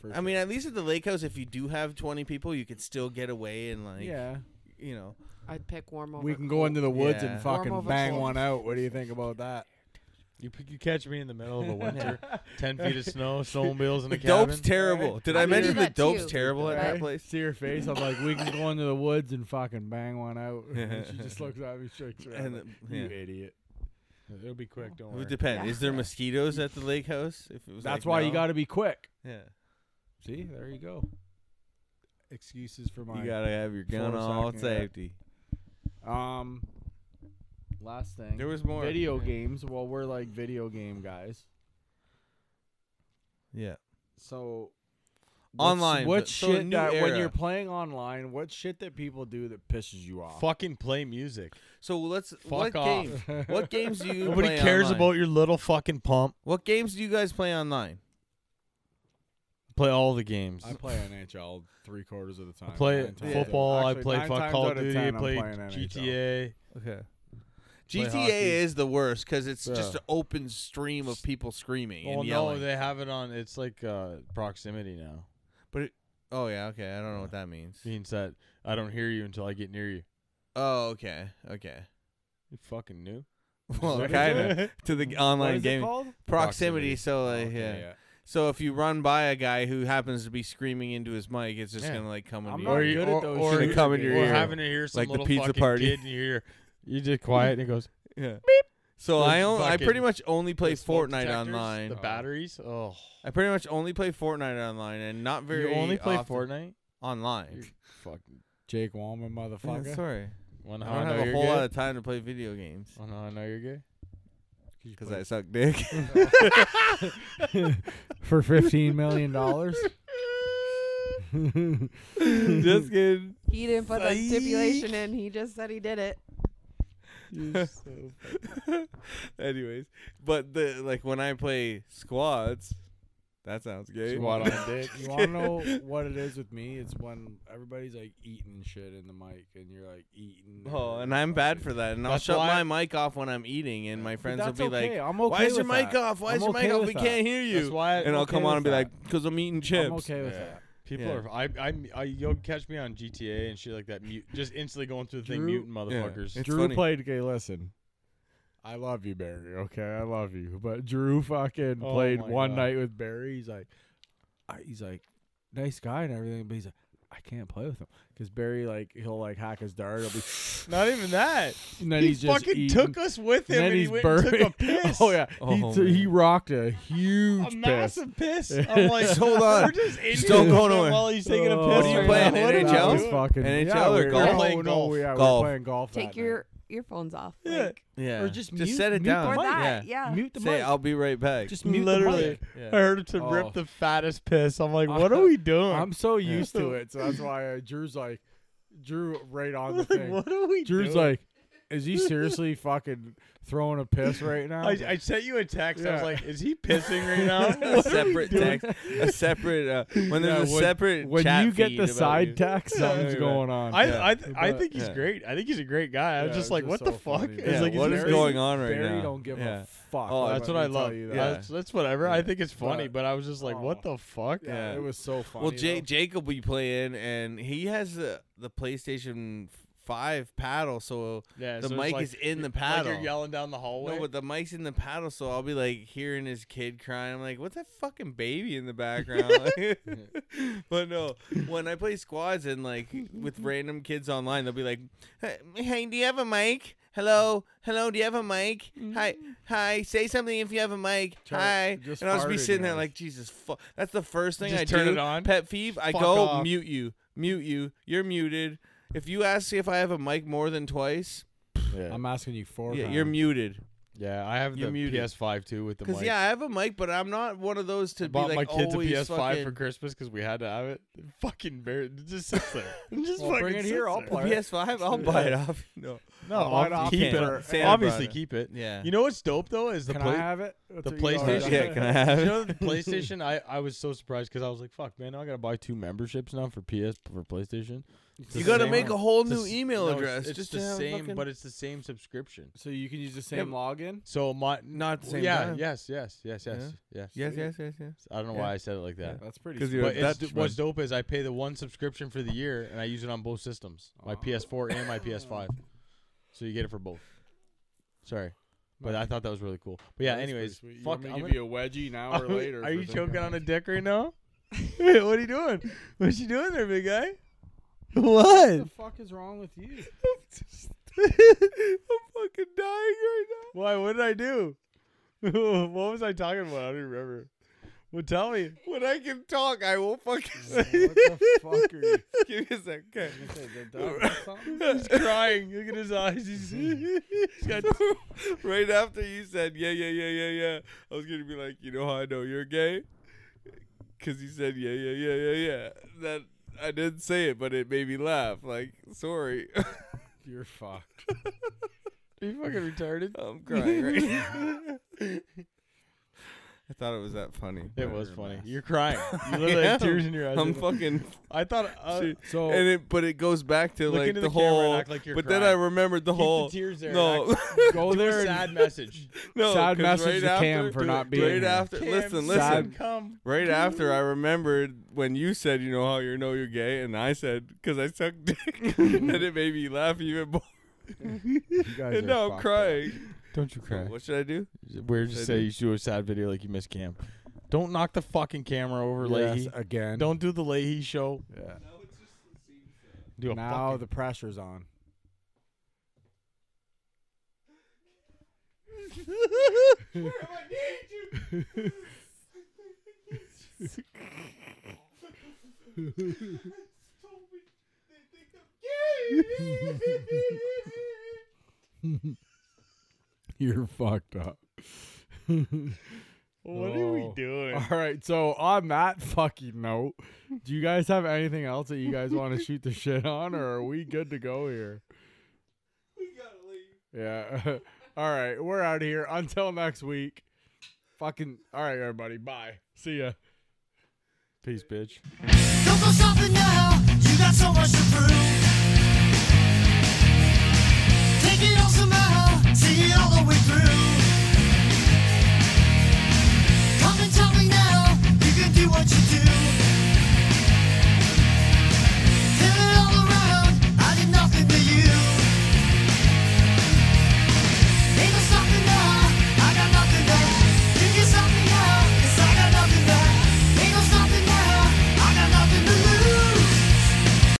B: for
A: I mean, at least at the lake house, if you do have twenty people, you could still get away and
B: sure.
A: like
B: yeah,
A: you know.
D: I'd pick warm over.
B: We can go
D: cold.
B: into the woods
A: Yeah.
B: and
D: Warm
B: fucking
D: over
B: bang
D: cold.
B: one out. What do you think about that?
C: You p- you catch me in the middle of a winter, ten feet of snow, snowmobiles in
A: The
C: a cabin.
A: dope's terrible. Did
D: I
A: I,
D: can do
A: mention the
D: that
A: dope's
D: too.
A: terrible at that
D: Right.
A: place?
B: See her face. I'm like, we can go into the woods and fucking bang one out. And she just looks at me straight.
A: And
B: And
A: the-
B: you
A: yeah.
B: idiot.
C: It'll be quick. Don't
A: It
C: worry.
A: would depend.
D: Yeah.
A: Is there mosquitoes at the lake house? If it was
B: That's
A: like,
B: why
A: no?
B: you got to be quick.
A: Yeah.
B: See, there you go. Excuses for mine.
A: You gotta have your gun
B: Florida
A: all
B: soccer, yeah.
A: safety.
B: Um, last thing.
A: There was more
B: video
A: yeah.
B: games. Well, we're like video game guys.
A: Yeah.
B: So what's-
A: Online.
B: what
A: so a
B: shit
A: new
B: that when
A: era.
B: you're playing online, what shit that people do that pisses you off?
C: Fucking play music.
A: So let's
C: Fuck
A: what
C: off.
A: game? What games do you
C: Nobody
A: play
C: cares
A: online?
C: about your little fucking pump.
A: What games do you guys play online?
C: Play all the games.
B: I play NHL three quarters of the time.
C: I play
B: Nine times-
C: football. I
B: actually,
C: play
B: nine
C: fuck
B: times
C: Call
B: out
C: of
B: of
C: Duty.
B: 10
C: I
B: I'm
C: play
B: playing NHL.
C: GTA.
A: Okay.
C: Play
A: GTA
C: hockey.
A: is the worst because it's just
B: Yeah.
A: an open stream of people screaming and
C: Well, Oh, no,
A: yelling.
C: they have it on. It's like uh, proximity now.
A: oh yeah, okay. I don't know what that means.
C: Means that I don't hear you until I get near you.
A: Oh, okay, okay.
C: You fucking new.
A: Well,
B: What is
A: kind
B: it?
A: of to the
B: What
A: online
B: is it
A: gaming
B: called?
A: proximity. So like,
B: Okay,
A: yeah. So if you run by a guy who happens to be screaming into his mic, it's just
C: Yeah.
A: gonna like come
B: I'm
A: into
B: not
A: your
C: you-
B: good
C: or-
B: at those.
C: or
B: shooter
A: gonna come in
B: games.
A: your
C: Or
A: ear.
C: having to hear some
A: Like the
C: little
A: pizza
C: fucking
A: party.
C: kid and you hear you just quiet and it goes
A: Yeah. So
C: Those
A: I on, I
C: fucking-
A: pretty much only play
C: the smoke
A: Fortnite
C: detectors,
A: online.
C: The batteries. Oh,
A: I pretty much only play Fortnite online, and not very.
C: you only play
A: often
C: Fortnite.
A: online.
C: You're fucking.
B: Jake Walman,
A: Yeah,
B: motherfucker.
A: sorry,
C: Well,
A: I
C: now I
A: don't
C: know
A: have a
C: you're
A: whole
C: gay.
A: lot of time to play video games
C: Oh, no, I know you're gay.
B: Could you
A: because
B: play
A: I suck dick.
B: for fifteen million dollars.
A: just kidding.
D: He didn't put that stipulation in. He just said he did it.
A: Anyways, but the like when I play squads, that sounds gay.
C: Squat on a dick.
B: you want to know what it is with me? It's when everybody's like eating shit in the mic, and you're like eating.
A: Oh, and I'm bad for that, and I'll
C: That's
A: shut
C: why-
A: my mic off when I'm eating, and my friends will
B: that's
A: be
B: okay.
A: like,
B: I'm okay
A: "Why is your
B: with
A: mic
B: that.
A: off? Why
B: I'm
A: is your
B: okay
A: mick off?
B: with
A: We
B: that.
A: can't hear you."
C: That's why.
A: and I'll
B: okay
A: come
B: with
A: on and be
B: that.
A: like, "Cause I'm eating chips."
B: I'm okay with that.
C: People
A: Yeah.
C: are. I, I, I, you'll catch me on GTA and shit like that. Mute, just instantly going through the thing,
B: Drew-
C: muting
A: Yeah.
C: motherfuckers.
A: It's
B: Drew
A: funny.
B: played. Okay, listen. I love you, Barry. Okay, I love you. But Drew fucking
C: Oh
B: played
C: my
B: one
C: God.
B: night with Barry. He's like, I, he's like, nice guy and everything, but he's like, I can't play with him because Barry like he'll like hack his dart. He'll be,
C: Not even that.
B: and then
C: he
B: he's just
C: fucking
B: eating.
C: took us with him,
B: and
C: and,
B: then
C: he
B: he's
C: went
B: burping.
C: and took a piss.
B: oh yeah,
A: Oh,
B: he, t- he
A: man.
B: rocked a huge
C: a
B: piss.
C: massive piss. I'm like,
A: Hold on.
C: We're just in
A: don't
C: here
A: go
C: with him
A: nowhere.
C: While he's taking a piss.
B: Oh,
A: What are you
C: right
A: playing,
C: now.
B: that
C: What
A: NHL?
B: was fucking,
A: NHL
B: yeah,
A: or
B: we were-
A: golf?
B: oh,
C: Playing
B: no,
C: golf.
B: yeah, we were
A: Golf.
B: playing golf.
D: Take
B: that
D: your earphones off.
C: Yeah.
D: Like,
A: Yeah,
B: Or just mute-
A: set it
B: mute the
A: down.
D: or
B: mic.
A: Yeah,
D: that. Yeah.
B: night. mute the
A: say
B: mic.
A: I'll be right back.
B: Just mute the mic.
C: Literally, I
A: yeah.
C: heard him to
B: Oh.
C: rip the fattest piss. I'm like, what are we doing?
B: I'm so used to
C: Yeah.
B: it, so that's why uh, Drew's like, Drew right on the
C: like,
B: thing.
C: what are we
B: Drew's
C: doing?
B: like, is he seriously fucking throwing a piss right now?
C: I, I sent you a text. I was
B: Yeah.
C: like, is he pissing right
A: A
C: now? What are we
A: separate
C: doing?
A: text, a separate uh, when
B: Yeah,
A: there's a
B: when-
A: separate
B: when
A: chat
B: you get
A: feed
B: the
A: about
B: side
A: you.
B: text,
A: Yeah,
B: something's
A: you're right.
B: going on.
C: I,
A: Yeah.
C: I, th- I
B: But-
C: think he's
A: Yeah.
C: great. I think he's a great guy. I was
B: Yeah,
C: just
B: it's
C: like,
B: just
C: what
B: so
C: the fuck?
B: funny.
C: It's
A: Yeah,
C: like,
A: what
C: he's
A: is
C: very-
A: going on right
B: Barry
A: now?
B: don't give
A: Yeah.
B: a fuck.
A: Oh,
B: let
C: That's
B: me
C: what I
B: tell
C: love.
B: you that.
C: That's, that's whatever. I
A: Yeah.
C: think it's funny, but I was just like, what
B: Oh.
C: the fuck?
B: Yeah,
A: Yeah.
B: it was so funny.
A: Well, Jake, Jake will be playing, and he has the the PlayStation Five paddle, so
C: Yeah,
A: the
C: so it's
A: mic
C: like-
A: is in the
C: Like
A: paddle.
C: you're yelling down the hallway.
A: no, but the mic's in the paddle, so I'll be like hearing his kid crying. I'm like, "What's that fucking baby in the background?" but no, when I play squads and like with random kids online, they'll be like, "Hey, "Hey, do you have a mic? Hello, hello, do you have a mic? Hi, hi, say something if you have a mic.
B: Turn-
A: hi."
B: just
A: And I'll just be
B: fart in
A: sitting there
B: yours.
A: like, "Jesus, fuck!" That's the first thing
C: Just
A: I
C: turn
A: do.
C: it on.
A: Pet peeve, I
C: Fuck
A: go
C: off.
A: mute you, mute you. You're muted. If you ask if I have a mic more than twice,
C: yeah.
B: I'm asking you four.
A: yeah,
B: times.
A: you're muted.
C: yeah, I have
A: You're
C: the
A: muted.
C: PS5 too with the mic.
A: Because yeah, I have a mic, but I'm not one of those to
C: I bought
A: be
C: my
A: like
C: kids a
A: always
C: PS5
A: fucking-
C: for Christmas because we had to have it. It Fucking bear, it just sits there. It just
B: Well,
C: fucking
B: bring it
C: sits
B: here, I'll
C: there.
B: play it.
A: PS5. I'll buy it off. No,
C: No,
B: I'll buy it
C: I'll
B: off
C: keep
A: for-
C: it.
A: Santa
C: Obviously,
A: brought it.
C: keep it.
A: yeah.
C: You know what's dope though is the
B: Can
C: play- Oh,
B: I have it?
C: the
B: That's what you always
C: PlayStation-
B: ask.
A: Oh, yeah, can I have
C: you
A: it?
C: know the PlayStation. I, I was so surprised because I was like, "Fuck, man! Now I gotta buy two memberships now for PS for PlayStation."
A: You
C: the
A: got to
C: same-
A: make a whole
C: it's the
A: new
C: s-
A: email
C: no, it's-
A: address.
C: It's
A: just to
C: the
A: have
C: same,
A: fucking-
C: but it's the same subscription.
B: So you can use the
A: Yeah,
B: same login.
C: So my
A: Not at the same
C: yeah,
A: time.
C: yes, yes, yes, yes, yes,
A: Yes, yes, yes, yes.
C: I don't know
A: Yeah.
C: why I said it like that.
B: That's pretty.
A: 'Cause
B: sweet.
A: you're a
C: But it's,
A: Dutchman.
C: what's dope is I pay the one subscription for the year and I use it on both systems, my
B: Oh.
C: PS4 and my PS5. So you get it for both. Sorry, but I thought that was really cool. But yeah,
B: That's pretty
C: anyways,
B: sweet. You
C: fuck.
B: want me to
C: I'm
B: give
C: gonna-
B: you a wedgie now or later.
C: Are
B: for
C: you
B: thinking
C: choking
B: that?
C: on a dick right now? Wait, what are you doing? What you doing there, big guy? What?
B: What the fuck is wrong with you?
C: I'm fucking dying right now. Why? What did I do? what was I talking about? I don't even remember. Well, tell me.
A: When I can talk, I will fucking
B: what
A: say.
B: the fuck are you?
A: Give me a sec. Okay.
B: You said the dog or something?
C: He's crying. Look at his eyes. He's, he's got.
A: right after you said yeah, yeah, yeah, yeah, yeah, I was gonna be like, you know how I know you're gay? Cause you said yeah, yeah, yeah, yeah, yeah. That I didn't say it, but it made me laugh. Like, sorry,
B: You're fucked.
C: Are you fucking retarded?
A: I'm crying right now. I thought it was that funny.
C: It
A: but-
C: was funny. You're crying. You literally have
A: Yeah.
C: tears in your eyes.
A: I'm fucking,
C: I thought. Uh,
A: Shoot.
B: So
A: and it, but it goes back to
C: look
A: like
C: into
A: the,
C: the, camera and
A: whole.
C: act like you're
A: But
C: crying.
A: then I remembered the
C: Keep
A: whole.
C: the tears there.
A: no,
B: go
C: Do
B: there
C: a
B: and
C: sad message.
A: no.
B: Sad
A: 'cause
B: message
A: right
B: to
A: after,
B: Cam for
A: do
B: not
A: it
B: being
A: Right
B: here.
A: after,
C: Cam,
A: listen, listen.
B: sad
C: son, Come.
A: Right after I remembered when you said, you know how you know you're gay, and I said, because I suck dick, and it made me laugh even more.
B: you
A: And
B: guys are
A: now I'm
B: fucked.
A: crying.
C: Don't you
A: So What should I do?
C: We're just
A: Should I
C: say
A: do-
C: you should do a sad video like you missed Cam. Don't knock the fucking camera over,
B: Yes,
C: Leahy.
B: again.
C: Don't do the Leahy show.
B: Yeah.
C: Do a
B: Now
C: fucking-
B: the pressure's on. You're fucked up.
C: what are we
B: Oh.
C: doing?
B: All right, so on that fucking note, do you guys have anything else that you guys want to shoot the shit on, or are we good to go here? We gotta leave. Yeah. all right, we're out of here. Until next week. Fucking. All right, everybody. Bye. See ya.
C: Peace, bitch.
H: Don't go stopping now. You got so much to prove.